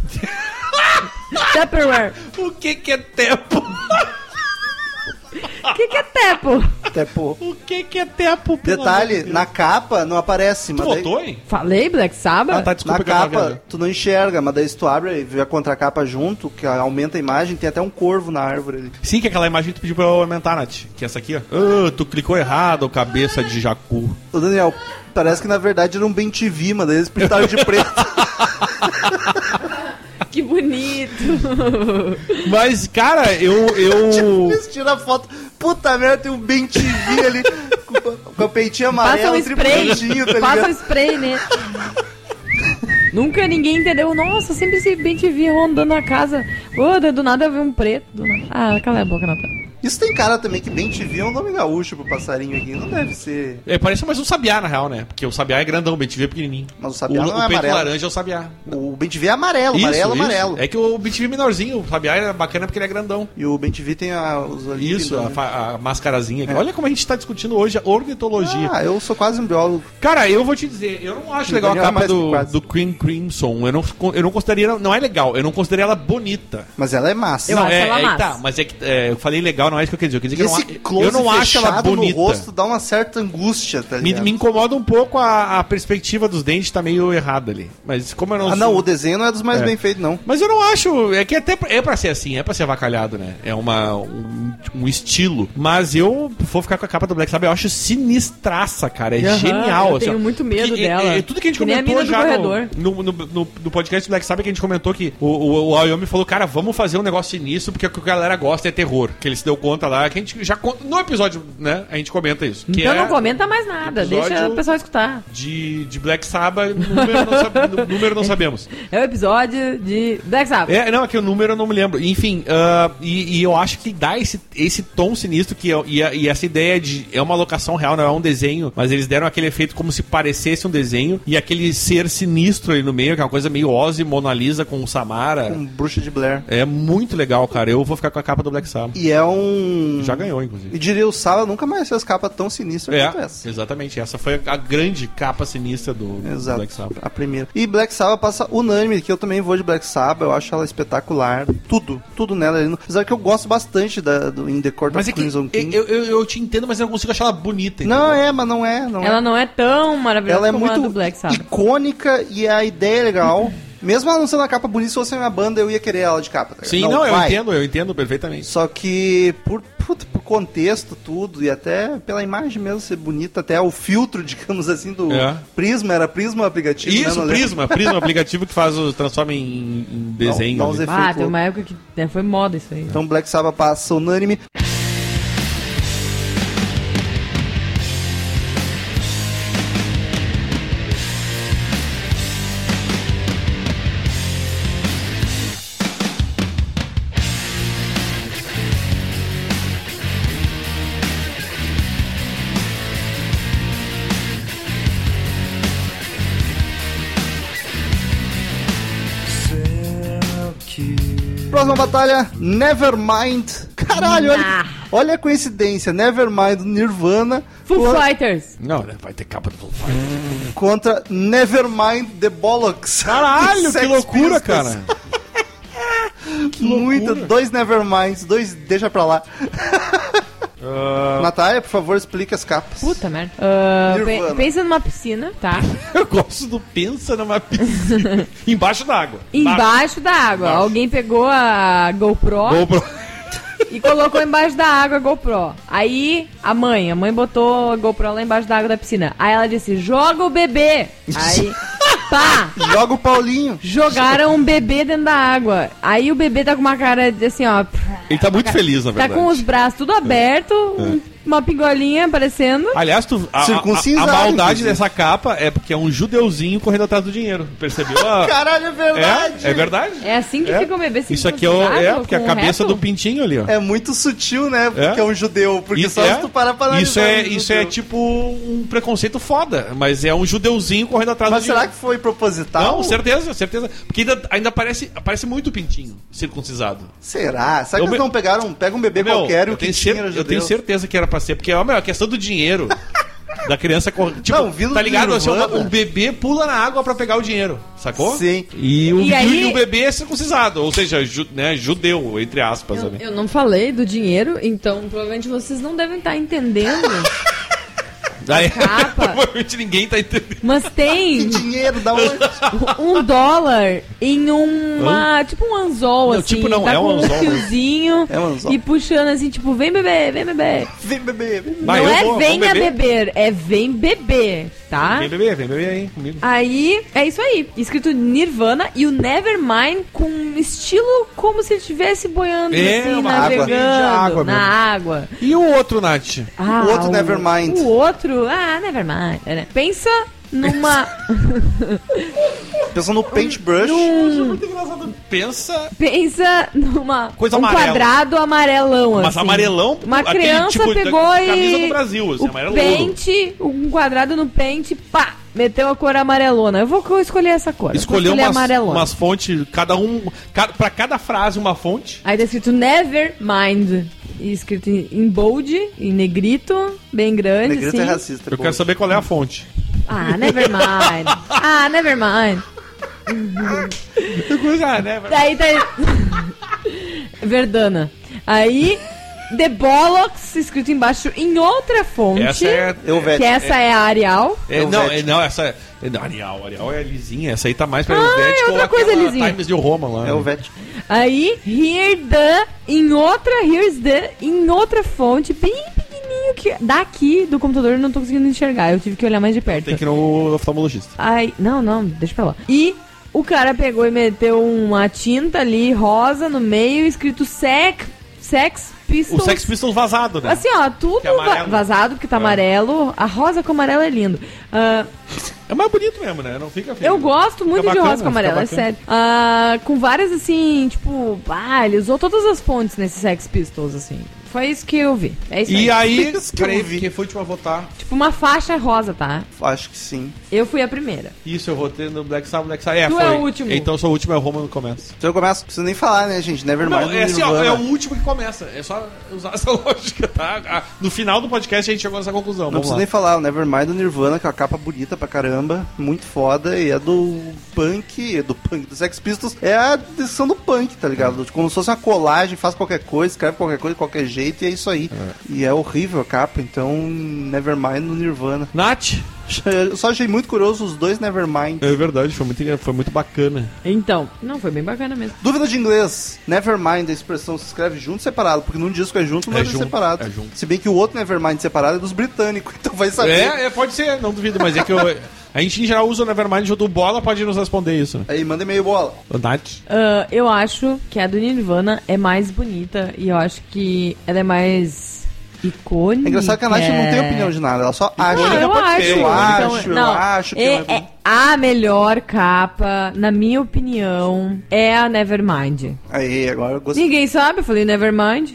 Speaker 4: Tupperware.
Speaker 3: O que que é tempo?
Speaker 4: O que, que é tepo?
Speaker 2: Até pô.
Speaker 3: O que que é tempo? pelo
Speaker 2: Detalhe,
Speaker 3: amor de Deus?
Speaker 2: na capa não aparece,
Speaker 3: Tu
Speaker 2: mas daí-
Speaker 3: votou, hein?
Speaker 4: Falei, Black Sabbath?
Speaker 3: Ah, tá,
Speaker 2: na
Speaker 3: desculpa que eu tava
Speaker 2: capa
Speaker 3: viajando.
Speaker 2: tu não enxerga, mas daí se tu abre e vê a contracapa junto, que aumenta a imagem, tem até um corvo na árvore ali.
Speaker 3: Sim, que é aquela imagem que tu pediu pra eu aumentar, Nath. Que é essa aqui, ó. Ah, tu clicou errado, ô cabeça de jacu.
Speaker 2: Ô Daniel, parece que na verdade era um bem TV, mas daí eles pintaram de preto.
Speaker 4: Que bonito.
Speaker 3: Mas, cara, eu. eu...
Speaker 2: eles tiram a foto. Puta merda, tem um bem TV ali com, com a peitinha
Speaker 4: Passa
Speaker 2: amarela,
Speaker 4: um spray.
Speaker 2: tripulantinho, É, tá
Speaker 4: Passa
Speaker 2: ligado?
Speaker 4: um spray, né? Nunca ninguém entendeu. Nossa, sempre se bem te vi rondando a casa. Ô, do- do nada eu vi um preto. do nada. Ah, cala a boca, Natal.
Speaker 2: Isso tem cara também que bem TV é um nome gaúcho pro passarinho aqui. Não deve ser.
Speaker 3: É, parece mais um sabiá, na real, né? Porque o sabiá é grandão, o BTV é pequenininho.
Speaker 2: Mas o sabiá
Speaker 3: o,
Speaker 2: não é
Speaker 3: o peito
Speaker 2: amarelo.
Speaker 3: laranja é o sabiá.
Speaker 2: O bem TV é amarelo, amarelo,
Speaker 3: Isso,
Speaker 2: amarelo.
Speaker 3: isso. É que o BTV é menorzinho, o sabiá é bacana porque ele é grandão.
Speaker 2: E o bem TV tem a, os olhinhos.
Speaker 3: Isso, a,
Speaker 2: né? É.
Speaker 3: fa- a mascarazinha aqui. Olha como a gente tá discutindo hoje a ornitologia.
Speaker 2: Ah, eu sou quase um biólogo.
Speaker 3: Cara, eu vou te dizer, eu não acho legal a
Speaker 2: Daniel
Speaker 3: capa
Speaker 2: Rapace
Speaker 3: do,
Speaker 2: tá quase.
Speaker 3: do Cream Crimson. Eu não, eu não consideraria. ela- Não é legal, eu não consideraria ela bonita.
Speaker 2: Mas ela é massa.
Speaker 4: Eu
Speaker 3: não,
Speaker 4: acho
Speaker 3: é,
Speaker 4: ela
Speaker 3: é,
Speaker 4: massa.
Speaker 3: tá, mas é que é, eu falei legal, não é isso que eu quero dizer. Eu, quero
Speaker 2: E
Speaker 3: dizer
Speaker 2: esse
Speaker 3: que eu não, a-
Speaker 2: close
Speaker 3: eu não acho ela
Speaker 2: fechado
Speaker 3: bonita.
Speaker 2: no rosto dá uma certa angústia, tá
Speaker 3: me,
Speaker 2: ligado?
Speaker 3: me incomoda um pouco a, a perspectiva dos dentes, tá meio errada ali. Mas como eu não
Speaker 2: Ah,
Speaker 3: sou-
Speaker 2: não, o desenho não é dos mais
Speaker 3: É.
Speaker 2: bem feitos, não.
Speaker 3: Mas eu não acho. É que até pra- é pra ser assim, é pra ser avacalhado, né? É uma, um, um estilo. Mas eu vou ficar com a capa do Black Sabbath. Eu acho sinistraça, cara. É
Speaker 4: Aham,
Speaker 3: genial.
Speaker 4: eu tenho muito medo
Speaker 3: que-
Speaker 4: dela.
Speaker 3: É, é tudo que a gente
Speaker 4: Que nem a
Speaker 3: comentou
Speaker 4: mina do
Speaker 3: já
Speaker 4: corredor.
Speaker 3: no, no, no, no- no podcast do Black Sabbath que a gente comentou que o, o, o Aoyomi falou, cara, vamos fazer um negócio sinistro porque o que a galera gosta é terror. Que ele se deu conta lá. Que a gente já conta. No episódio, né? A gente comenta isso. Que
Speaker 4: Então
Speaker 3: é
Speaker 4: não comenta mais nada.
Speaker 3: episódio-
Speaker 4: Deixa o pessoal escutar.
Speaker 3: De, de Black Sabbath, número não, sab- número não sabemos.
Speaker 4: É o episódio de Black Sabbath.
Speaker 3: É, não, é que o número eu não me lembro. Enfim, ah, e, e eu acho que dá esse, esse tom sinistro que é- e, a- e essa ideia de. É uma locação real, não é um desenho, mas eles deram aquele efeito como se parecesse um desenho e aquele ser sinistro aí no meio, que é uma coisa meio Ozzy, Mona Lisa com o Samara.
Speaker 2: Um bruxa de Blair.
Speaker 3: É muito legal, cara. Eu vou ficar com a capa do Black Sabbath.
Speaker 2: E é um.
Speaker 3: Já ganhou, inclusive.
Speaker 2: E diria o Sala nunca mais fez capa tão sinistra quanto
Speaker 3: É,
Speaker 2: essa.
Speaker 3: exatamente. Essa foi a grande capa sinistra do, do
Speaker 2: Exato,
Speaker 3: Black Sabbath.
Speaker 2: a primeira. E Black Sabbath passa unânime, que eu também vou de Black Sabbath, eu acho ela espetacular. Tudo, tudo nela. ali. Apesar que eu gosto bastante da, do In The Court
Speaker 3: Mas
Speaker 2: of
Speaker 3: é que
Speaker 2: Crimson
Speaker 3: eu,
Speaker 2: King.
Speaker 3: eu, eu te entendo, mas eu não consigo achar ela bonita.
Speaker 2: Não
Speaker 3: entendeu?
Speaker 2: é, mas não é. Não
Speaker 4: Ela não é tão
Speaker 2: é.
Speaker 4: maravilhosa
Speaker 2: ela é
Speaker 4: como a
Speaker 2: muito
Speaker 4: do Black Sabbath.
Speaker 2: icônica e a ideia é legal. Mesmo ela não sendo a capa bonita, se fosse a minha banda, eu ia querer ela de capa. tá ligado?
Speaker 3: Sim, não, eu
Speaker 2: vai.
Speaker 3: entendo, eu entendo perfeitamente.
Speaker 2: Só que por, puta, por contexto, tudo, e até pela imagem mesmo ser bonita, até o filtro, digamos assim, do
Speaker 3: É.
Speaker 2: Prisma, era Prisma o aplicativo, né?
Speaker 3: Isso,
Speaker 2: Não lembro.
Speaker 3: Prisma, Prisma, é um aplicativo que faz o transforma em, em desenho.
Speaker 2: Dá- dá uns
Speaker 3: né?
Speaker 2: efeitos
Speaker 4: Ah, tem
Speaker 2: loucos.
Speaker 4: uma época que né, foi moda isso aí.
Speaker 2: Então Black Sabbath passa unânime. Próxima batalha, Nevermind. Caralho, olha, olha a coincidência. Nevermind do Nirvana
Speaker 4: Foo
Speaker 2: co-
Speaker 4: Fighters.
Speaker 3: Não, né, vai ter capa do Foo Fighters.
Speaker 2: contra Nevermind The Bollocks.
Speaker 3: Caralho, que
Speaker 2: Sex
Speaker 3: loucura,
Speaker 2: Pistols.
Speaker 3: cara.
Speaker 2: Muito, dois Neverminds, dois deixa pra lá.
Speaker 3: Ah.
Speaker 2: Natália, por favor, explica as capas.
Speaker 4: Puta merda. Ah, pe-
Speaker 2: Nirvana.
Speaker 4: pensa numa piscina, tá?
Speaker 3: Eu gosto do pensa numa piscina. Embaixo da água.
Speaker 4: Embaixo da água.
Speaker 3: Embaixo.
Speaker 4: Alguém pegou a GoPro
Speaker 3: GoPro.
Speaker 4: e colocou embaixo da água a GoPro. Aí a mãe, a mãe botou a GoPro lá embaixo da água da piscina. Aí ela disse: joga o bebê. Aí, pá!
Speaker 2: Joga o Paulinho.
Speaker 4: Jogaram um bebê dentro da água. Aí o bebê tá com uma cara de assim, ó.
Speaker 3: Ele tá muito feliz, na
Speaker 4: Tá
Speaker 3: verdade. É.
Speaker 4: com os braços tudo aberto, um- uma pingolinha aparecendo.
Speaker 3: Aliás, tu, a, a- a, a
Speaker 2: Circuncisado,
Speaker 3: maldade
Speaker 2: inclusive.
Speaker 3: dessa capa é porque é um judeuzinho correndo atrás do dinheiro. Percebeu? a-
Speaker 2: Caralho, é verdade.
Speaker 3: é, é verdade.
Speaker 4: É assim que
Speaker 3: É.
Speaker 4: fica o bebê se
Speaker 3: Isso aqui é, o, é
Speaker 4: cruzado
Speaker 3: porque a
Speaker 4: com o
Speaker 3: cabeça
Speaker 4: reto.
Speaker 3: do pintinho ali, ó.
Speaker 2: É muito sutil, né? Porque é,
Speaker 3: É.
Speaker 2: um judeu. Porque
Speaker 3: Isso
Speaker 2: só
Speaker 3: é,
Speaker 2: se tu parar pra
Speaker 3: isso
Speaker 2: analisar
Speaker 3: é,
Speaker 2: um
Speaker 3: isso
Speaker 2: judeu.
Speaker 3: é tipo um preconceito foda, mas é um judeuzinho correndo atrás
Speaker 2: Mas
Speaker 3: do
Speaker 2: será
Speaker 3: dinheiro.
Speaker 2: que foi proposital?
Speaker 3: Não, certeza, certeza. Porque ainda, ainda aparece, aparece muito pintinho circuncisado.
Speaker 2: Será? Será que
Speaker 3: Eu
Speaker 2: eles
Speaker 3: me-
Speaker 2: não pegaram? Pega um bebê
Speaker 3: Meu,
Speaker 2: qualquer e
Speaker 3: eu,
Speaker 2: o que
Speaker 3: tenho
Speaker 2: tinha
Speaker 3: cer-
Speaker 2: era
Speaker 3: eu tenho
Speaker 2: judeu?
Speaker 3: certeza que era pra ser, porque ó, meu, a questão do dinheiro. Da criança correndo. Tipo,
Speaker 2: Não, vindo
Speaker 3: tá ligado?
Speaker 2: do
Speaker 3: Assim, uma-
Speaker 2: Nirvana.
Speaker 3: o bebê pula na água pra pegar o dinheiro, sacou?
Speaker 2: Sim.
Speaker 3: E o,
Speaker 4: E
Speaker 3: e
Speaker 4: aí-
Speaker 3: o bebê é circuncisado, ou seja, ju- né, judeu, entre aspas. né?
Speaker 4: Eu não falei do dinheiro, então provavelmente vocês não devem estar entendendo.
Speaker 3: Daí,
Speaker 4: capa.
Speaker 3: provavelmente ninguém tá entendendo.
Speaker 4: Mas tem
Speaker 2: Dinheiro da onde?
Speaker 4: um dólar em uma. Tipo um anzol,
Speaker 3: Não,
Speaker 4: assim.
Speaker 3: tipo não,
Speaker 4: tá
Speaker 3: é um
Speaker 4: com
Speaker 3: anzol, né?
Speaker 4: fiozinho
Speaker 2: É um anzol.
Speaker 4: e puxando assim, tipo, vem beber, vem beber.
Speaker 2: Vem beber.
Speaker 3: Vai,
Speaker 4: não
Speaker 3: eu
Speaker 4: é
Speaker 3: vou-
Speaker 4: venha
Speaker 3: vamos
Speaker 4: beber.
Speaker 3: beber.
Speaker 4: é vem beber, tá?
Speaker 3: Vem beber, vem beber aí comigo.
Speaker 4: Aí, é isso aí. Escrito Nirvana e o Nevermind com um estilo como se ele estivesse boiando
Speaker 3: É,
Speaker 4: assim,
Speaker 3: uma
Speaker 2: água.
Speaker 4: navegando
Speaker 3: De água
Speaker 4: na
Speaker 3: mesmo.
Speaker 4: água.
Speaker 3: E o outro, Nath?
Speaker 4: Ah,
Speaker 2: O outro Nevermind.
Speaker 4: O outro, ah, Nevermind. é, né? Pensa numa.
Speaker 2: Pensando no paintbrush. né,
Speaker 3: Pensa.
Speaker 4: pensa numa.
Speaker 3: Coisa
Speaker 4: um
Speaker 3: amarela.
Speaker 4: quadrado amarelão,
Speaker 3: Mas
Speaker 4: assim.
Speaker 3: amarelão,
Speaker 4: Uma
Speaker 3: aquele
Speaker 4: criança
Speaker 3: tipo da-
Speaker 4: pegou e.
Speaker 3: camisa do Brasil, assim,
Speaker 4: o
Speaker 3: amarelo
Speaker 4: pente, um quadrado no pente, pá! Meteu a cor amarelona. Eu vou co- escolher essa cor. eu vou
Speaker 3: Escolheu
Speaker 4: escolher
Speaker 3: umas,
Speaker 4: amarelona.
Speaker 3: umas fontes, cada um. Cada, pra cada frase, uma fonte.
Speaker 4: Aí tá escrito Nevermind. E escrito em, em bold, em negrito, bem grande,
Speaker 2: Negrito
Speaker 4: assim.
Speaker 2: é racista.
Speaker 3: Eu quero saber qual é a fonte.
Speaker 4: Ah, Nevermind. ah, Nevermind.
Speaker 3: Ah, né?
Speaker 4: Daí tá. Verdana. Aí, The Bollocks, escrito embaixo em outra fonte.
Speaker 3: Essa é.
Speaker 2: Eu,
Speaker 4: Que
Speaker 2: velho.
Speaker 4: essa é, a Arial.
Speaker 3: é,
Speaker 2: eu
Speaker 3: não,
Speaker 2: vejo.
Speaker 3: é, não, essa é. é, Não, Arial, Arial é lisinha. Essa aí tá mais pra
Speaker 4: Ah,
Speaker 3: Helvética
Speaker 4: é
Speaker 3: ou
Speaker 4: outra coisa
Speaker 3: aquela
Speaker 4: lisinha.
Speaker 3: Times de Roma lá. né?
Speaker 2: É o Vete.
Speaker 4: Aí, Here the, em outra, Here's the, em outra fonte, bem pequenininho, que daqui do computador eu não tô conseguindo enxergar. Eu tive que olhar mais de perto.
Speaker 3: Tem que ir no oftalmologista.
Speaker 4: Aí, não, não, deixa pra lá. E o cara pegou e meteu uma tinta ali rosa no meio, escrito Sex, sex
Speaker 3: O
Speaker 4: Pistols.
Speaker 3: Sex Pistols vazado, né?
Speaker 4: Então, Assim, ó, tudo
Speaker 3: Que é amarelo.
Speaker 4: va- vazado, porque tá amarelo. A rosa com amarelo é lindo. Ah,
Speaker 3: É mais bonito mesmo, né? Não fica feio.
Speaker 4: eu gosto muito de
Speaker 3: bacana,
Speaker 4: rosa com amarelo,
Speaker 3: fica
Speaker 4: é
Speaker 3: bacana.
Speaker 4: sério. Ah, com várias, assim, tipo... Ah, ele usou todas as fontes nesse Sex Pistols, assim. Foi isso que eu vi. É isso
Speaker 3: E
Speaker 4: aí.
Speaker 3: aí,
Speaker 2: Isso que eu
Speaker 3: peraí,
Speaker 2: vi.
Speaker 3: quem foi te votar?
Speaker 4: Tipo, uma faixa rosa, tá?
Speaker 2: Acho que sim.
Speaker 4: Eu fui a primeira.
Speaker 3: Isso, eu votei no Black Sabbath, Black Sabbath. É,
Speaker 4: Tu
Speaker 3: foi.
Speaker 4: é o último.
Speaker 3: Então, sou o último, é o Roma no começo.
Speaker 2: Então eu começo. Preciso nem falar, né, gente? Nevermind.
Speaker 3: Não, é assim, ó,
Speaker 2: Nirvana.
Speaker 3: é o último que começa. É só usar essa lógica, tá? Ah, No final do podcast a gente chegou nessa conclusão.
Speaker 2: Não
Speaker 3: Vamos
Speaker 2: preciso
Speaker 3: lá.
Speaker 2: nem falar, o Nevermind do Nirvana, com a capa bonita pra caramba, muito foda, e é do punk, é do punk dos Sex Pistols, é a decisão do punk, tá
Speaker 3: É.
Speaker 2: ligado? Como se fosse uma colagem, faz qualquer coisa, escreve qualquer coisa de qualquer jeito, e é isso aí. E é horrível a capa, então Nevermind no Nirvana.
Speaker 3: Nath?
Speaker 2: Eu só achei muito curioso os dois Nevermind.
Speaker 3: É verdade, foi muito, foi muito bacana.
Speaker 4: Então, não, foi bem bacana mesmo.
Speaker 2: Dúvida de inglês. Nevermind, a expressão se escreve junto separado, porque num disco é junto, no
Speaker 3: É
Speaker 2: outro é,
Speaker 3: junto,
Speaker 2: separado.
Speaker 3: é junto.
Speaker 2: Se bem que o outro Nevermind separado é dos britânicos, então vai saber.
Speaker 3: É, é, pode ser, não duvido, mas é que eu, a gente em geral usa o Nevermind junto do Bola, pode nos responder isso. né?
Speaker 2: Aí manda e-mail bola.
Speaker 3: Ô, Nath?
Speaker 4: Ah, eu acho que a do Nirvana é mais bonita e eu acho que ela é mais icônica.
Speaker 2: É engraçado que a Nath não tem opinião de nada, ela só acha.
Speaker 4: Não, Ah, eu
Speaker 3: pode
Speaker 4: acho,
Speaker 3: ser,
Speaker 2: eu
Speaker 4: então,
Speaker 2: acho, eu
Speaker 4: não,
Speaker 2: acho que
Speaker 4: é,
Speaker 2: ela é
Speaker 4: é a melhor capa, na minha opinião, é a Nevermind.
Speaker 2: Aí, agora eu gostei.
Speaker 4: Ninguém sabe, eu falei Nevermind.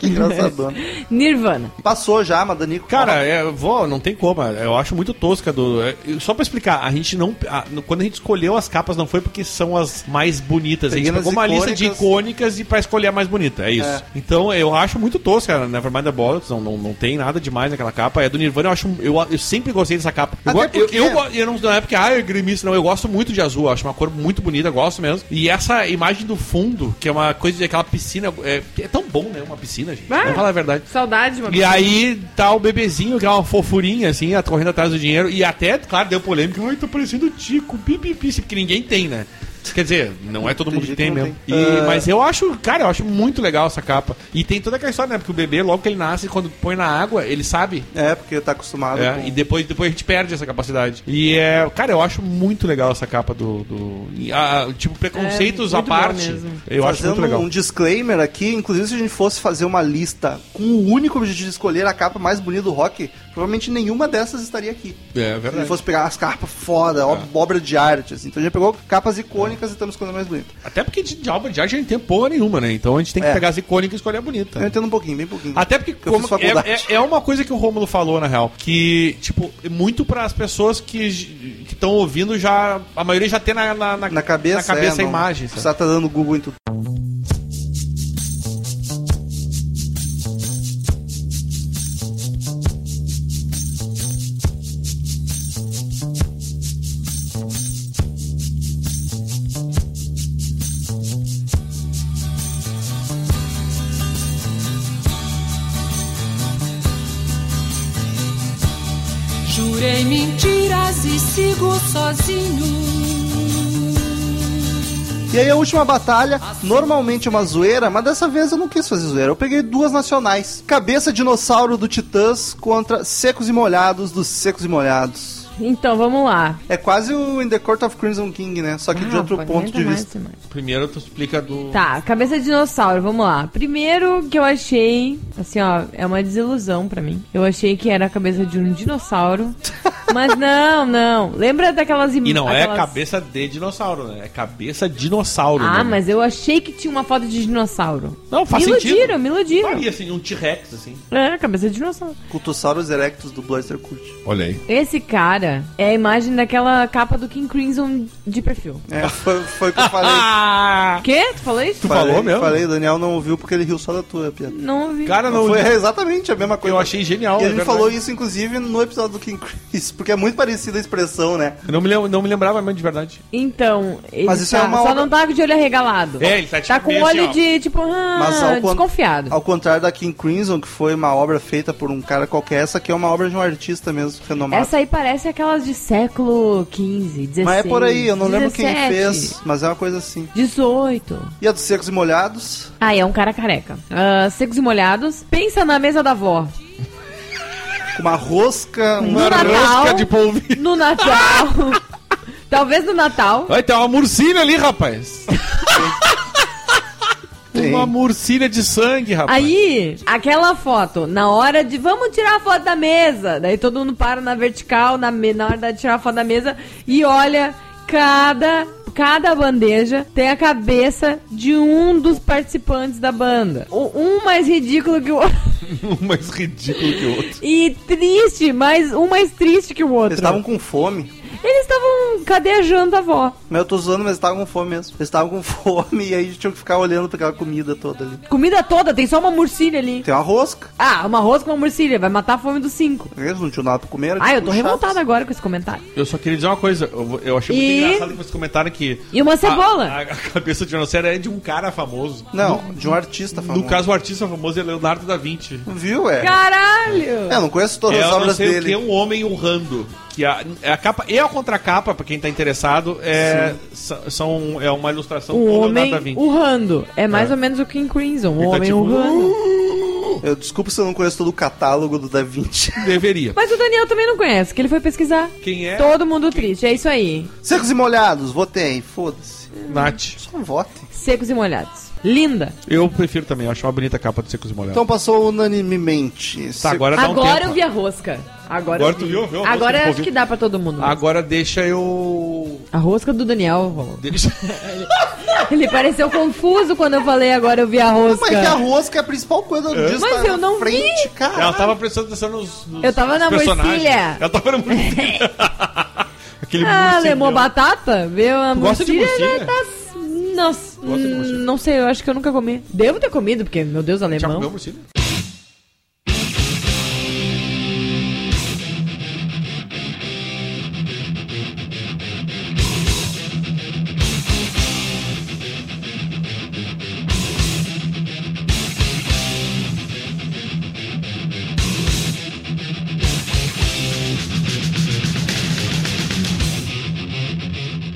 Speaker 2: Que engraçadona.
Speaker 4: Nirvana.
Speaker 2: Passou já, Madanico.
Speaker 3: Cara, é, vó, não tem como. Eu acho muito tosca do. é, só pra explicar, a gente não. a- no- quando a gente escolheu as capas, não foi porque são as mais bonitas. A gente
Speaker 2: Peguei
Speaker 3: pegou
Speaker 2: nas
Speaker 3: uma lista de
Speaker 2: icônicas.
Speaker 3: icônicas e pra escolher a mais bonita. É isso.
Speaker 2: É.
Speaker 3: Então eu acho muito tosca, cara. Nevermind the Bollocks. Não, não, não tem nada demais naquela capa. É do Nirvana, eu acho. Eu, eu sempre gostei dessa capa. Eu,
Speaker 2: Até
Speaker 3: go- eu,
Speaker 2: porque-
Speaker 3: eu, go- eu não, não é porque, ah, eu gremista, não. Eu gosto muito de azul. eu Acho uma cor muito bonita, eu gosto mesmo. E essa imagem do fundo, que é uma coisa de aquela piscina. É, é tão bom, né? Uma piscina, gente.
Speaker 4: Ah.
Speaker 3: Vamos falar a verdade.
Speaker 4: Saudade, mano.
Speaker 3: E aí tá o bebezinho, que é uma fofurinha, assim, a- correndo atrás do dinheiro. E até, claro, deu polêmica. Ai, tô parecendo o Tico, pipipi, porque ninguém tem, né? Quer dizer, não é todo mundo
Speaker 2: Tem gente
Speaker 3: que tem
Speaker 2: que não
Speaker 3: mesmo.
Speaker 2: tem.
Speaker 3: E-
Speaker 2: Ah.
Speaker 3: Mas eu acho, cara, eu acho muito legal essa capa. E tem toda aquela história, né? Porque o bebê, logo que ele nasce, quando põe na água, ele sabe.
Speaker 2: É, porque tá acostumado
Speaker 3: É,
Speaker 2: com...
Speaker 3: e depois, depois a gente perde essa capacidade. E é. Cara, eu acho muito legal essa capa do. do- e, ah, tipo, preconceitos
Speaker 4: É,
Speaker 3: à
Speaker 4: muito bom
Speaker 3: parte.
Speaker 4: mesmo.
Speaker 3: Eu acho
Speaker 2: Fazendo
Speaker 3: muito legal.
Speaker 2: um disclaimer aqui, inclusive se a gente fosse fazer uma lista com o único objetivo de escolher a capa mais bonita do rock, provavelmente nenhuma dessas estaria aqui.
Speaker 3: É
Speaker 2: Se a gente
Speaker 3: verdade.
Speaker 2: fosse pegar as capas foda, ob- obra de arte, assim. Então a gente pegou capas icônicas e estamos escolhendo a mais bonita.
Speaker 3: Até porque de, de álbum de arte a gente não tem porra nenhuma, né? Então a gente tem que
Speaker 2: É.
Speaker 3: pegar as icônicas e escolher a bonita.
Speaker 2: Eu entendo um pouquinho, bem pouquinho.
Speaker 3: Até porque
Speaker 2: eu
Speaker 3: como-
Speaker 2: fiz faculdade.
Speaker 3: é, é- é uma coisa que o Rômulo falou, na real. Que, tipo, é muito para as pessoas que estão ouvindo já. A maioria já tem na, na,
Speaker 2: Na cabeça,
Speaker 3: na cabeça
Speaker 2: é,
Speaker 3: a
Speaker 2: não.
Speaker 3: imagem.
Speaker 2: Você tá dando Google em tudo.
Speaker 7: mentiras e sigo sozinho.
Speaker 2: E aí a última batalha, normalmente uma zoeira, mas dessa vez eu não quis fazer zoeira. Eu peguei duas nacionais. Cabeça Dinossauro do Titãs contra Secos e Molhados dos Secos e Molhados.
Speaker 4: Então, vamos lá.
Speaker 2: É quase o In the Court of Crimson King, né? Só que de
Speaker 4: Ah,
Speaker 2: outro
Speaker 4: pô,
Speaker 2: ponto
Speaker 4: aguenta
Speaker 2: de
Speaker 4: mais,
Speaker 2: vista.
Speaker 4: Simone.
Speaker 3: Primeiro tu explica do.
Speaker 4: Tá, cabeça de dinossauro, vamos lá. Primeiro que eu achei, assim, ó, é uma desilusão pra mim. Eu achei que era a cabeça de um dinossauro. mas não, não. Lembra daquelas im-
Speaker 3: E não é
Speaker 4: aquelas-
Speaker 3: cabeça de dinossauro, né? É cabeça dinossauro.
Speaker 4: Ah,
Speaker 3: né?
Speaker 4: mas eu achei que tinha uma foto de dinossauro.
Speaker 3: Não, faz
Speaker 4: me
Speaker 3: sentido.
Speaker 4: iludiram, me iludiram.
Speaker 3: Faria assim, um T-Rex, assim.
Speaker 4: É, cabeça de dinossauro.
Speaker 2: Cultossauros Erectus do Blaster Cult.
Speaker 8: Olha aí.
Speaker 4: Esse cara é a imagem daquela capa do King Crimson de perfil.
Speaker 2: É, foi, foi o que eu falei.
Speaker 3: Ah!
Speaker 4: Quê? Tu falou isso?
Speaker 2: Falei-
Speaker 3: falou mesmo?
Speaker 2: Falei, o Daniel não ouviu porque ele riu só da tua piada.
Speaker 4: Não ouvi.
Speaker 3: Cara, não.
Speaker 2: Foi exatamente a mesma coisa.
Speaker 3: Eu achei genial.
Speaker 2: E ele
Speaker 3: é
Speaker 2: falou
Speaker 3: verdade.
Speaker 2: isso, inclusive, no episódio do King Chris, porque é muito parecida a expressão, né?
Speaker 3: Eu Não me, lem- não me lembrava mesmo de verdade.
Speaker 4: Então, ele
Speaker 2: Mas isso
Speaker 4: tá-
Speaker 2: é uma
Speaker 4: só
Speaker 2: obra-
Speaker 4: não tá de olho arregalado.
Speaker 3: É, ele tá tipo
Speaker 4: com
Speaker 3: meio assim,
Speaker 4: olho
Speaker 3: ó.
Speaker 4: de, tipo, ah,
Speaker 2: Mas ao, con-
Speaker 4: desconfiado.
Speaker 2: ao contrário da King Crimson, que foi uma obra feita por um cara qualquer, essa aqui é uma obra de um artista mesmo, renomado.
Speaker 4: Essa aí parece aquelas de século XV, XVI.
Speaker 2: mas é por aí, eu não lembro quem
Speaker 4: 17,
Speaker 2: fez, mas é uma coisa assim.
Speaker 4: 18.
Speaker 2: E a dos secos e molhados?
Speaker 4: Ah, é um cara careca. Ah, secos e molhados. Pensa na mesa da avó.
Speaker 2: Com uma rosca, um
Speaker 4: No Natal.
Speaker 3: de polvilho.
Speaker 4: No Natal. Talvez no Natal.
Speaker 3: Olha, tem uma murcilha ali, rapaz.
Speaker 2: Tem.
Speaker 3: Uma murcilha de sangue, rapaz.
Speaker 4: Aí, aquela foto, na hora de vamos tirar a foto da mesa. Daí todo mundo para na vertical, na, me- na hora de tirar a foto da mesa e olha cada cada bandeja tem a cabeça de um dos participantes da banda. O- Um mais ridículo que o outro.
Speaker 3: Um mais ridículo que o outro.
Speaker 4: E triste, mas um mais triste que o outro.
Speaker 2: Eles estavam com fome.
Speaker 4: Eles estavam cadejando a avó.
Speaker 2: Mas eu tô usando, mas eles estavam com fome mesmo. Eles estavam com fome e aí tinham que ficar olhando pra aquela comida toda ali.
Speaker 4: Comida toda, tem só uma murcilha ali.
Speaker 2: Tem uma rosca.
Speaker 4: Ah, uma rosca com uma murcilha, vai matar a fome dos cinco.
Speaker 2: Eles não tinham nada pra comer. era
Speaker 4: Ah, eu
Speaker 2: tipo
Speaker 4: tô
Speaker 2: chatos.
Speaker 4: revoltada agora com esse comentário.
Speaker 3: Eu só queria dizer uma coisa. Eu, vou- eu achei muito
Speaker 4: E-
Speaker 3: engraçado que vocês comentaram que.
Speaker 4: E uma
Speaker 3: a-
Speaker 4: cebola.
Speaker 3: A, a cabeça de dinossauro é de um cara famoso.
Speaker 2: Não, de um artista
Speaker 4: Tá
Speaker 2: famoso.
Speaker 3: No caso, o artista famoso é Leonardo da Vinci.
Speaker 2: Viu, é?
Speaker 4: Caralho!
Speaker 2: É, não conheço todas
Speaker 3: É,
Speaker 2: as
Speaker 3: eu não
Speaker 2: obras
Speaker 3: sei o que
Speaker 2: dele.
Speaker 3: é um homem honrando. Que a, é a capa e a contracapa, pra quem tá interessado, é, sa- são, é uma ilustração
Speaker 4: O
Speaker 3: Leonardo
Speaker 4: Um homem
Speaker 3: da Vinci.
Speaker 4: urrando. É mais ou menos o King Crimson. O
Speaker 3: Ele tá
Speaker 4: homem
Speaker 3: tipo,
Speaker 4: urrando.
Speaker 2: Eu desculpa se eu não conheço todo o catálogo do Da Vinci.
Speaker 3: Deveria.
Speaker 4: Mas o Daniel também não conhece, que ele foi pesquisar.
Speaker 3: Quem é?
Speaker 4: Todo mundo triste, é isso aí.
Speaker 2: Secos e molhados, votei, foda-se.
Speaker 3: Nath.
Speaker 2: Só vote.
Speaker 4: Secos e molhados. Linda.
Speaker 3: Eu prefiro também, eu acho uma bonita a capa do Secos e Molhados.
Speaker 2: Então passou unanimemente.
Speaker 3: tá, agora dá um
Speaker 4: Agora
Speaker 3: tempo.
Speaker 4: eu vi a rosca. Agora,
Speaker 3: Agora
Speaker 4: eu
Speaker 3: tu
Speaker 4: vi.
Speaker 3: viu? Viu a rosca
Speaker 4: Agora
Speaker 3: do
Speaker 4: acho
Speaker 3: Paulinho?
Speaker 4: que dá pra todo mundo.
Speaker 3: Agora deixa eu...
Speaker 4: A rosca do Daniel, Romulo.
Speaker 3: Deixa...
Speaker 4: Ele pareceu confuso quando eu falei agora eu vi a rosca.
Speaker 2: Mas é que a rosca é a principal coisa do disco.
Speaker 4: Mas
Speaker 2: tá
Speaker 4: eu
Speaker 2: na
Speaker 4: não
Speaker 2: frente,
Speaker 4: vi.
Speaker 2: cara.
Speaker 3: Ela tava prestando atenção nos, nos
Speaker 4: Eu tava na
Speaker 3: personagens.
Speaker 4: morcilha.
Speaker 3: Ela tava na morcilha. Aquele
Speaker 4: Ah,
Speaker 3: morcilhão.
Speaker 4: lemou batata? Viu a
Speaker 3: Tu gosta de
Speaker 4: né?
Speaker 3: morcilha?
Speaker 4: Tá- Nossa,
Speaker 3: gosta de
Speaker 4: hum,
Speaker 3: morcilha?
Speaker 4: não sei, eu acho que eu nunca comi. Devo ter comido, porque, meu Deus,
Speaker 3: Já
Speaker 4: alemão.
Speaker 3: comeu morcilha?
Speaker 2: Então,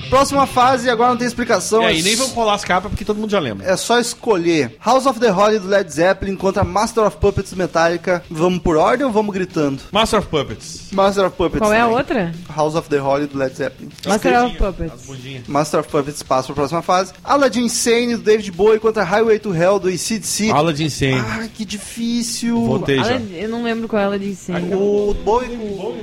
Speaker 2: Próxima fase, agora não tem explicação.
Speaker 3: É, e nem vamos colar as capas porque todo mundo já lembra.
Speaker 2: É só escolher House of the Holy do Led Zeppelin contra Master of Puppets do Metallica. Vamos por ordem ou vamos gritando?
Speaker 3: Master of Puppets.
Speaker 2: Master of Puppets.
Speaker 4: Qual é a
Speaker 2: também.
Speaker 4: outra?
Speaker 2: House of the Holy do Led Zeppelin.
Speaker 4: Master of
Speaker 3: As
Speaker 4: Puppets.
Speaker 3: bundinhas.
Speaker 2: Master of Puppets passa pra próxima fase. Aladdin Insane do David Bowie contra Highway to Hell do ACDC.
Speaker 3: Aula de incêndio.
Speaker 2: Ah, que difícil.
Speaker 3: Voltei
Speaker 4: Ela- é-
Speaker 3: já.
Speaker 4: eu não lembro qual ela disse.
Speaker 2: O Bowie com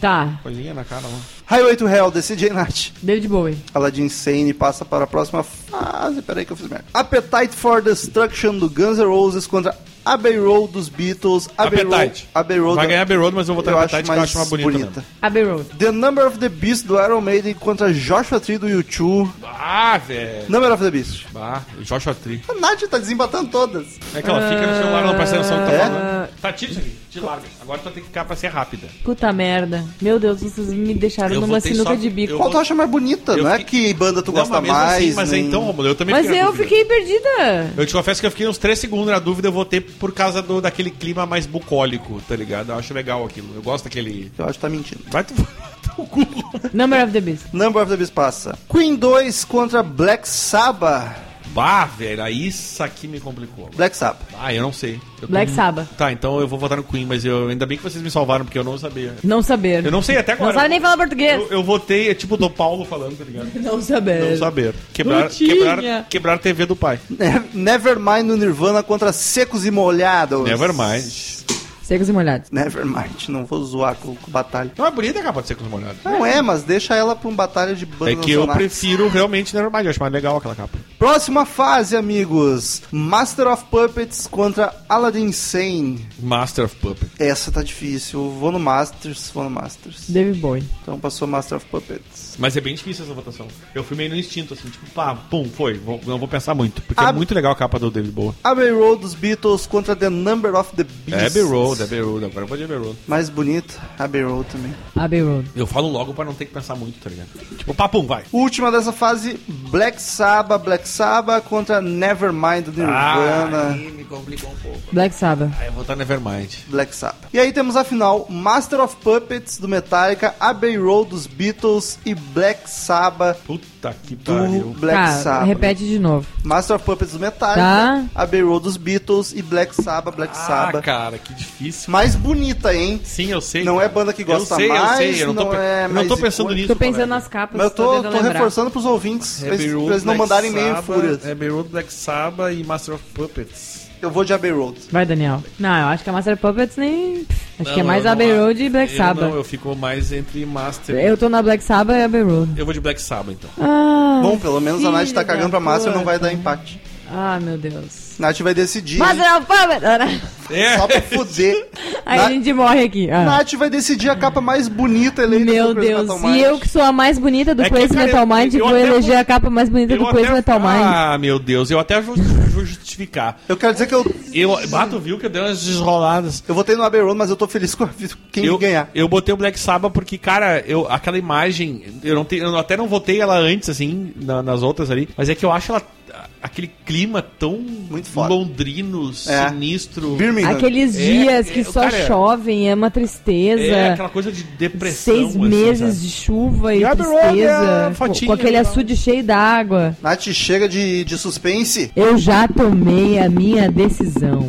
Speaker 4: Tá,
Speaker 3: Coisinha na cara lá.
Speaker 2: Highway to Hell, desse J. Nath.
Speaker 4: David Bowie.
Speaker 2: Aladdin Sane passa para a próxima fase. Peraí que eu fiz merda. Appetite for Destruction do Guns N' Roses contra Abbey Road dos Beatles. Abbey
Speaker 3: Appetite.
Speaker 2: Road- Abbey Road.
Speaker 3: Vai ganhar a Road, mas eu vou
Speaker 2: eu
Speaker 3: botar a Appetite
Speaker 2: acho
Speaker 3: que eu
Speaker 2: mais
Speaker 3: acho uma bonita.
Speaker 2: bonita.
Speaker 3: mesmo.
Speaker 4: Abbey Road.
Speaker 2: The Number of the Beast do Iron Maiden contra Joshua Tree do U2.
Speaker 3: Ah, velho.
Speaker 2: Number of the Beast.
Speaker 3: Ah, Joshua Tree.
Speaker 2: A Nath tá desembatando todas.
Speaker 3: É que ela fica no celular, ela não presta atenção no que tá
Speaker 2: É?
Speaker 3: falando. Tá, tira isso aqui, te larga. Agora tu tem que ficar pra ser rápida.
Speaker 4: Puta merda. Meu Deus, vocês me deixaram
Speaker 3: Eu
Speaker 4: numa
Speaker 3: votei
Speaker 4: sinuca
Speaker 3: só-
Speaker 4: de bico.
Speaker 3: eu
Speaker 2: Qual tu
Speaker 3: vou-
Speaker 2: acha mais bonita?
Speaker 3: eu
Speaker 2: não é
Speaker 3: fiquei-
Speaker 2: que banda tu gosta
Speaker 3: mesmo assim,
Speaker 2: mais.
Speaker 3: mas
Speaker 2: nem-
Speaker 3: então, Romulo, eu também
Speaker 4: Mas
Speaker 3: na
Speaker 4: eu
Speaker 3: dúvida.
Speaker 4: fiquei perdida.
Speaker 3: Eu te confesso que eu fiquei uns 3 segundos na dúvida, eu votei por causa do, daquele clima mais bucólico, tá ligado? Eu acho legal aquilo. Eu gosto daquele.
Speaker 2: Eu acho que tá mentindo.
Speaker 3: Vai tu. teu cu.
Speaker 4: Number of the Beast.
Speaker 2: Number of the Beast passa. Queen 2 contra Black Sabbath.
Speaker 3: Bah, velho, aí isso aqui me complicou.
Speaker 2: Black Sabbath.
Speaker 3: Ah, eu não sei. Eu tô-
Speaker 4: Black Sabbath.
Speaker 3: Tá, então eu vou votar no Queen, mas eu ainda bem que vocês me salvaram, porque eu não sabia.
Speaker 4: Não saber.
Speaker 3: Eu não sei até agora.
Speaker 4: Não sabe nem falar português.
Speaker 3: Eu, eu votei, é tipo do Paulo falando, tá ligado?
Speaker 4: Não saber.
Speaker 3: Não saber. Quebrar,
Speaker 4: Não tinha.
Speaker 3: quebrar, quebrar a TV do pai.
Speaker 2: Ne- Nevermind no Nirvana contra Secos e Molhados.
Speaker 3: Nevermind.
Speaker 4: Secos e molhados.
Speaker 2: Nevermind, não vou zoar com, com batalha.
Speaker 3: Não é bonita a capa de ser com os molhados.
Speaker 2: Não é, mas deixa ela pra um batalha de banda
Speaker 3: É que eu
Speaker 2: nacional.
Speaker 3: prefiro realmente Nevermind, eu acho mais legal aquela capa.
Speaker 2: Próxima fase, amigos. Master of Puppets contra Aladdin Sane.
Speaker 3: Master of Puppet.
Speaker 2: Essa tá difícil. Eu Vou no Masters, vou no Masters.
Speaker 4: David Bowie.
Speaker 2: Então passou Master of Puppets.
Speaker 3: Mas é bem difícil essa votação. Eu fui meio no instinto, assim, tipo, pá, pum, foi. Vou- não vou pensar muito. Porque
Speaker 2: Ah.
Speaker 3: é muito legal a capa do David Bowie.
Speaker 2: Abbey Road dos Beatles contra The Number of the Beast.
Speaker 3: É Abbey Road, Abbey Road. Agora eu vou de Abbey Road.
Speaker 2: Mais bonito, Abbey Road também.
Speaker 4: Abbey Road.
Speaker 3: Eu falo logo pra não ter que pensar muito, tá ligado? Tipo, pá, pum, vai.
Speaker 2: Última dessa fase, Black Sabbath, Black Sabbath contra Nevermind do Nirvana,
Speaker 3: me complicou um pouco.
Speaker 4: Black Sabbath.
Speaker 3: Aí eu vou votar Nevermind.
Speaker 2: Black Sabbath. E aí temos a final, Master of Puppets do Metallica, Abbey Road dos Beatles e Black Sabbath
Speaker 3: Puta que
Speaker 2: do
Speaker 3: pariu.
Speaker 2: Black
Speaker 4: tá,
Speaker 2: Sabbath.
Speaker 4: repete de novo.
Speaker 2: Master of Puppets do Metallica,
Speaker 4: Tá.
Speaker 2: Abbey Road dos Beatles e Black Sabbath, Black
Speaker 3: Ah,
Speaker 2: Sabbath.
Speaker 3: cara, que difícil.
Speaker 2: Mais bonita, hein?
Speaker 3: Sim, eu sei.
Speaker 2: Não
Speaker 3: cara.
Speaker 2: é banda que gosta
Speaker 3: eu sei,
Speaker 2: mais,
Speaker 3: Eu sei, eu não tô,
Speaker 2: não
Speaker 3: pe-
Speaker 2: é
Speaker 3: eu não
Speaker 2: mais
Speaker 3: tô pensando
Speaker 2: icônica.
Speaker 3: nisso.
Speaker 4: Tô pensando
Speaker 3: colega.
Speaker 4: nas capas.
Speaker 2: Mas eu tô,
Speaker 4: tentando
Speaker 2: tô
Speaker 4: lembrar.
Speaker 2: reforçando pros ouvintes, pra eles, pra eles não mandarem e-mail fúria.
Speaker 3: É Beirut, Black Sabbath e Master of Puppets.
Speaker 2: Eu vou de Abbey Road.
Speaker 4: Vai, Daniel. Não, eu acho que a Master Puppets nem. Acho
Speaker 3: Não,
Speaker 4: que é mais
Speaker 3: eu não
Speaker 4: Abbey
Speaker 3: acho.
Speaker 4: Road e Black
Speaker 3: eu
Speaker 4: Sabbath.
Speaker 3: Não, eu fico mais entre Master.
Speaker 4: eu... tô na Black Sabbath e Abbey Road.
Speaker 3: Eu vou de Black Sabbath, então.
Speaker 4: Ah,
Speaker 2: Bom, pelo menos a Nath tá
Speaker 4: filha
Speaker 2: cagando pra
Speaker 4: da
Speaker 2: Master e não vai
Speaker 4: puta.
Speaker 2: dar empate.
Speaker 4: Ah, meu Deus.
Speaker 2: Nath vai decidir.
Speaker 4: Master of Puppets!
Speaker 3: É.
Speaker 2: Só pra fuder.
Speaker 4: né? Aí
Speaker 2: Na-
Speaker 4: a gente morre aqui. Ah.
Speaker 2: Nath vai decidir a capa mais bonita eleita
Speaker 4: Meu
Speaker 2: do Crazy
Speaker 4: Deus,
Speaker 2: Metal
Speaker 4: e
Speaker 2: Mind.
Speaker 4: eu que sou a mais bonita do
Speaker 3: É que,
Speaker 4: Crazy
Speaker 3: cara,
Speaker 4: Metal
Speaker 3: eu-
Speaker 4: Mind,
Speaker 3: eu
Speaker 4: vou
Speaker 3: até
Speaker 4: eleger
Speaker 3: vou-
Speaker 4: a capa mais bonita do Crazy Metal Mind.
Speaker 3: Ah, meu Deus, eu até vou ju- vou justificar.
Speaker 2: Eu quero dizer que eu,
Speaker 3: Eu bato, viu, que eu dei umas desroladas.
Speaker 2: eu votei no Abbey Road, mas eu tô feliz com a- quem
Speaker 3: Eu,
Speaker 2: ganhar.
Speaker 3: eu botei o Black Sabbath porque, cara, eu, aquela imagem, eu, não te, eu até não votei ela antes, assim, na- nas outras ali, mas é que eu acho ela a- aquele clima tão Muito
Speaker 2: foda.
Speaker 3: londrino,
Speaker 2: É.
Speaker 3: sinistro.
Speaker 2: Birmingham.
Speaker 4: Aqueles
Speaker 3: É,
Speaker 4: dias
Speaker 3: é,
Speaker 4: que só
Speaker 3: cara,
Speaker 4: chovem, é uma tristeza.
Speaker 3: É aquela coisa de depressão.
Speaker 4: Seis
Speaker 3: assim,
Speaker 4: meses
Speaker 3: sabe?
Speaker 4: de chuva e,
Speaker 3: E abre o olho, é
Speaker 4: tristeza.
Speaker 3: a
Speaker 4: com-
Speaker 3: fotinha
Speaker 4: com aquele
Speaker 3: e tal.
Speaker 4: açude cheio d'água.
Speaker 2: Nath, chega de, de suspense.
Speaker 4: Eu já tomei a minha decisão.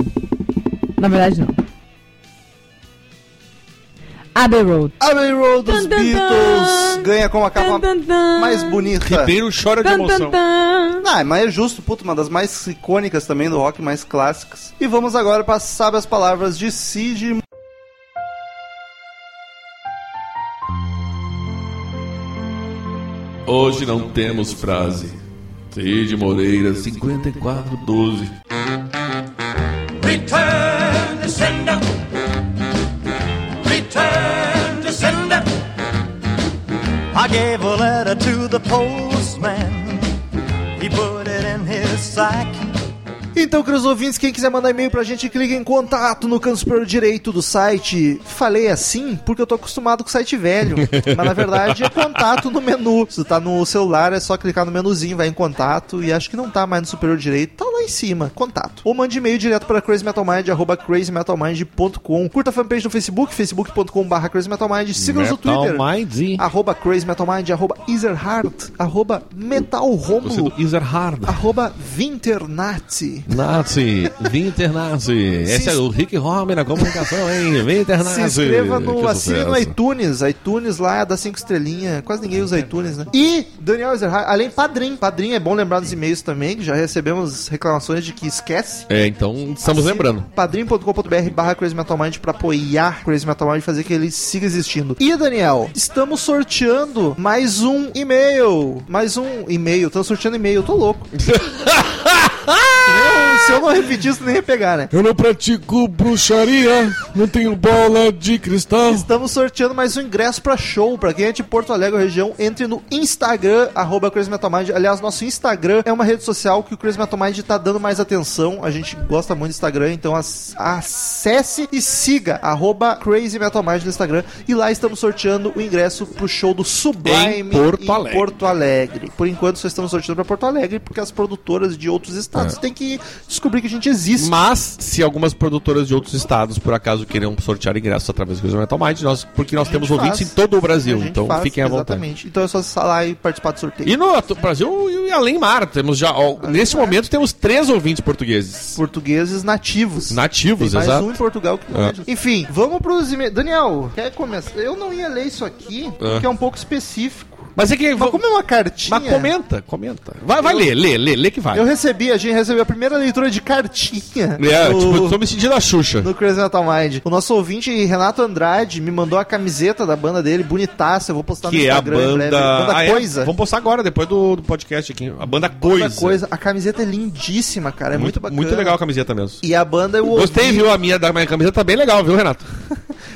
Speaker 4: Na verdade, não. Abbey Road.
Speaker 2: Abbey Road dos
Speaker 4: Tan, tan,
Speaker 2: Beatles
Speaker 4: tan.
Speaker 2: ganha com a capa
Speaker 4: Tan, tan, tan.
Speaker 2: mais bonita.
Speaker 3: Ribeiro chora um de
Speaker 4: Tan,
Speaker 3: emoção.
Speaker 4: tan, tan.
Speaker 2: Ah, mas é justo, puto, uma das mais icônicas também do rock, mais clássicas. E vamos agora para Sabe as Palavras de Cid.
Speaker 8: Hoje não temos frase. Cid Moreira, 5412.
Speaker 5: Return to sender. Return to sender.
Speaker 1: I gave a letter to the postman. He put it in his sack.
Speaker 2: Então, queridos ouvintes, quem quiser mandar e-mail pra gente, clica em contato no canto superior direito do site. Falei assim porque eu tô acostumado com o site velho. Mas na verdade é contato no menu. Se tá no celular, é só clicar no menuzinho, vai em contato. E acho que não tá mais no superior direito, tá lá em cima, contato. Ou mande e-mail direto pra crazymetalmind, arroba crazymetalmind.com. Curta a fanpage no Facebook, facebook.com.br crazymetalmind. Siga-nos no Twitter.
Speaker 3: Mind.
Speaker 2: Arroba crazymetalmind, arroba easerheart, arroba metalromulo,
Speaker 3: Iserhard.
Speaker 2: arroba vinternat.
Speaker 3: Nazi, Vinternazi. Esse é o Rick Homer na comunicação, hein? Vinternazi.
Speaker 2: Se inscreva no
Speaker 8: um
Speaker 3: Que
Speaker 2: assine no
Speaker 3: sucesso.
Speaker 2: iTunes. iTunes lá dá 5 estrelinhas. Quase ninguém usa iTunes, né? E Daniel Ezerhard, além Padrim. Padrim é bom lembrar nos e-mails também, que já recebemos reclamações de que esquece.
Speaker 8: É, então estamos lembrando.
Speaker 2: Padrim.com.br barra Crazy Metal Mind pra apoiar Crazy Metal Mind e fazer que ele siga existindo. E, Daniel, estamos sorteando mais um e-mail. Mais um e-mail. Estamos sorteando e-mail. Eu tô louco. Eu- se eu não repetir isso, nem ia pegar, né?
Speaker 8: Eu não pratico bruxaria, não tenho bola de cristal.
Speaker 2: Estamos sorteando mais um ingresso pra show. Pra quem é de Porto Alegre ou região, entre no Instagram, arroba Crazy Metal Mind. Aliás, nosso Instagram é uma rede social que o Crazy Metal Mind tá dando mais atenção. A gente gosta muito do Instagram, então ac- acesse e siga arroba Crazy Metal Mind no Instagram. E lá estamos sorteando o ingresso pro show do Sublime
Speaker 8: Em Porto Alegre.
Speaker 2: Porto Alegre. Por enquanto só estamos sorteando pra Porto Alegre, porque as produtoras de outros estados têm que descobrir que a gente existe.
Speaker 3: É. Mas, se algumas produtoras de outros estados, por acaso, queiram sortear ingressos através do Cruzeiro Metal Mind, nós, porque nós temos
Speaker 2: gente
Speaker 3: ouvintes
Speaker 2: faz.
Speaker 3: em todo o
Speaker 2: A
Speaker 3: Brasil.
Speaker 2: gente
Speaker 3: Então,
Speaker 2: faz,
Speaker 3: fiquem à vontade.
Speaker 2: Exatamente. Então é só acessar lá e participar do sorteio.
Speaker 3: E no at- Brasil e além mar, temos já. ó,
Speaker 2: É.
Speaker 3: neste momento temos três ouvintes portugueses.
Speaker 2: Portugueses nativos.
Speaker 3: Nativos,
Speaker 2: Tem mais
Speaker 3: exato.
Speaker 2: um em Portugal que não
Speaker 3: É.
Speaker 2: é. disso. Enfim, vamos pros e-mails. Daniel, quer começar? Eu não ia ler isso aqui, porque é um pouco específico.
Speaker 3: Mas é que.
Speaker 2: Mas como é uma cartinha...
Speaker 3: mas comenta, comenta. Vai, vai ler, lê, lê, lê que vai.
Speaker 2: Eu recebi, a gente recebeu a primeira leitura de cartinha.
Speaker 3: É,
Speaker 2: no-
Speaker 3: tipo, tô me sentindo a Xuxa.
Speaker 2: no Crazy Metal Mind. O nosso ouvinte, Renato Andrade, me mandou a camiseta da banda dele, bonitaça. Eu vou postar no
Speaker 3: Que é a
Speaker 2: Instagram em
Speaker 3: banda.
Speaker 2: breve. Banda
Speaker 3: Ah, é?
Speaker 2: Coisa.
Speaker 3: Vamos postar agora, depois do, do podcast aqui. A banda Coisa.
Speaker 2: Banda coisa. A camiseta é lindíssima, cara. É muito, bacana.
Speaker 3: Muito legal a camiseta mesmo.
Speaker 2: E a banda eu
Speaker 3: Gostei,
Speaker 2: ouvi-
Speaker 3: viu? A minha, da minha camiseta tá bem legal, viu, Renato?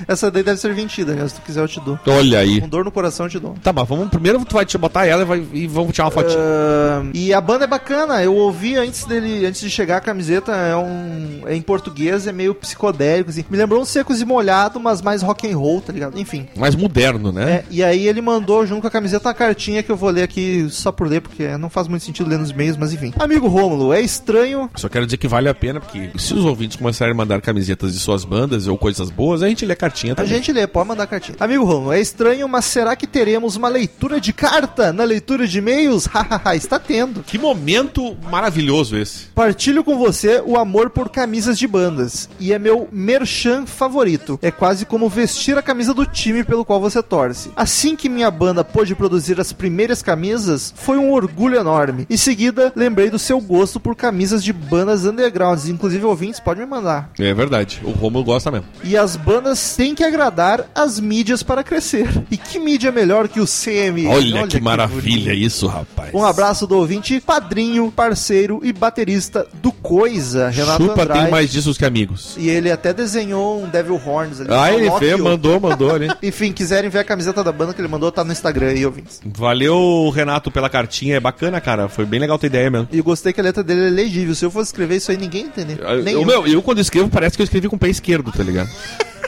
Speaker 2: Essa daí deve ser vendida, né? Se tu quiser, eu te dou.
Speaker 3: Olha aí.
Speaker 2: Com dor no coração, eu te dou.
Speaker 3: Tá, mas vamos primeiro tu vai te botar ela e, vai- e vamos tirar uma fotinha.
Speaker 2: Ahn, e a banda é bacana, eu ouvi antes dele, antes de chegar a camiseta, é um. É em português, é meio psicodélico, assim. Me lembrou um secos e molhado, mas mais rock and roll, tá ligado? Enfim.
Speaker 3: Mais moderno, né?
Speaker 2: É, e aí ele mandou junto com a camiseta uma cartinha que eu vou ler aqui só por ler, porque não faz muito sentido ler nos meios, mas enfim. Amigo Rômulo, é estranho.
Speaker 3: Só quero dizer que vale a pena, porque se os ouvintes começarem a mandar camisetas de suas bandas ou coisas boas, a gente lê cartinha
Speaker 2: A
Speaker 3: também.
Speaker 2: gente lê, pode mandar cartinha. Amigo Rômulo, é estranho, mas será que teremos uma leitura de carta na leitura de e-mails? Hahaha, está tendo.
Speaker 3: Que momento maravilhoso esse.
Speaker 2: Partilho com você o amor por camisas de bandas e é meu merchan favorito. É quase como vestir a camisa do time pelo qual você torce. Assim que minha banda pôde produzir as primeiras camisas, foi um orgulho enorme. Em seguida, lembrei do seu gosto por camisas de bandas undergrounds, inclusive ouvintes, pode me mandar.
Speaker 3: É verdade. O Romulo gosta mesmo.
Speaker 2: E as bandas têm que agradar as mídias para crescer. E que mídia melhor que o CM?
Speaker 3: Olha, que, maravilha
Speaker 2: bonito.
Speaker 3: isso, rapaz.
Speaker 2: Um abraço do ouvinte, padrinho, parceiro e baterista do Coisa, Renato
Speaker 3: Chupa
Speaker 2: Andrade.
Speaker 3: tem mais discos que amigos.
Speaker 2: E ele até desenhou um Devil Horns ali.
Speaker 3: Ah,
Speaker 2: um
Speaker 3: ele
Speaker 2: Pinóquio.
Speaker 3: fez, mandou, mandou ali.
Speaker 2: Enfim, quiserem ver a camiseta da banda que ele mandou, tá no Instagram aí, ouvintes.
Speaker 3: Valeu, Renato, pela cartinha. É bacana, cara. Foi bem legal tua ideia mesmo.
Speaker 2: E eu gostei que a letra dele é legível. Se eu fosse escrever isso aí, ninguém entender. Nem
Speaker 3: Eu,
Speaker 2: eu.
Speaker 3: Ah, meu, eu quando escrevo, parece que eu escrevi com o pé esquerdo, tá ligado?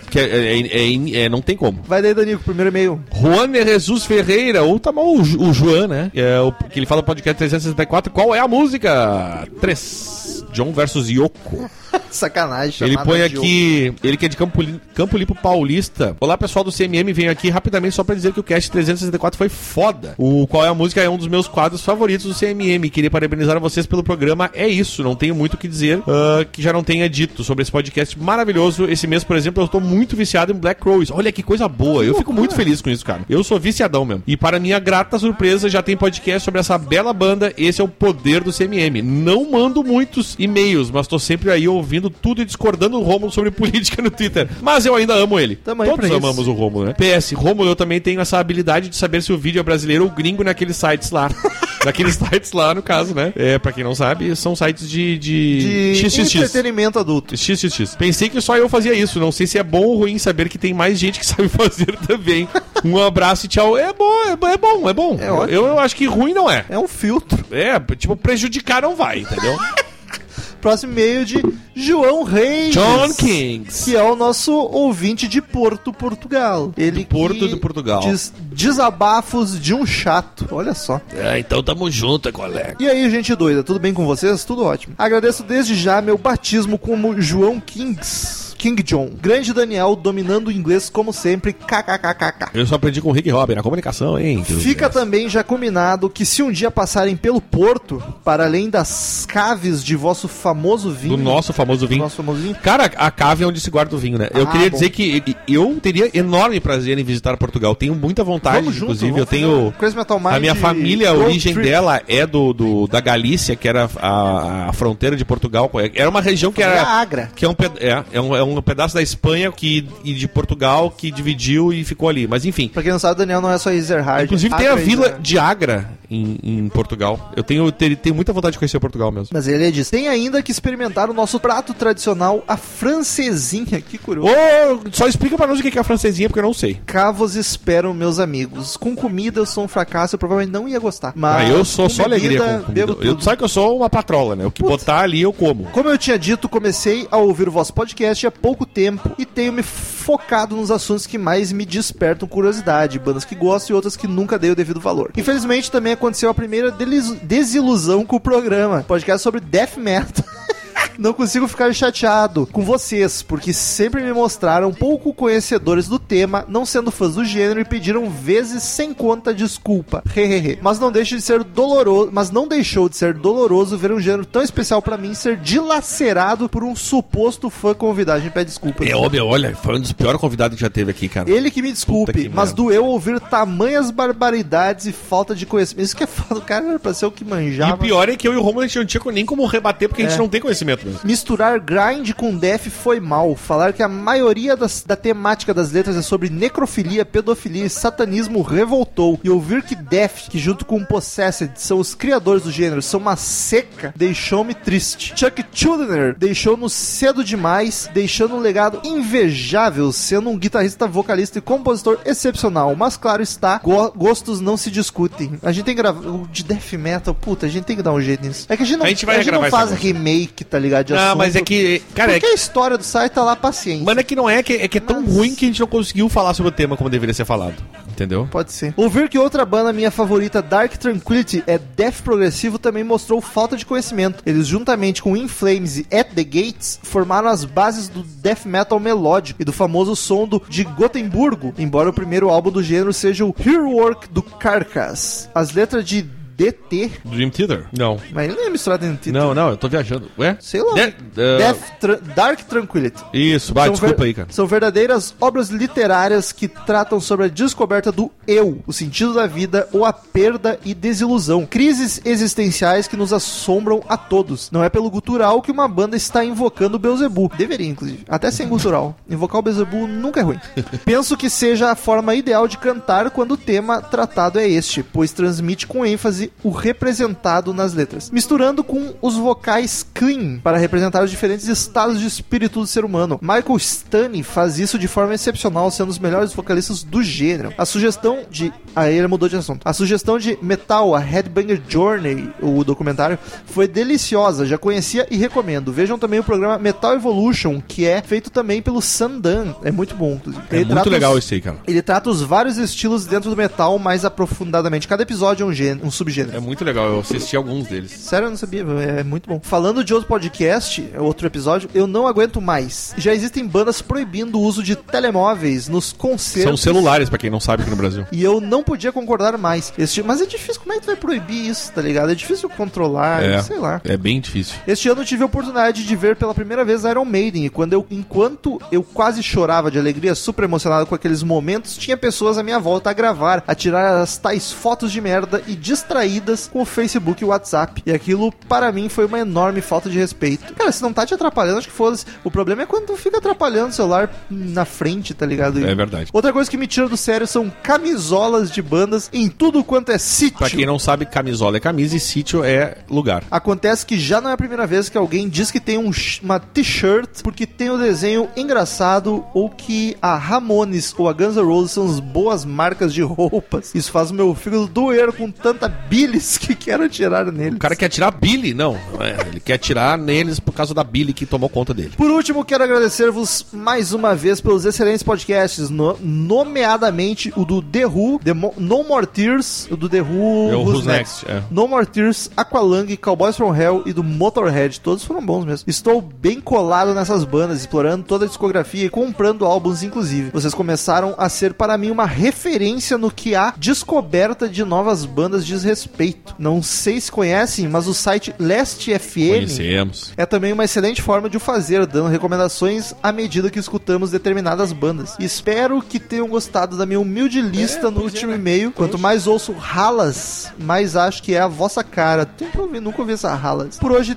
Speaker 3: que é, é- é- é- é- não tem como.
Speaker 2: Vai daí, Danico, primeiro e-mail.
Speaker 3: Juan Jesus Ferreira, ou tá mal o, Ju- o Juan, né? É o, que ele fala no podcast 364. Qual é a música? 3. John versus Yoko.
Speaker 2: Sacanagem.
Speaker 3: Ele
Speaker 2: chamada
Speaker 3: põe
Speaker 2: de
Speaker 3: aqui. Ele que é de Campo, Li- Campo Limpo Paulista. Olá, pessoal do CMM. Venho aqui rapidamente só pra dizer que o cast 364 foi foda. O Qual é a Música é um dos meus quadros favoritos do CMM. Queria parabenizar vocês pelo programa. É isso. Não tenho muito o que dizer ah, que já não tenha dito sobre esse podcast maravilhoso. Esse mês, por exemplo, eu tô muito viciado em Black Rose. Olha que coisa boa. Eu fico muito feliz com isso, cara. Eu sou viciadão mesmo. E para minha grata surpresa, já tem podcast sobre essa bela banda. Esse é o poder do CMM. Não mando muitos e-mails, mas tô sempre aí ouvindo tudo e discordando do Romulo sobre política no Twitter. Mas eu ainda amo ele.
Speaker 2: Tamo aí pra
Speaker 3: Todos
Speaker 2: isso.
Speaker 3: amamos o Romulo, né? PS, Romulo, eu também tenho essa habilidade de saber se o vídeo é brasileiro ou gringo naqueles sites lá. Naqueles sites lá, no caso, né? É, pra quem não sabe, são sites de... De...
Speaker 2: De
Speaker 3: XXX.
Speaker 2: entretenimento adulto.
Speaker 3: XXX. Pensei que só eu fazia isso. Não sei se é bom ou ruim saber que tem mais gente que sabe fazer também. Um abraço e tchau. É bom, é bom, é bom. É bom.
Speaker 2: É
Speaker 3: eu,
Speaker 2: ótimo.
Speaker 3: eu acho que ruim não é.
Speaker 2: É um filtro.
Speaker 3: É, tipo, prejudicar não vai, entendeu?
Speaker 2: Próximo e-mail de João Reis.
Speaker 3: John Kings.
Speaker 2: Que é o nosso ouvinte de Porto, Portugal. Ele
Speaker 3: Porto
Speaker 2: que
Speaker 3: de Portugal.
Speaker 2: Diz desabafos de um chato. Olha só.
Speaker 3: É, então tamo junto, colega.
Speaker 2: E aí, gente doida, tudo bem com vocês? Tudo ótimo. Agradeço desde já meu batismo como João Kings. King John. Grande Daniel dominando o inglês como sempre. KKKKK.
Speaker 3: Eu só aprendi com o Rick Robin, a comunicação, hein?
Speaker 2: Fica também já combinado que se um dia passarem pelo porto, para além das caves de vosso famoso vinho.
Speaker 3: Do nosso famoso
Speaker 2: do
Speaker 3: vinho.
Speaker 2: nosso famoso vinho.
Speaker 3: Cara, a cave é onde se guarda o vinho, né? Eu
Speaker 2: Ah,
Speaker 3: queria
Speaker 2: bom.
Speaker 3: dizer que eu teria enorme prazer em visitar Portugal. Tenho muita vontade,
Speaker 2: Vamos junto,
Speaker 3: inclusive.
Speaker 2: vamos
Speaker 3: eu tenho.
Speaker 2: fazer um Crazy Metal Mind
Speaker 3: a minha família, a
Speaker 2: road
Speaker 3: origem
Speaker 2: trip.
Speaker 3: dela é do, do- da Galícia, que era a, a fronteira de Portugal. Era uma região que
Speaker 2: Família
Speaker 3: era.
Speaker 2: Agra.
Speaker 3: Que é um, ped- é, é um, é um pedaço da Espanha que, e de Portugal que dividiu e ficou ali. Mas enfim.
Speaker 2: Pra quem não sabe, o Daniel não é só Ezerhard.
Speaker 3: Inclusive tem a né?
Speaker 2: Agra, é
Speaker 3: vila
Speaker 2: Ezerhard.
Speaker 3: de Agra em, em Portugal. Eu tenho, ter- tenho muita vontade de conhecer Portugal mesmo.
Speaker 2: Mas ele diz: tem ainda que experimentar o nosso prato tradicional, a francesinha. Que curioso.
Speaker 3: Ô, só explica pra nós o que é a francesinha, porque eu não sei.
Speaker 2: Cá vos espero, meus amigos. Com comida eu sou um fracasso, eu provavelmente não ia gostar.
Speaker 3: Ah,
Speaker 2: Mas
Speaker 3: eu sou
Speaker 2: com
Speaker 3: só
Speaker 2: bebida,
Speaker 3: alegria com comida.
Speaker 2: bebo
Speaker 3: Eu,
Speaker 2: tudo.
Speaker 3: sabe que eu sou uma patrola, né? O que botar ali eu como.
Speaker 2: Como eu tinha dito, comecei a ouvir o vosso podcast há pouco tempo e tenho me focado nos assuntos que mais me despertam curiosidade, bandas que gosto e outras que nunca dei o devido valor. Infelizmente, também aconteceu a primeira delis- desilusão com o programa. Podcast sobre death metal. Não consigo ficar chateado com vocês, porque sempre me mostraram pouco conhecedores do tema, não sendo fãs do gênero e pediram vezes sem conta desculpa. Hehehe. Mas não deixa de ser doloroso, mas não deixou de ser doloroso ver um gênero tão especial pra mim ser dilacerado por um suposto fã convidado. A gente pede desculpas.
Speaker 3: É óbvio, olha, foi um dos piores convidados que já teve aqui, cara.
Speaker 2: Ele que me desculpe,
Speaker 3: Puta que
Speaker 2: mas
Speaker 3: merda.
Speaker 2: doeu ouvir tamanhas barbaridades e falta de conhecimento. Isso que é foda, o cara era pra ser o que
Speaker 3: E
Speaker 2: manjava.
Speaker 3: o pior é que eu e o Romulo a gente não tinha nem como rebater, porque a
Speaker 2: É.
Speaker 3: gente não tem conhecimento mesmo.
Speaker 2: Misturar grind com death foi mal. Falar que a maioria das- da temática das letras é sobre necrofilia, pedofilia e satanismo revoltou. E ouvir que death, que junto com Possessed são os criadores do gênero, são uma seca, deixou-me triste. Chuck Schuldiner deixou-nos cedo demais, deixando um legado invejável, sendo um guitarrista, vocalista e compositor excepcional. Mas claro está, go- gostos não se discutem. A gente tem que gravar. o De death metal, puta, a gente tem que dar um jeito nisso. É que a gente não,
Speaker 3: A gente vai
Speaker 2: não
Speaker 3: regravar
Speaker 2: faz
Speaker 3: essa
Speaker 2: remake, tá ligado? De
Speaker 3: Ah,
Speaker 2: assunto.
Speaker 3: mas é que. Cara, é
Speaker 2: Porque
Speaker 3: que.
Speaker 2: a história do site tá lá paciente.
Speaker 3: Mano, é que não é, que é que é tão
Speaker 2: Mas-
Speaker 3: ruim que a gente não conseguiu falar sobre o tema como deveria ser falado. Entendeu?
Speaker 2: Pode ser. Ouvir que outra banda minha favorita, Dark Tranquility, é death progressivo também mostrou falta de conhecimento. Eles, juntamente com In Flames e At The Gates, formaram as bases do death metal melódico e do famoso som do, de Gotemburgo, embora o primeiro álbum do gênero seja o Hero Work do Carcass. As letras de DT,
Speaker 3: Dream Theater? Não.
Speaker 2: mas ele não é misturado em título.
Speaker 3: Não, não, eu tô viajando. Ué?
Speaker 2: Sei lá.
Speaker 3: De- uh,
Speaker 2: Death Tra- Dark Tranquility.
Speaker 3: Isso, vai,
Speaker 2: São
Speaker 3: desculpa
Speaker 2: ver-
Speaker 3: aí, cara.
Speaker 2: São verdadeiras obras literárias que tratam sobre a descoberta do eu, o sentido da vida ou a perda e desilusão. Crises existenciais que nos assombram a todos. Não é pelo gutural que uma banda está invocando o Beuzebu. Deveria, inclusive. Até sem gutural. Invocar o Beuzebu nunca é ruim. Penso que seja a forma ideal de cantar quando o tema tratado é este, pois transmite com ênfase o representado nas letras, misturando com os vocais clean para representar os diferentes estados de espírito do ser humano. Michael Stanley faz isso de forma excepcional, sendo os melhores vocalistas do gênero. A sugestão de. Aí ele mudou de assunto. A sugestão de Metal, a Headbanger Journey, o documentário, foi deliciosa, já conhecia e recomendo. Vejam também o programa Metal Evolution, que é feito também pelo Sandan. É muito bom, inclusive.
Speaker 3: É muito legal isso aí, cara.
Speaker 2: Ele trata os vários estilos dentro do metal mais aprofundadamente. Cada episódio é um, gênero, um subgênero.
Speaker 3: É muito legal, eu assisti alguns deles.
Speaker 2: Sério, eu não sabia, é muito bom. Falando de outro podcast, é outro episódio, eu não aguento mais. Já existem bandas proibindo o uso de telemóveis nos
Speaker 3: São
Speaker 2: concertos.
Speaker 3: celulares, pra quem não sabe aqui no Brasil.
Speaker 2: E eu não podia concordar mais. Este, mas é difícil, como é que tu vai proibir isso, tá ligado? É difícil controlar,
Speaker 3: É.
Speaker 2: sei lá.
Speaker 3: É bem difícil.
Speaker 2: Este ano eu tive a oportunidade de ver pela primeira vez Iron Maiden, e quando eu, enquanto eu quase chorava de alegria, super emocionado com aqueles momentos, tinha pessoas à minha volta a gravar, a tirar as tais fotos de merda e distraídas com o Facebook e o WhatsApp. E aquilo, para mim, foi uma enorme falta de respeito. Cara, se não tá te atrapalhando, acho que foda-se. O problema é quando tu fica atrapalhando o celular na frente, tá ligado?
Speaker 3: É verdade.
Speaker 2: Outra coisa que me tira do sério são camisolas de bandas em tudo quanto é sítio.
Speaker 3: Pra quem não sabe, camisola é camisa e sítio é lugar.
Speaker 2: Acontece que já não é a primeira vez que alguém diz que tem um sh- uma t-shirt porque tem o desenho engraçado ou que a Ramones ou a Guns N' Roses são as boas marcas de roupas. Isso faz o meu fígado doer com tanta bilis que quero tirar nele.
Speaker 3: O cara quer tirar Billy, não. É, ele quer tirar neles por causa da Billy que tomou conta dele.
Speaker 2: Por último, quero agradecer-vos mais uma vez pelos excelentes podcasts, no- nomeadamente o do The Who, The Mo- No More Tears, o do The Who,
Speaker 3: É o
Speaker 2: Who's
Speaker 3: Who's Next, é.
Speaker 2: No More Tears, Aqualung, Cowboys From Hell e do Motorhead. Todos foram bons mesmo. Estou bem colado nessas bandas, explorando toda a discografia e comprando álbuns, inclusive. Vocês começaram a ser para mim uma referência no que a descoberta de novas bandas diz respeito. Não sei se conhecem, mas o site Last FM
Speaker 3: Conhecemos.
Speaker 2: é também uma excelente forma de o fazer, dando recomendações à medida que escutamos determinadas bandas. Espero que tenham gostado da minha humilde lista no último e-mail. Quanto mais ouço ralas, mais acho que é a vossa cara. Tem que ouvir, nunca ouvi essa ralas. Por hoje,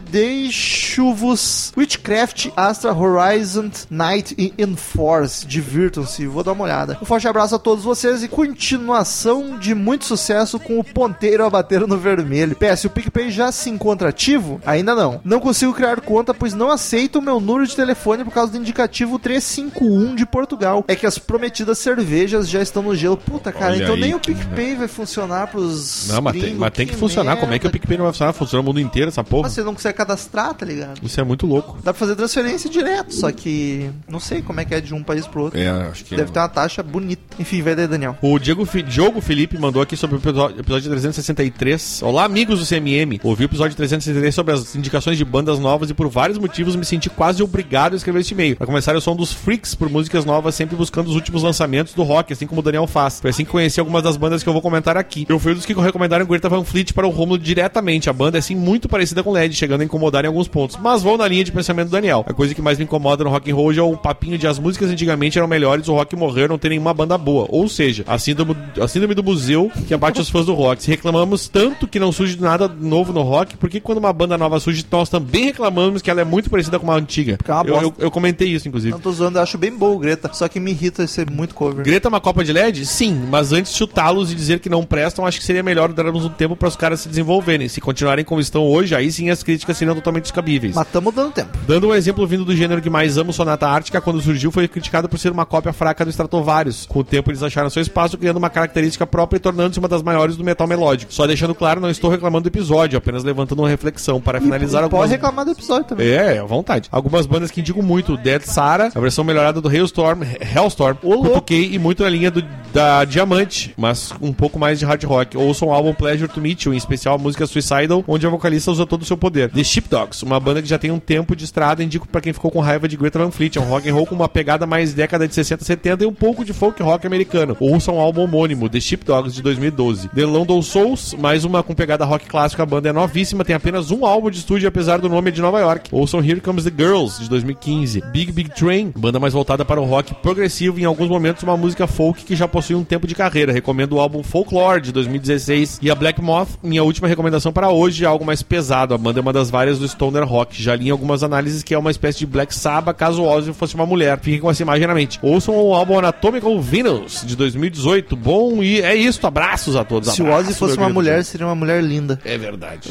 Speaker 2: deixo-vos Witchcraft, Astra Horizon, Night e Enforce. Divirtam-se, vou dar uma olhada. Um forte abraço a todos vocês e continuação de muito sucesso com o ponteiro a bater no vermelho. PS, o PicPay já se encontra ativo? Ainda não. Não consigo criar conta, pois não aceito o meu número de telefone por causa do indicativo 351 de Portugal. É que as prometidas cervejas já estão no gelo. Puta, cara,
Speaker 3: Olha
Speaker 2: então
Speaker 3: aí,
Speaker 2: nem o
Speaker 3: cara.
Speaker 2: PicPay vai funcionar pros.
Speaker 3: Não, mas tem,
Speaker 2: gringos.
Speaker 3: mas tem que funcionar. Como é que o
Speaker 2: merda.
Speaker 3: PicPay não vai funcionar? Funciona o mundo inteiro, essa porra.
Speaker 2: Mas você não consegue cadastrar, tá ligado?
Speaker 3: Isso é muito louco.
Speaker 2: Dá pra fazer transferência direto, só que não sei como é que é de um país pro outro.
Speaker 3: É, acho que.
Speaker 2: Deve ter uma taxa bonita. Enfim, vai daí, Daniel.
Speaker 3: O Diego Fi- Diogo Felipe mandou aqui sobre o episo- episódio 365 363. Olá, amigos do CMM. Ouvi o episódio 363 sobre as indicações de bandas novas e por vários motivos me senti quase obrigado a escrever este e-mail. Pra começar, eu sou um dos freaks por músicas novas, sempre buscando os últimos lançamentos do rock, assim como o Daniel faz. Foi assim que conheci algumas das bandas que eu vou comentar aqui. Eu fui um dos que recomendaram Greta Van Fleet para o Romulo diretamente. A banda é, assim, muito parecida com LED, chegando a incomodar em alguns pontos. Mas vou na linha de pensamento do Daniel. A coisa que mais me incomoda no rock and roll hoje é o papinho de as músicas antigamente eram melhores, o rock morreu, não tem nenhuma banda boa. Ou seja, a síndrome, a síndrome do museu que abate os fãs do rock. Se reclamamos tanto que não surge nada novo no rock, por que quando uma banda nova surge, nós também reclamamos que ela é muito parecida com uma antiga?
Speaker 2: é uma
Speaker 3: Eu,
Speaker 2: bosta.
Speaker 3: eu, eu comentei isso, inclusive.
Speaker 2: Não tô zoando, eu acho bem bom o Greta, só que me irrita ser muito cover.
Speaker 3: Greta é uma copa de LED? Sim, mas antes de chutá-los e dizer que não prestam, acho que seria melhor darmos um tempo para os caras se desenvolverem. Se continuarem como estão hoje, aí sim as críticas seriam totalmente descabíveis.
Speaker 2: Mas tamo dando tempo.
Speaker 3: Dando um exemplo vindo do gênero que mais amo, Sonata Ártica, quando surgiu foi criticado por ser uma cópia fraca do Stratovarius. Com o tempo eles acharam seu espaço, criando uma característica própria e tornando-se uma das maiores do metal melódico. Só deixando claro, não estou reclamando do episódio, apenas levantando uma reflexão para finalizar
Speaker 2: E
Speaker 3: algumas...
Speaker 2: Pode reclamar do episódio também.
Speaker 3: É, à vontade. Algumas bandas que indico muito: Dead Sara, a versão melhorada do Hailstorm, Hellstorm, Cutuquei e muito na linha do, da Diamante, mas um pouco mais de hard rock. Ouçam o álbum Pleasure to Meet You, em especial a música Suicidal, onde a vocalista usa todo o seu poder. The Sheepdogs, uma banda que já tem um tempo de estrada, indico pra quem ficou com raiva de Greta Van Fleet. É um rock and roll com uma pegada mais década de 60, 70 e um pouco de folk rock americano. Ouçam o álbum homônimo, The Sheepdogs, de 2012. The London Souls, mais uma com pegada rock clássica. A banda é novíssima, tem apenas um álbum de estúdio, apesar do nome é de Nova York. Ouçam Here Comes the Girls, de 2015. Big Big Train, banda mais voltada para o rock progressivo, em alguns momentos uma música folk que já possui um tempo de carreira. Recomendo o álbum Folklore, de 2016. E a Black Moth, minha última recomendação para hoje, é algo mais pesado. A banda é uma das várias do Stoner Rock. Já li em algumas análises que é uma espécie de Black Sabbath, caso o Ozzy fosse uma mulher. Fiquem com essa imagem na mente. Ouçam o álbum Anatomical Venus, de 2018. Bom, e é isso. Abraços a todos.
Speaker 2: Se o
Speaker 3: Abraço,
Speaker 2: Ozzy fosse
Speaker 3: meu
Speaker 2: uma
Speaker 3: querido.
Speaker 2: mulher, seria uma mulher linda.
Speaker 3: É verdade.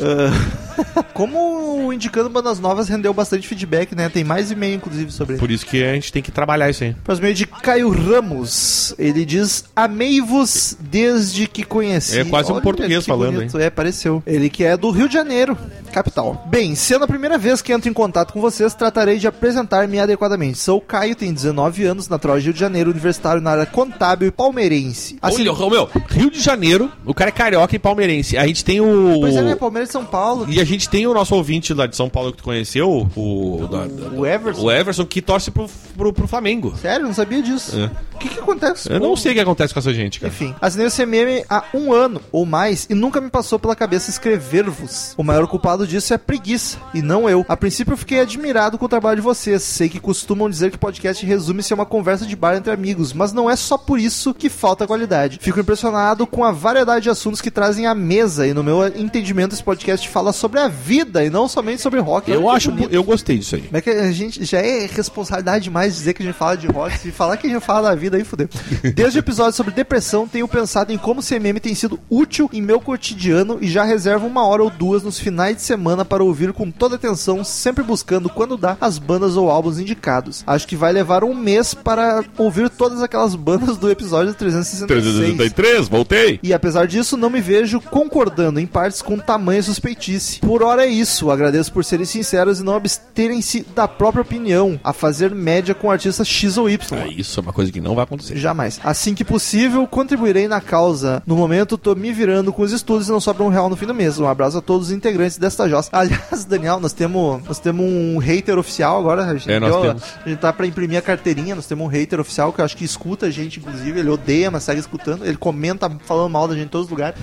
Speaker 2: Como o Indicando Bandas Novas rendeu bastante feedback, né? Tem mais e-mail, inclusive, sobre ele.
Speaker 3: Por isso que a gente tem que trabalhar isso aí.
Speaker 2: Próximo e-mail de Caio Ramos. Ele diz: Amei-vos desde que conheci.
Speaker 3: É quase um português
Speaker 2: que
Speaker 3: falando,
Speaker 2: bonito. É, pareceu. Ele que é do Rio de Janeiro, capital. Bem, sendo a primeira vez que entro em contato com vocês, tratarei de apresentar-me adequadamente. Sou o Caio, tenho 19 anos, natural de Rio de Janeiro, universitário na área contábil e palmeirense. Assim,
Speaker 3: Olha, meu, Rio de Janeiro, o cara é carioca e palmeirense. A gente tem o.
Speaker 2: pois é, né? Palmeiras e São Paulo.
Speaker 3: E a gente tem o nosso ouvinte lá de São Paulo que tu conheceu, o. da- da-
Speaker 2: O Everson.
Speaker 3: o Everson, que torce pro, pro, pro Flamengo.
Speaker 2: Sério, não sabia disso.
Speaker 3: É.
Speaker 2: O que, que acontece?
Speaker 3: Eu não
Speaker 2: Pô,
Speaker 3: sei o que acontece com essa gente, cara.
Speaker 2: Enfim, assinei o CMM há um ano ou mais e nunca me passou pela cabeça escrever-vos. O maior culpado disso é a preguiça, e não eu. A princípio eu fiquei admirado com o trabalho de vocês. Sei que costumam dizer que podcast resume-se a uma conversa de bar entre amigos, mas não é só por isso que falta qualidade. Fico impressionado com a variedade de assuntos que trazem à mesa, e no meu entendimento esse podcast fala sobre a vida e não somente sobre rock. Olha
Speaker 3: um- Eu
Speaker 2: que
Speaker 3: acho.
Speaker 2: bonito.
Speaker 3: Eu gostei disso aí.
Speaker 2: Como é que a gente já é responsabilidade demais dizer que a gente fala de rock? Se falar que a gente fala da vida, aí fudeu. Desde o episódio sobre depressão, tenho pensado em como o CMM tem sido útil em meu cotidiano e já reservo uma hora ou duas nos finais de semana para ouvir com toda atenção, sempre buscando, quando dá, as bandas ou álbuns indicados. Acho que vai levar um mês para ouvir todas aquelas bandas do episódio 366.
Speaker 3: voltei!
Speaker 2: E apesar disso, não me vejo concordando em partes com tamanha suspeitice. Por hora é isso. Agradeço por serem sinceros e não absterem-se da própria opinião a fazer média com artista X ou Y.
Speaker 3: Ah, isso é uma coisa que não vai acontecer.
Speaker 2: Jamais. Assim que possível, contribuirei na causa. No momento, tô me virando com os estudos e não sobra um real no fim do mês. Um abraço a todos os integrantes desta jossa. Aliás, Daniel, nós temos, nós temos um hater oficial agora. A gente,
Speaker 3: É, nós
Speaker 2: deu-
Speaker 3: temos.
Speaker 2: a gente tá pra imprimir a carteirinha. Nós temos um hater oficial que eu acho que escuta a gente, inclusive. Ele odeia, mas segue escutando. Ele comenta falando mal da gente em todos os lugares.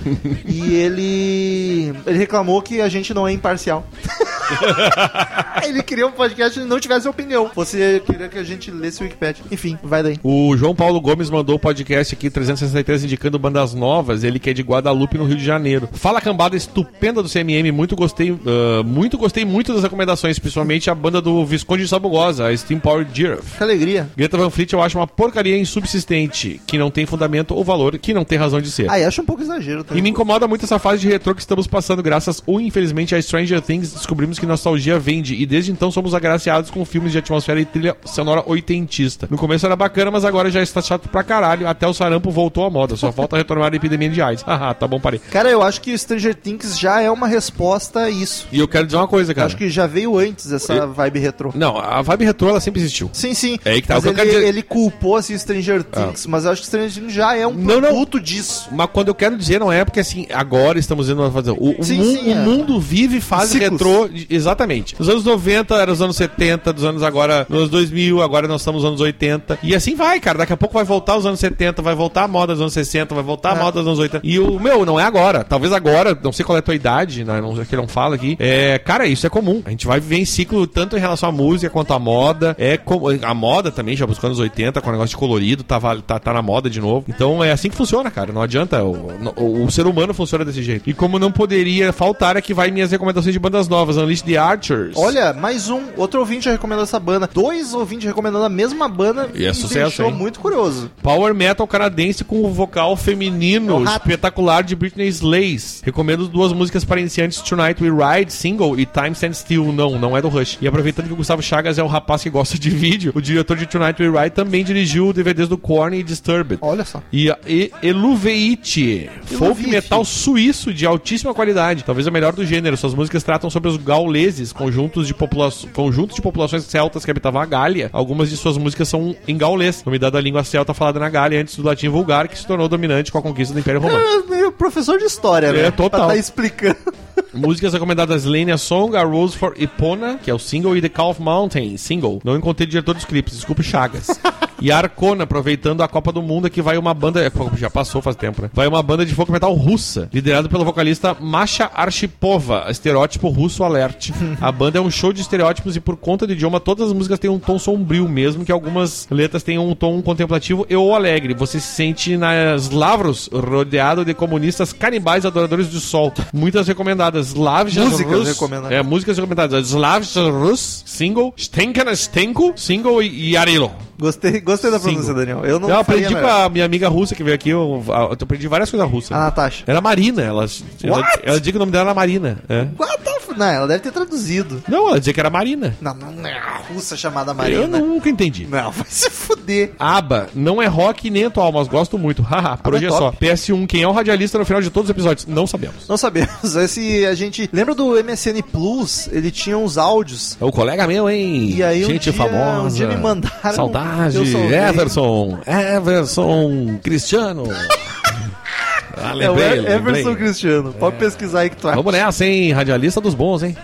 Speaker 2: e ele, ele reclamou que a gente não é imparcial. ele queria um podcast que não tivesse opinião. Você queria que a gente lesse o Wikipedia. Enfim, vai daí.
Speaker 3: O João Paulo Gomes mandou o podcast aqui 363 indicando bandas novas, ele que é de Guadalupe, no Rio de Janeiro. Fala cambada estupenda do CMM, muito gostei, ah, muito gostei muito das recomendações, principalmente a banda do Visconde de Sabugosa, a Steam Power Giraffe.
Speaker 2: Que alegria.
Speaker 3: Greta Van Fleet eu acho uma porcaria insubsistente, que não tem fundamento ou valor, que não tem razão de ser.
Speaker 2: Ah, eu acho um pouco exagero também.
Speaker 3: E me incomoda muito essa fase de retrô que estamos passando, graças ou infelizmente a Stranger Things, descobrimos que nostalgia vende, e desde então somos agraciados com filmes de atmosfera e trilha sonora oitentista. No começo era bacana, mas agora já está chato pra caralho, até o sarampo voltou à moda, só falta retornar a epidemia de AIDS. Haha, tá bom, parei.
Speaker 2: Cara, eu acho que Stranger Things já é uma resposta a isso.
Speaker 3: E eu quero dizer uma coisa, cara.
Speaker 2: Acho que já veio antes essa vibe retrô.
Speaker 3: Não, a vibe retrô ela sempre existiu.
Speaker 2: Sim, sim.
Speaker 3: É aí que tá,
Speaker 2: mas
Speaker 3: o que eu
Speaker 2: ele,
Speaker 3: quero dizer- Ah.
Speaker 2: ele culpou assim, Stranger Things, mas eu acho que Stranger Things já é um
Speaker 3: Não, não.
Speaker 2: produto disso.
Speaker 3: Mas quando eu quero dizer, não é porque assim, agora estamos indo numa fase. O, o
Speaker 2: Sim,
Speaker 3: mu-
Speaker 2: sim,
Speaker 3: o
Speaker 2: é.
Speaker 3: mundo vive fase
Speaker 2: Ciclos.
Speaker 3: retrô, de- exatamente. Dos anos 90, era os anos 70, dos anos agora, nos 2000, agora nós estamos nos anos 80. E assim vai, cara. Daqui a pouco vai voltar os anos 70, vai voltar a moda dos anos 60, vai voltar a
Speaker 2: É.
Speaker 3: moda dos anos 80. E o meu, não é agora. Talvez agora, não sei qual é a tua idade, né? não, que não fala aqui. É, cara, isso é comum. A gente vai viver em ciclo tanto em relação à música quanto à moda. É como a moda também já buscou nos 80 com o negócio de colorido, tá, val- tá, tá na moda de novo. Então é assim que funciona, cara. Não adianta. O, o- o ser humano funciona desse jeito. E como não poderia faltar, é que vai minhas recomendações de bandas novas: Unleash the Archers.
Speaker 2: Olha, mais um. Outro ouvinte recomendou essa banda. Dois ouvintes recomendando a mesma banda.
Speaker 3: E é
Speaker 2: me
Speaker 3: sucesso,
Speaker 2: deixou
Speaker 3: hein?
Speaker 2: muito curioso.
Speaker 3: Power metal canadense com o vocal
Speaker 2: É
Speaker 3: feminino
Speaker 2: o rato.
Speaker 3: espetacular de Britney Slays. Recomendo duas músicas para iniciantes Tonight We Ride, single, e Time Stand Still. Não, não é do Rush. E aproveitando que o Gustavo Chagas é um rapaz que gosta de vídeo, o diretor de Tonight We Ride também dirigiu DVDs do Korn e Disturbed.
Speaker 2: Olha só.
Speaker 3: E, e Eluveite, folk
Speaker 2: Eluveite.
Speaker 3: metal suíço de altíssima qualidade, talvez a melhor do gênero. Suas músicas tratam sobre os gauleses, conjuntos de, popula conjuntos de populações celtas que habitavam a Gália. Algumas de suas músicas são em gaulês, nome dado à língua celta falada na Gália antes do latim vulgar, que se tornou dominante com a conquista do Império Romano.
Speaker 2: É meio professor de história, né?
Speaker 3: É, total.
Speaker 2: Pra tá explicando.
Speaker 3: Músicas recomendadas Lane a Song, A Rose for Ipona, que é o single, e The Call of Mountain, single. Não encontrei diretor dos clipes, desculpe Chagas. e Arcona, aproveitando a Copa do Mundo, que vai uma banda. é, Já passou faz tempo, né? Vai uma banda de folk metal russa, liderada pelo vocalista Masha Arshipova, Ah, estereótipo russo alert. a banda é um show de estereótipos e, por conta do idioma, todas as músicas têm um tom sombrio, mesmo que algumas letras tenham um tom contemplativo e ou alegre. Você se sente nas Lavros, rodeado de comunistas canibais adoradores do sol. Muitas recomendadas. Slavjas
Speaker 2: Músicas
Speaker 3: Rus.
Speaker 2: recomendadas.
Speaker 3: É, músicas recomendadas. Slavjas Rus, single, Stenkana Stenko, single e Yarilo.
Speaker 2: Gostei, gostei da pronúncia,
Speaker 3: Single.
Speaker 2: Daniel. Eu não
Speaker 3: Eu aprendi
Speaker 2: faria
Speaker 3: com a minha amiga russa que veio aqui, eu, eu aprendi várias coisas russas.
Speaker 2: melhor. A Natasha.
Speaker 3: Era Marina, ela, ela,
Speaker 2: Ah. What?
Speaker 3: ela dizia que o nome dela era Marina. é.
Speaker 2: What the f- Não, ela deve ter traduzido.
Speaker 3: Não, ela dizia que era Marina.
Speaker 2: Não, não, não é a russa chamada
Speaker 3: Eu
Speaker 2: Marina.
Speaker 3: nunca entendi.
Speaker 2: Não, vai se fuder.
Speaker 3: Aba, não é rock nem atual, mas gosto muito. Haha, por
Speaker 2: Aba
Speaker 3: hoje
Speaker 2: é
Speaker 3: é
Speaker 2: top.
Speaker 3: só. PS1, quem é o radialista no final de todos os episódios? Não sabemos.
Speaker 2: Não sabemos. Esse, a gente. Lembra do MSN Plus? Ele tinha uns áudios.
Speaker 3: É o colega meu, hein?
Speaker 2: E aí um
Speaker 3: Gente
Speaker 2: dia-
Speaker 3: famosa.
Speaker 2: um dia me mandaram- eu
Speaker 3: Saudade.
Speaker 2: salvei.
Speaker 3: Everson. Everson Cristiano. ah,
Speaker 2: É o
Speaker 3: lembrei, É.
Speaker 2: E- Everson
Speaker 3: lembrei.
Speaker 2: Cristiano. Pode pesquisar aí que tu acha.
Speaker 3: Vamos nessa, hein? Radialista dos bons, hein?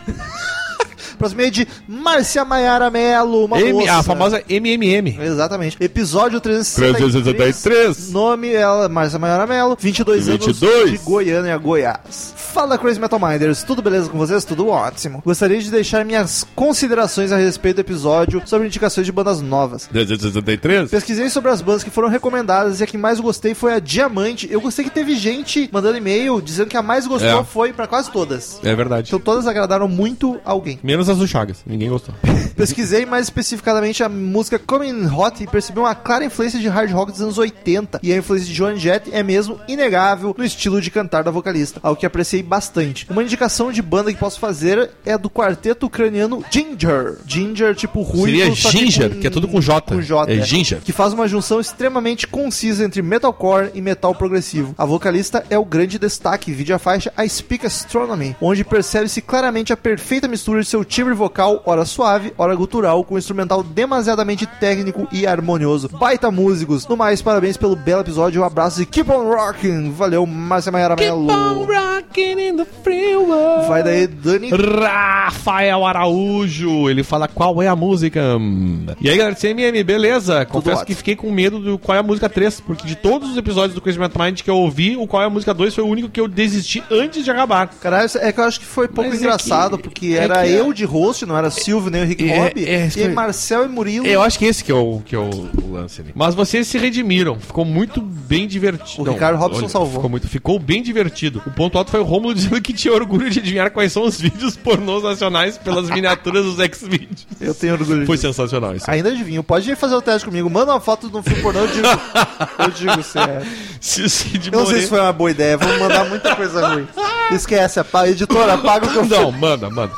Speaker 2: Próximo é de Márcia Maiara Melo, uma
Speaker 3: M-
Speaker 2: moça.
Speaker 3: a famosa MMM.
Speaker 2: Exatamente. Episódio 363. Nome ela, Márcia Maiara Melo, 22, anos
Speaker 8: 22.
Speaker 2: de Goiânia, Goiás. Fala Crazy Metal Minders, tudo beleza com vocês? Tudo ótimo. Gostaria de deixar minhas considerações a respeito do episódio sobre indicações de bandas novas.
Speaker 8: 363?
Speaker 2: Pesquisei sobre as bandas que foram recomendadas e a que mais gostei foi a Diamante. Eu gostei que teve gente mandando e-mail dizendo que a mais gostou
Speaker 3: É.
Speaker 2: foi pra quase todas.
Speaker 3: É verdade.
Speaker 2: Então todas agradaram muito alguém.
Speaker 3: Menos as do Chagas. Ninguém gostou.
Speaker 2: Pesquisei mais especificadamente a música Coming Hot e percebi uma clara influência de hard rock dos anos 80. E a influência de Joan Jett é mesmo inegável no estilo de cantar da vocalista, algo que apreciei bastante. Uma indicação de banda que posso fazer é do quarteto ucraniano Ginger. Ginger, tipo ruim.
Speaker 3: Seria Ginger, que é tudo com J.
Speaker 2: Com J.
Speaker 3: É Ginger.
Speaker 2: Que faz uma junção extremamente concisa entre metalcore e metal progressivo. A vocalista é o grande destaque, vide a faixa I Speak Astronomy, onde percebe-se claramente a perfeita mistura de seu timbre vocal, ora suave, ora gutural, com um instrumental demasiadamente técnico e harmonioso. Baita músicos! No mais, parabéns pelo belo episódio, um abraço e keep on rocking! Valeu, Márcia Maiara Melo!
Speaker 3: rocking in the free world.
Speaker 2: Vai daí, Dani.
Speaker 3: Rafael Araújo, ele fala qual é a música. E aí, galera do CMM, beleza? Confesso
Speaker 2: ótimo.
Speaker 3: que fiquei com medo do qual é a música 3, porque de todos os episódios do Crazy Metal Mind que eu ouvi, o qual é a música 2 foi o único que eu desisti antes de acabar.
Speaker 2: Caralho, é que eu acho que foi pouco
Speaker 3: Mas é
Speaker 2: engraçado,
Speaker 3: que-
Speaker 2: porque
Speaker 3: é
Speaker 2: era
Speaker 3: que-
Speaker 2: eu de host, não era Silvio nem o Rick
Speaker 3: É-
Speaker 2: Bob,
Speaker 3: é,
Speaker 2: e aí
Speaker 3: foi-
Speaker 2: Marcel e Murilo.
Speaker 3: Eu acho que esse que é o, que é o, o lance ali. Mas vocês se redimiram. Ficou muito bem divertido.
Speaker 2: O Ricardo Robson
Speaker 3: olha,
Speaker 2: salvou.
Speaker 3: Ficou, muito, ficou bem divertido. O ponto alto foi o Romulo dizendo que tinha orgulho de adivinhar quais são os vídeos pornôs nacionais pelas miniaturas dos X-Videos.
Speaker 2: Eu tenho orgulho
Speaker 3: Foi
Speaker 2: disso.
Speaker 3: sensacional isso.
Speaker 2: Ainda adivinho. Pode ir fazer o teste comigo. Manda uma foto de um filme pornô. Eu digo, eu digo se é.
Speaker 3: Se o Cid
Speaker 2: Eu não sei
Speaker 3: Moreira-
Speaker 2: se foi uma boa ideia. Vamos mandar muita coisa ruim. Esquece. Apaga, editora, apaga o que eu
Speaker 3: Não, manda, manda.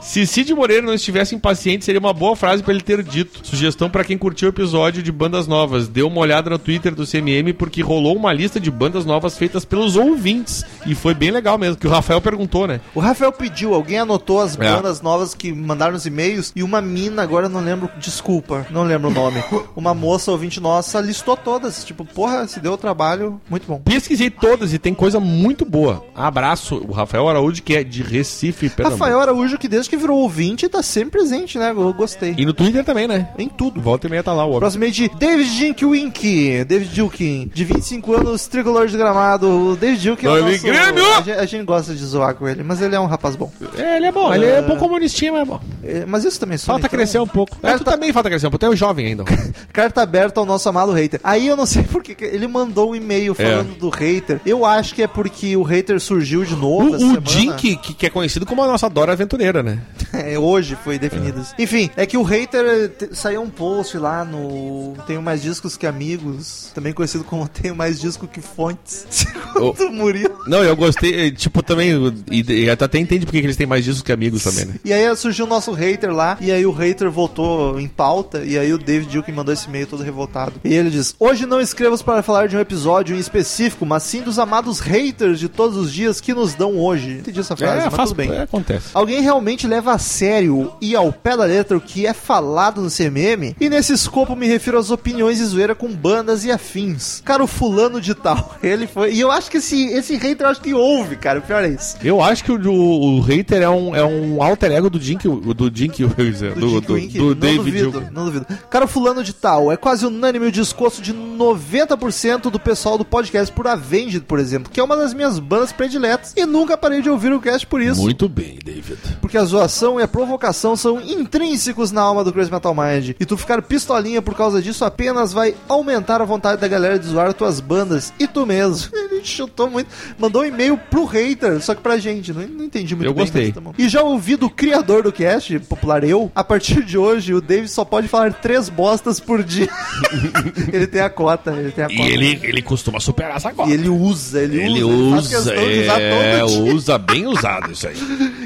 Speaker 3: Se Cid Moreira não estivesse impaciente, seria uma boa frase pra ele ter dito. Sugestão pra quem curtiu o episódio de bandas novas. Dê uma olhada no Twitter do CMM, porque rolou uma lista de bandas novas feitas pelos ouvintes. E foi bem legal mesmo, que o Rafael perguntou, né?
Speaker 2: O Rafael pediu, alguém anotou
Speaker 3: É.
Speaker 2: as bandas novas que mandaram os e-mails e uma mina, agora eu não lembro, desculpa, não lembro o nome. uma moça ouvinte nossa listou todas, tipo, porra, se deu o trabalho, muito bom.
Speaker 3: Pesquisei todas e tem coisa muito boa. Abraço, o Rafael Araújo, que é de Recife, Pernambuco.
Speaker 2: Rafael Araújo, que desde que virou ouvinte, tá sempre presente, né? Eu gostei.
Speaker 3: E no Twitter também, né?
Speaker 2: Em tudo.
Speaker 3: Volta e meia tá lá o homem.
Speaker 2: Próximo é de David Jinkwink, David Dilkin, de 25 anos, tricolor de gramado. O David Dilkin é o
Speaker 3: Davi
Speaker 2: nosso-
Speaker 3: Grêmio!
Speaker 2: A gente, a gente gosta de zoar com ele, mas ele é um rapaz bom.
Speaker 3: É, ele é bom, ele é bom comunistinha, mas é bom.
Speaker 2: É, Mas isso também sou,
Speaker 3: Falta
Speaker 2: então.
Speaker 3: crescer um pouco. É,
Speaker 2: Mas
Speaker 3: tu
Speaker 2: tá-
Speaker 3: também falta crescer um pouco, tu é jovem ainda.
Speaker 2: Carta aberta ao nosso amado hater. Aí eu não sei porque que ele mandou um
Speaker 3: É.
Speaker 2: e-mail falando do hater. Eu acho que é porque o hater surgiu de novo. essa
Speaker 3: O, o
Speaker 2: semana.
Speaker 3: Jink, que, que é conhecido como a nossa Dora Aventureira, né?
Speaker 2: É, hoje foi definido isso. Enfim, é que o hater eh, te- saiu um post lá no Tenho Mais Discos Que Amigos, também conhecido como Tenho Mais Disco Que Fontes, segundo
Speaker 3: Oh.
Speaker 2: o Murilo.
Speaker 3: Não, eu gostei, eh, tipo, também. E, e até entende porque que eles têm mais discos que amigos também, né?
Speaker 2: E aí surgiu o nosso hater lá, e aí o hater voltou em pauta, e aí o David Duke mandou esse e-mail todo revoltado. E ele diz: Hoje não escrevemos para falar de um episódio em específico, mas sim dos amados haters de todos os dias que nos dão hoje. Entendi essa frase, mas tudo bem.
Speaker 3: é, acontece.
Speaker 2: Alguém realmente leva a sério e ao pé da letra o que é falado no CMM? E nesse escopo me refiro às opiniões e zoeira com bandas e afins. Cara, o fulano de tal, ele foi... E eu acho que esse, esse hater, eu acho que houve, cara, o pior é isso.
Speaker 3: Eu acho que o, o, o hater é um, é um alter ego do Jink, do Jink, eu ia dizer, do, do,
Speaker 2: Dick Wink,
Speaker 3: do
Speaker 2: não
Speaker 3: David.
Speaker 2: duvido,
Speaker 3: Jink.
Speaker 2: não duvido. Cara, o fulano de tal, é quase unânime o discurso de 90% do pessoal do podcast por Avenged, por exemplo, que é uma das minhas bandas prediletas e nunca parei de ouvir o cast por isso.
Speaker 3: Muito bem, David.
Speaker 2: Porque a zoação e a provocação são intrínsecos na alma do Crazy Metal Mind. E tu ficar pistolinha por causa disso apenas vai aumentar a vontade da galera de zoar tuas bandas. E tu mesmo. Ele chutou muito. Mandou um e-mail pro hater, só que pra gente. Não, não entendi muito
Speaker 3: Eu
Speaker 2: bem.
Speaker 3: gostei.
Speaker 2: mas tá bom. E já ouvi do criador do cast, popular eu, a partir de hoje o David só pode falar três bostas por dia. ele tem a cota, ele tem a cota.
Speaker 3: E ele, ele costuma superar essa
Speaker 2: E
Speaker 3: coisa.
Speaker 2: ele usa, ele,
Speaker 3: Ele
Speaker 2: usa,
Speaker 3: usa, é, usa bem usado isso aí.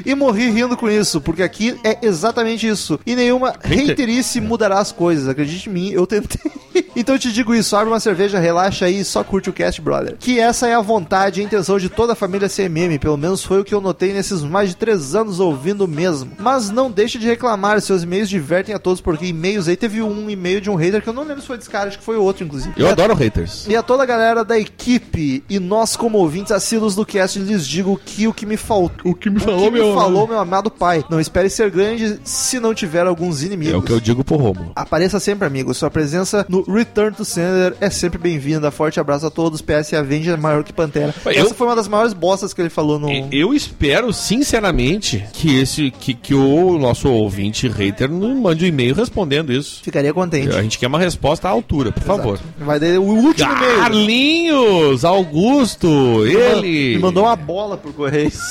Speaker 2: e morri rindo com isso, porque aqui é exatamente isso. E nenhuma
Speaker 3: Hater.
Speaker 2: haterice mudará as coisas. Acredite em mim, eu tentei. então eu te digo isso: abre uma cerveja, relaxa aí e só curte o cast, brother. Que essa é a vontade e a intenção de toda a família CMM. Pelo menos foi o que eu notei nesses mais de três anos ouvindo mesmo. Mas não deixe de reclamar, seus e-mails divertem a todos, porque e-mails aí teve um e-mail de um hater que eu não lembro se foi desse cara, acho que foi outro, inclusive.
Speaker 3: Eu adoro haters.
Speaker 2: E a toda a galera da equipe e nós como ouvintes assíduos do cast lhes digo que o que me faltou, o que me
Speaker 3: falou, meu-
Speaker 2: falou, meu amado pai, não espere ser grande se não tiver alguns inimigos.
Speaker 3: É o que eu digo pro Romulo.
Speaker 2: Apareça sempre, amigo. Sua presença no Return to Sender é sempre bem-vinda. Forte abraço a todos. PS Avenger é maior que Pantera.
Speaker 3: Ué,
Speaker 2: Essa
Speaker 3: eu-
Speaker 2: foi uma das maiores bostas que ele falou no.
Speaker 3: E- Eu espero, sinceramente, que esse que, que o nosso ouvinte hater não mande um e-mail respondendo isso.
Speaker 2: Ficaria contente.
Speaker 3: A gente quer uma resposta à altura, por favor.
Speaker 2: Vai dar o último e-mail.
Speaker 3: Carlinhos Augusto, ele.
Speaker 2: Me mandou uma bola por correio.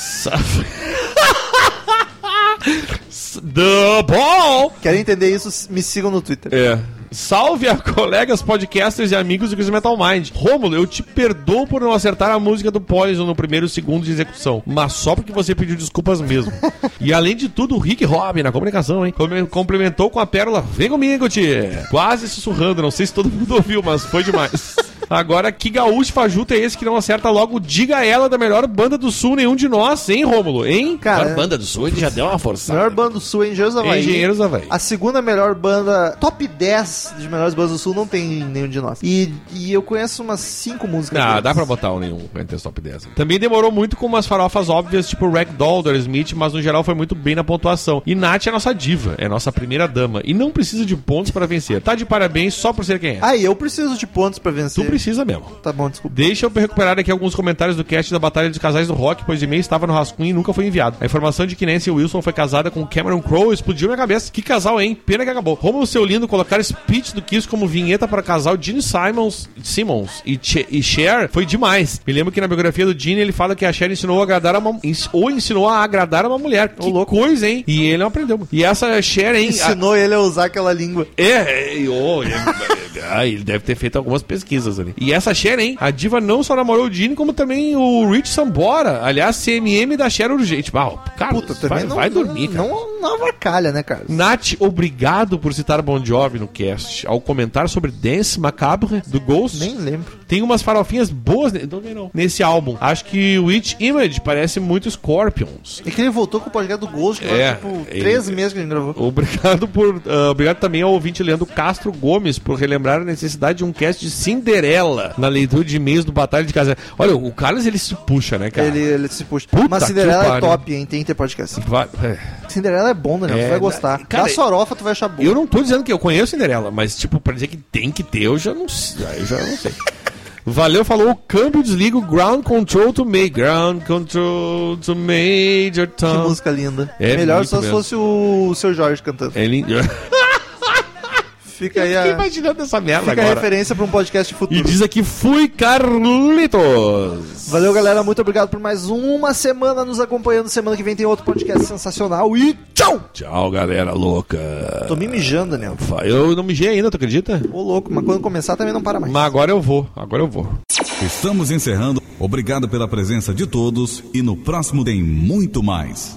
Speaker 3: The Ball!
Speaker 2: Querem entender isso? Me sigam no Twitter.
Speaker 3: É. Salve a colegas podcasters e amigos do Chris Metal Mind. Rômulo, eu te perdoo por não acertar a música do Poison no primeiro segundo de execução, mas só porque você pediu desculpas mesmo. e além de tudo, o Rick Rob na comunicação, hein? come- Complementou com a pérola Vem comigo, tia! Quase sussurrando, não sei se todo mundo ouviu, mas foi demais. Agora, que gaúcho fajuto é esse que não acerta logo Diga Ela da melhor banda do sul, nenhum de nós, hein, Rômulo? Hein?
Speaker 2: Cara,
Speaker 3: melhor banda do sul, ele já deu uma forçada.
Speaker 2: Melhor banda do Sul é Engenheiros Havaí.
Speaker 3: Engenheiros Havaí.
Speaker 2: A segunda melhor banda, top 10 de melhores bandas do Sul, não tem nenhum de nós. E, e eu conheço umas 5 músicas.
Speaker 3: Ah,
Speaker 2: deles.
Speaker 3: dá pra botar um nenhum entre os top 10. Também demorou muito com umas farofas óbvias, tipo Ragdoll, do Smith, mas no geral foi muito bem na pontuação. E Nath é nossa diva, é nossa primeira dama, e não precisa de pontos pra vencer. Tá de parabéns só por ser quem é.
Speaker 2: Ah, e eu preciso de pontos pra vencer.
Speaker 3: tu precisa mesmo.
Speaker 2: Tá bom, desculpa.
Speaker 3: Deixa eu recuperar aqui alguns comentários do cast da Batalha dos Casais do Rock, pois o e-mail estava no rascunho e nunca foi enviado. A informação de que Nancy Wilson foi casada com Cameron Crowe explodiu minha cabeça. Que casal, hein? Pena que acabou. Romulo seu lindo colocar speech do Kiss como vinheta para o casal Gene Simons, Simmons e, Che- e Cher foi demais. Me lembro que na biografia do Gene ele fala que a Cher ensinou a agradar a uma, ens- ou ensinou a agradar a uma mulher. Que coisa, hein? E ele não aprendeu. E essa Cher, hein? A-
Speaker 2: Ensinou ele a usar aquela língua.
Speaker 3: é, é, ô, é, ah, ele deve ter feito algumas pesquisas ali. E essa Cher, hein? A diva não só namorou o Gene, como também o Rich Sambora. Aliás, CMM da Cher urgente. Ah, cara,
Speaker 2: Puta, também
Speaker 3: vai,
Speaker 2: não.
Speaker 3: vai dormir, cara.
Speaker 2: Não, uma vacalha, né, cara?
Speaker 3: Nath, obrigado por citar Bon Jovi no cast. Ao comentar sobre Dance Macabre do Ghost,
Speaker 2: Nem lembro.
Speaker 3: tem umas farofinhas boas ne- não, não. nesse álbum. Acho que Witch Image parece muito Scorpions.
Speaker 2: É que ele voltou com o podcast do Ghost, que
Speaker 3: É,
Speaker 2: era tipo
Speaker 3: ele-
Speaker 2: três meses que a gente gravou.
Speaker 3: Obrigado por ah, obrigado também ao ouvinte Leandro Castro Gomes por relembrar a necessidade de um cast de Cinderela na leitura de e-mails do Batalha de Casa. Olha, o Carlos ele se puxa, né, cara?
Speaker 2: Ele, ele se puxa.
Speaker 3: Puta
Speaker 2: Mas
Speaker 3: que
Speaker 2: Cinderela é
Speaker 3: pariu.
Speaker 2: top, hein? Tem que ter podcast.
Speaker 3: Vai- é.
Speaker 2: Cinderela é bom, Daniel.
Speaker 3: É,
Speaker 2: tu vai gostar.
Speaker 3: cara,
Speaker 2: da sorofa, tu vai achar bom.
Speaker 3: Eu não tô dizendo que eu conheço Cinderela, mas, tipo, pra dizer que tem que ter, eu já não, sei- eu já não sei. Valeu, falou. Câmbio, desliga o ground control to me. Ground control to major
Speaker 2: Que
Speaker 3: tom.
Speaker 2: música linda.
Speaker 3: É
Speaker 2: Melhor
Speaker 3: muito
Speaker 2: só se
Speaker 3: mesmo.
Speaker 2: fosse o seu Jorge cantando.
Speaker 3: É lindo. Eu
Speaker 2: Fica aí
Speaker 3: fiquei
Speaker 2: a,
Speaker 3: imaginando essa merda
Speaker 2: fica a
Speaker 3: agora.
Speaker 2: referência pra um podcast
Speaker 3: E
Speaker 2: futuro.
Speaker 3: diz aqui, fui Carlitos.
Speaker 2: Valeu, galera. Muito obrigado por mais uma semana nos acompanhando. Semana que vem tem outro podcast sensacional. E tchau!
Speaker 3: Tchau, galera louca.
Speaker 2: Tô me mijando, Daniel.
Speaker 3: Eu não mijei ainda, tu acredita?
Speaker 2: Ô, louco. Mas quando começar também não para mais.
Speaker 3: Mas agora eu vou, agora eu vou.
Speaker 9: Estamos encerrando. Obrigado pela presença de todos e no próximo tem muito mais.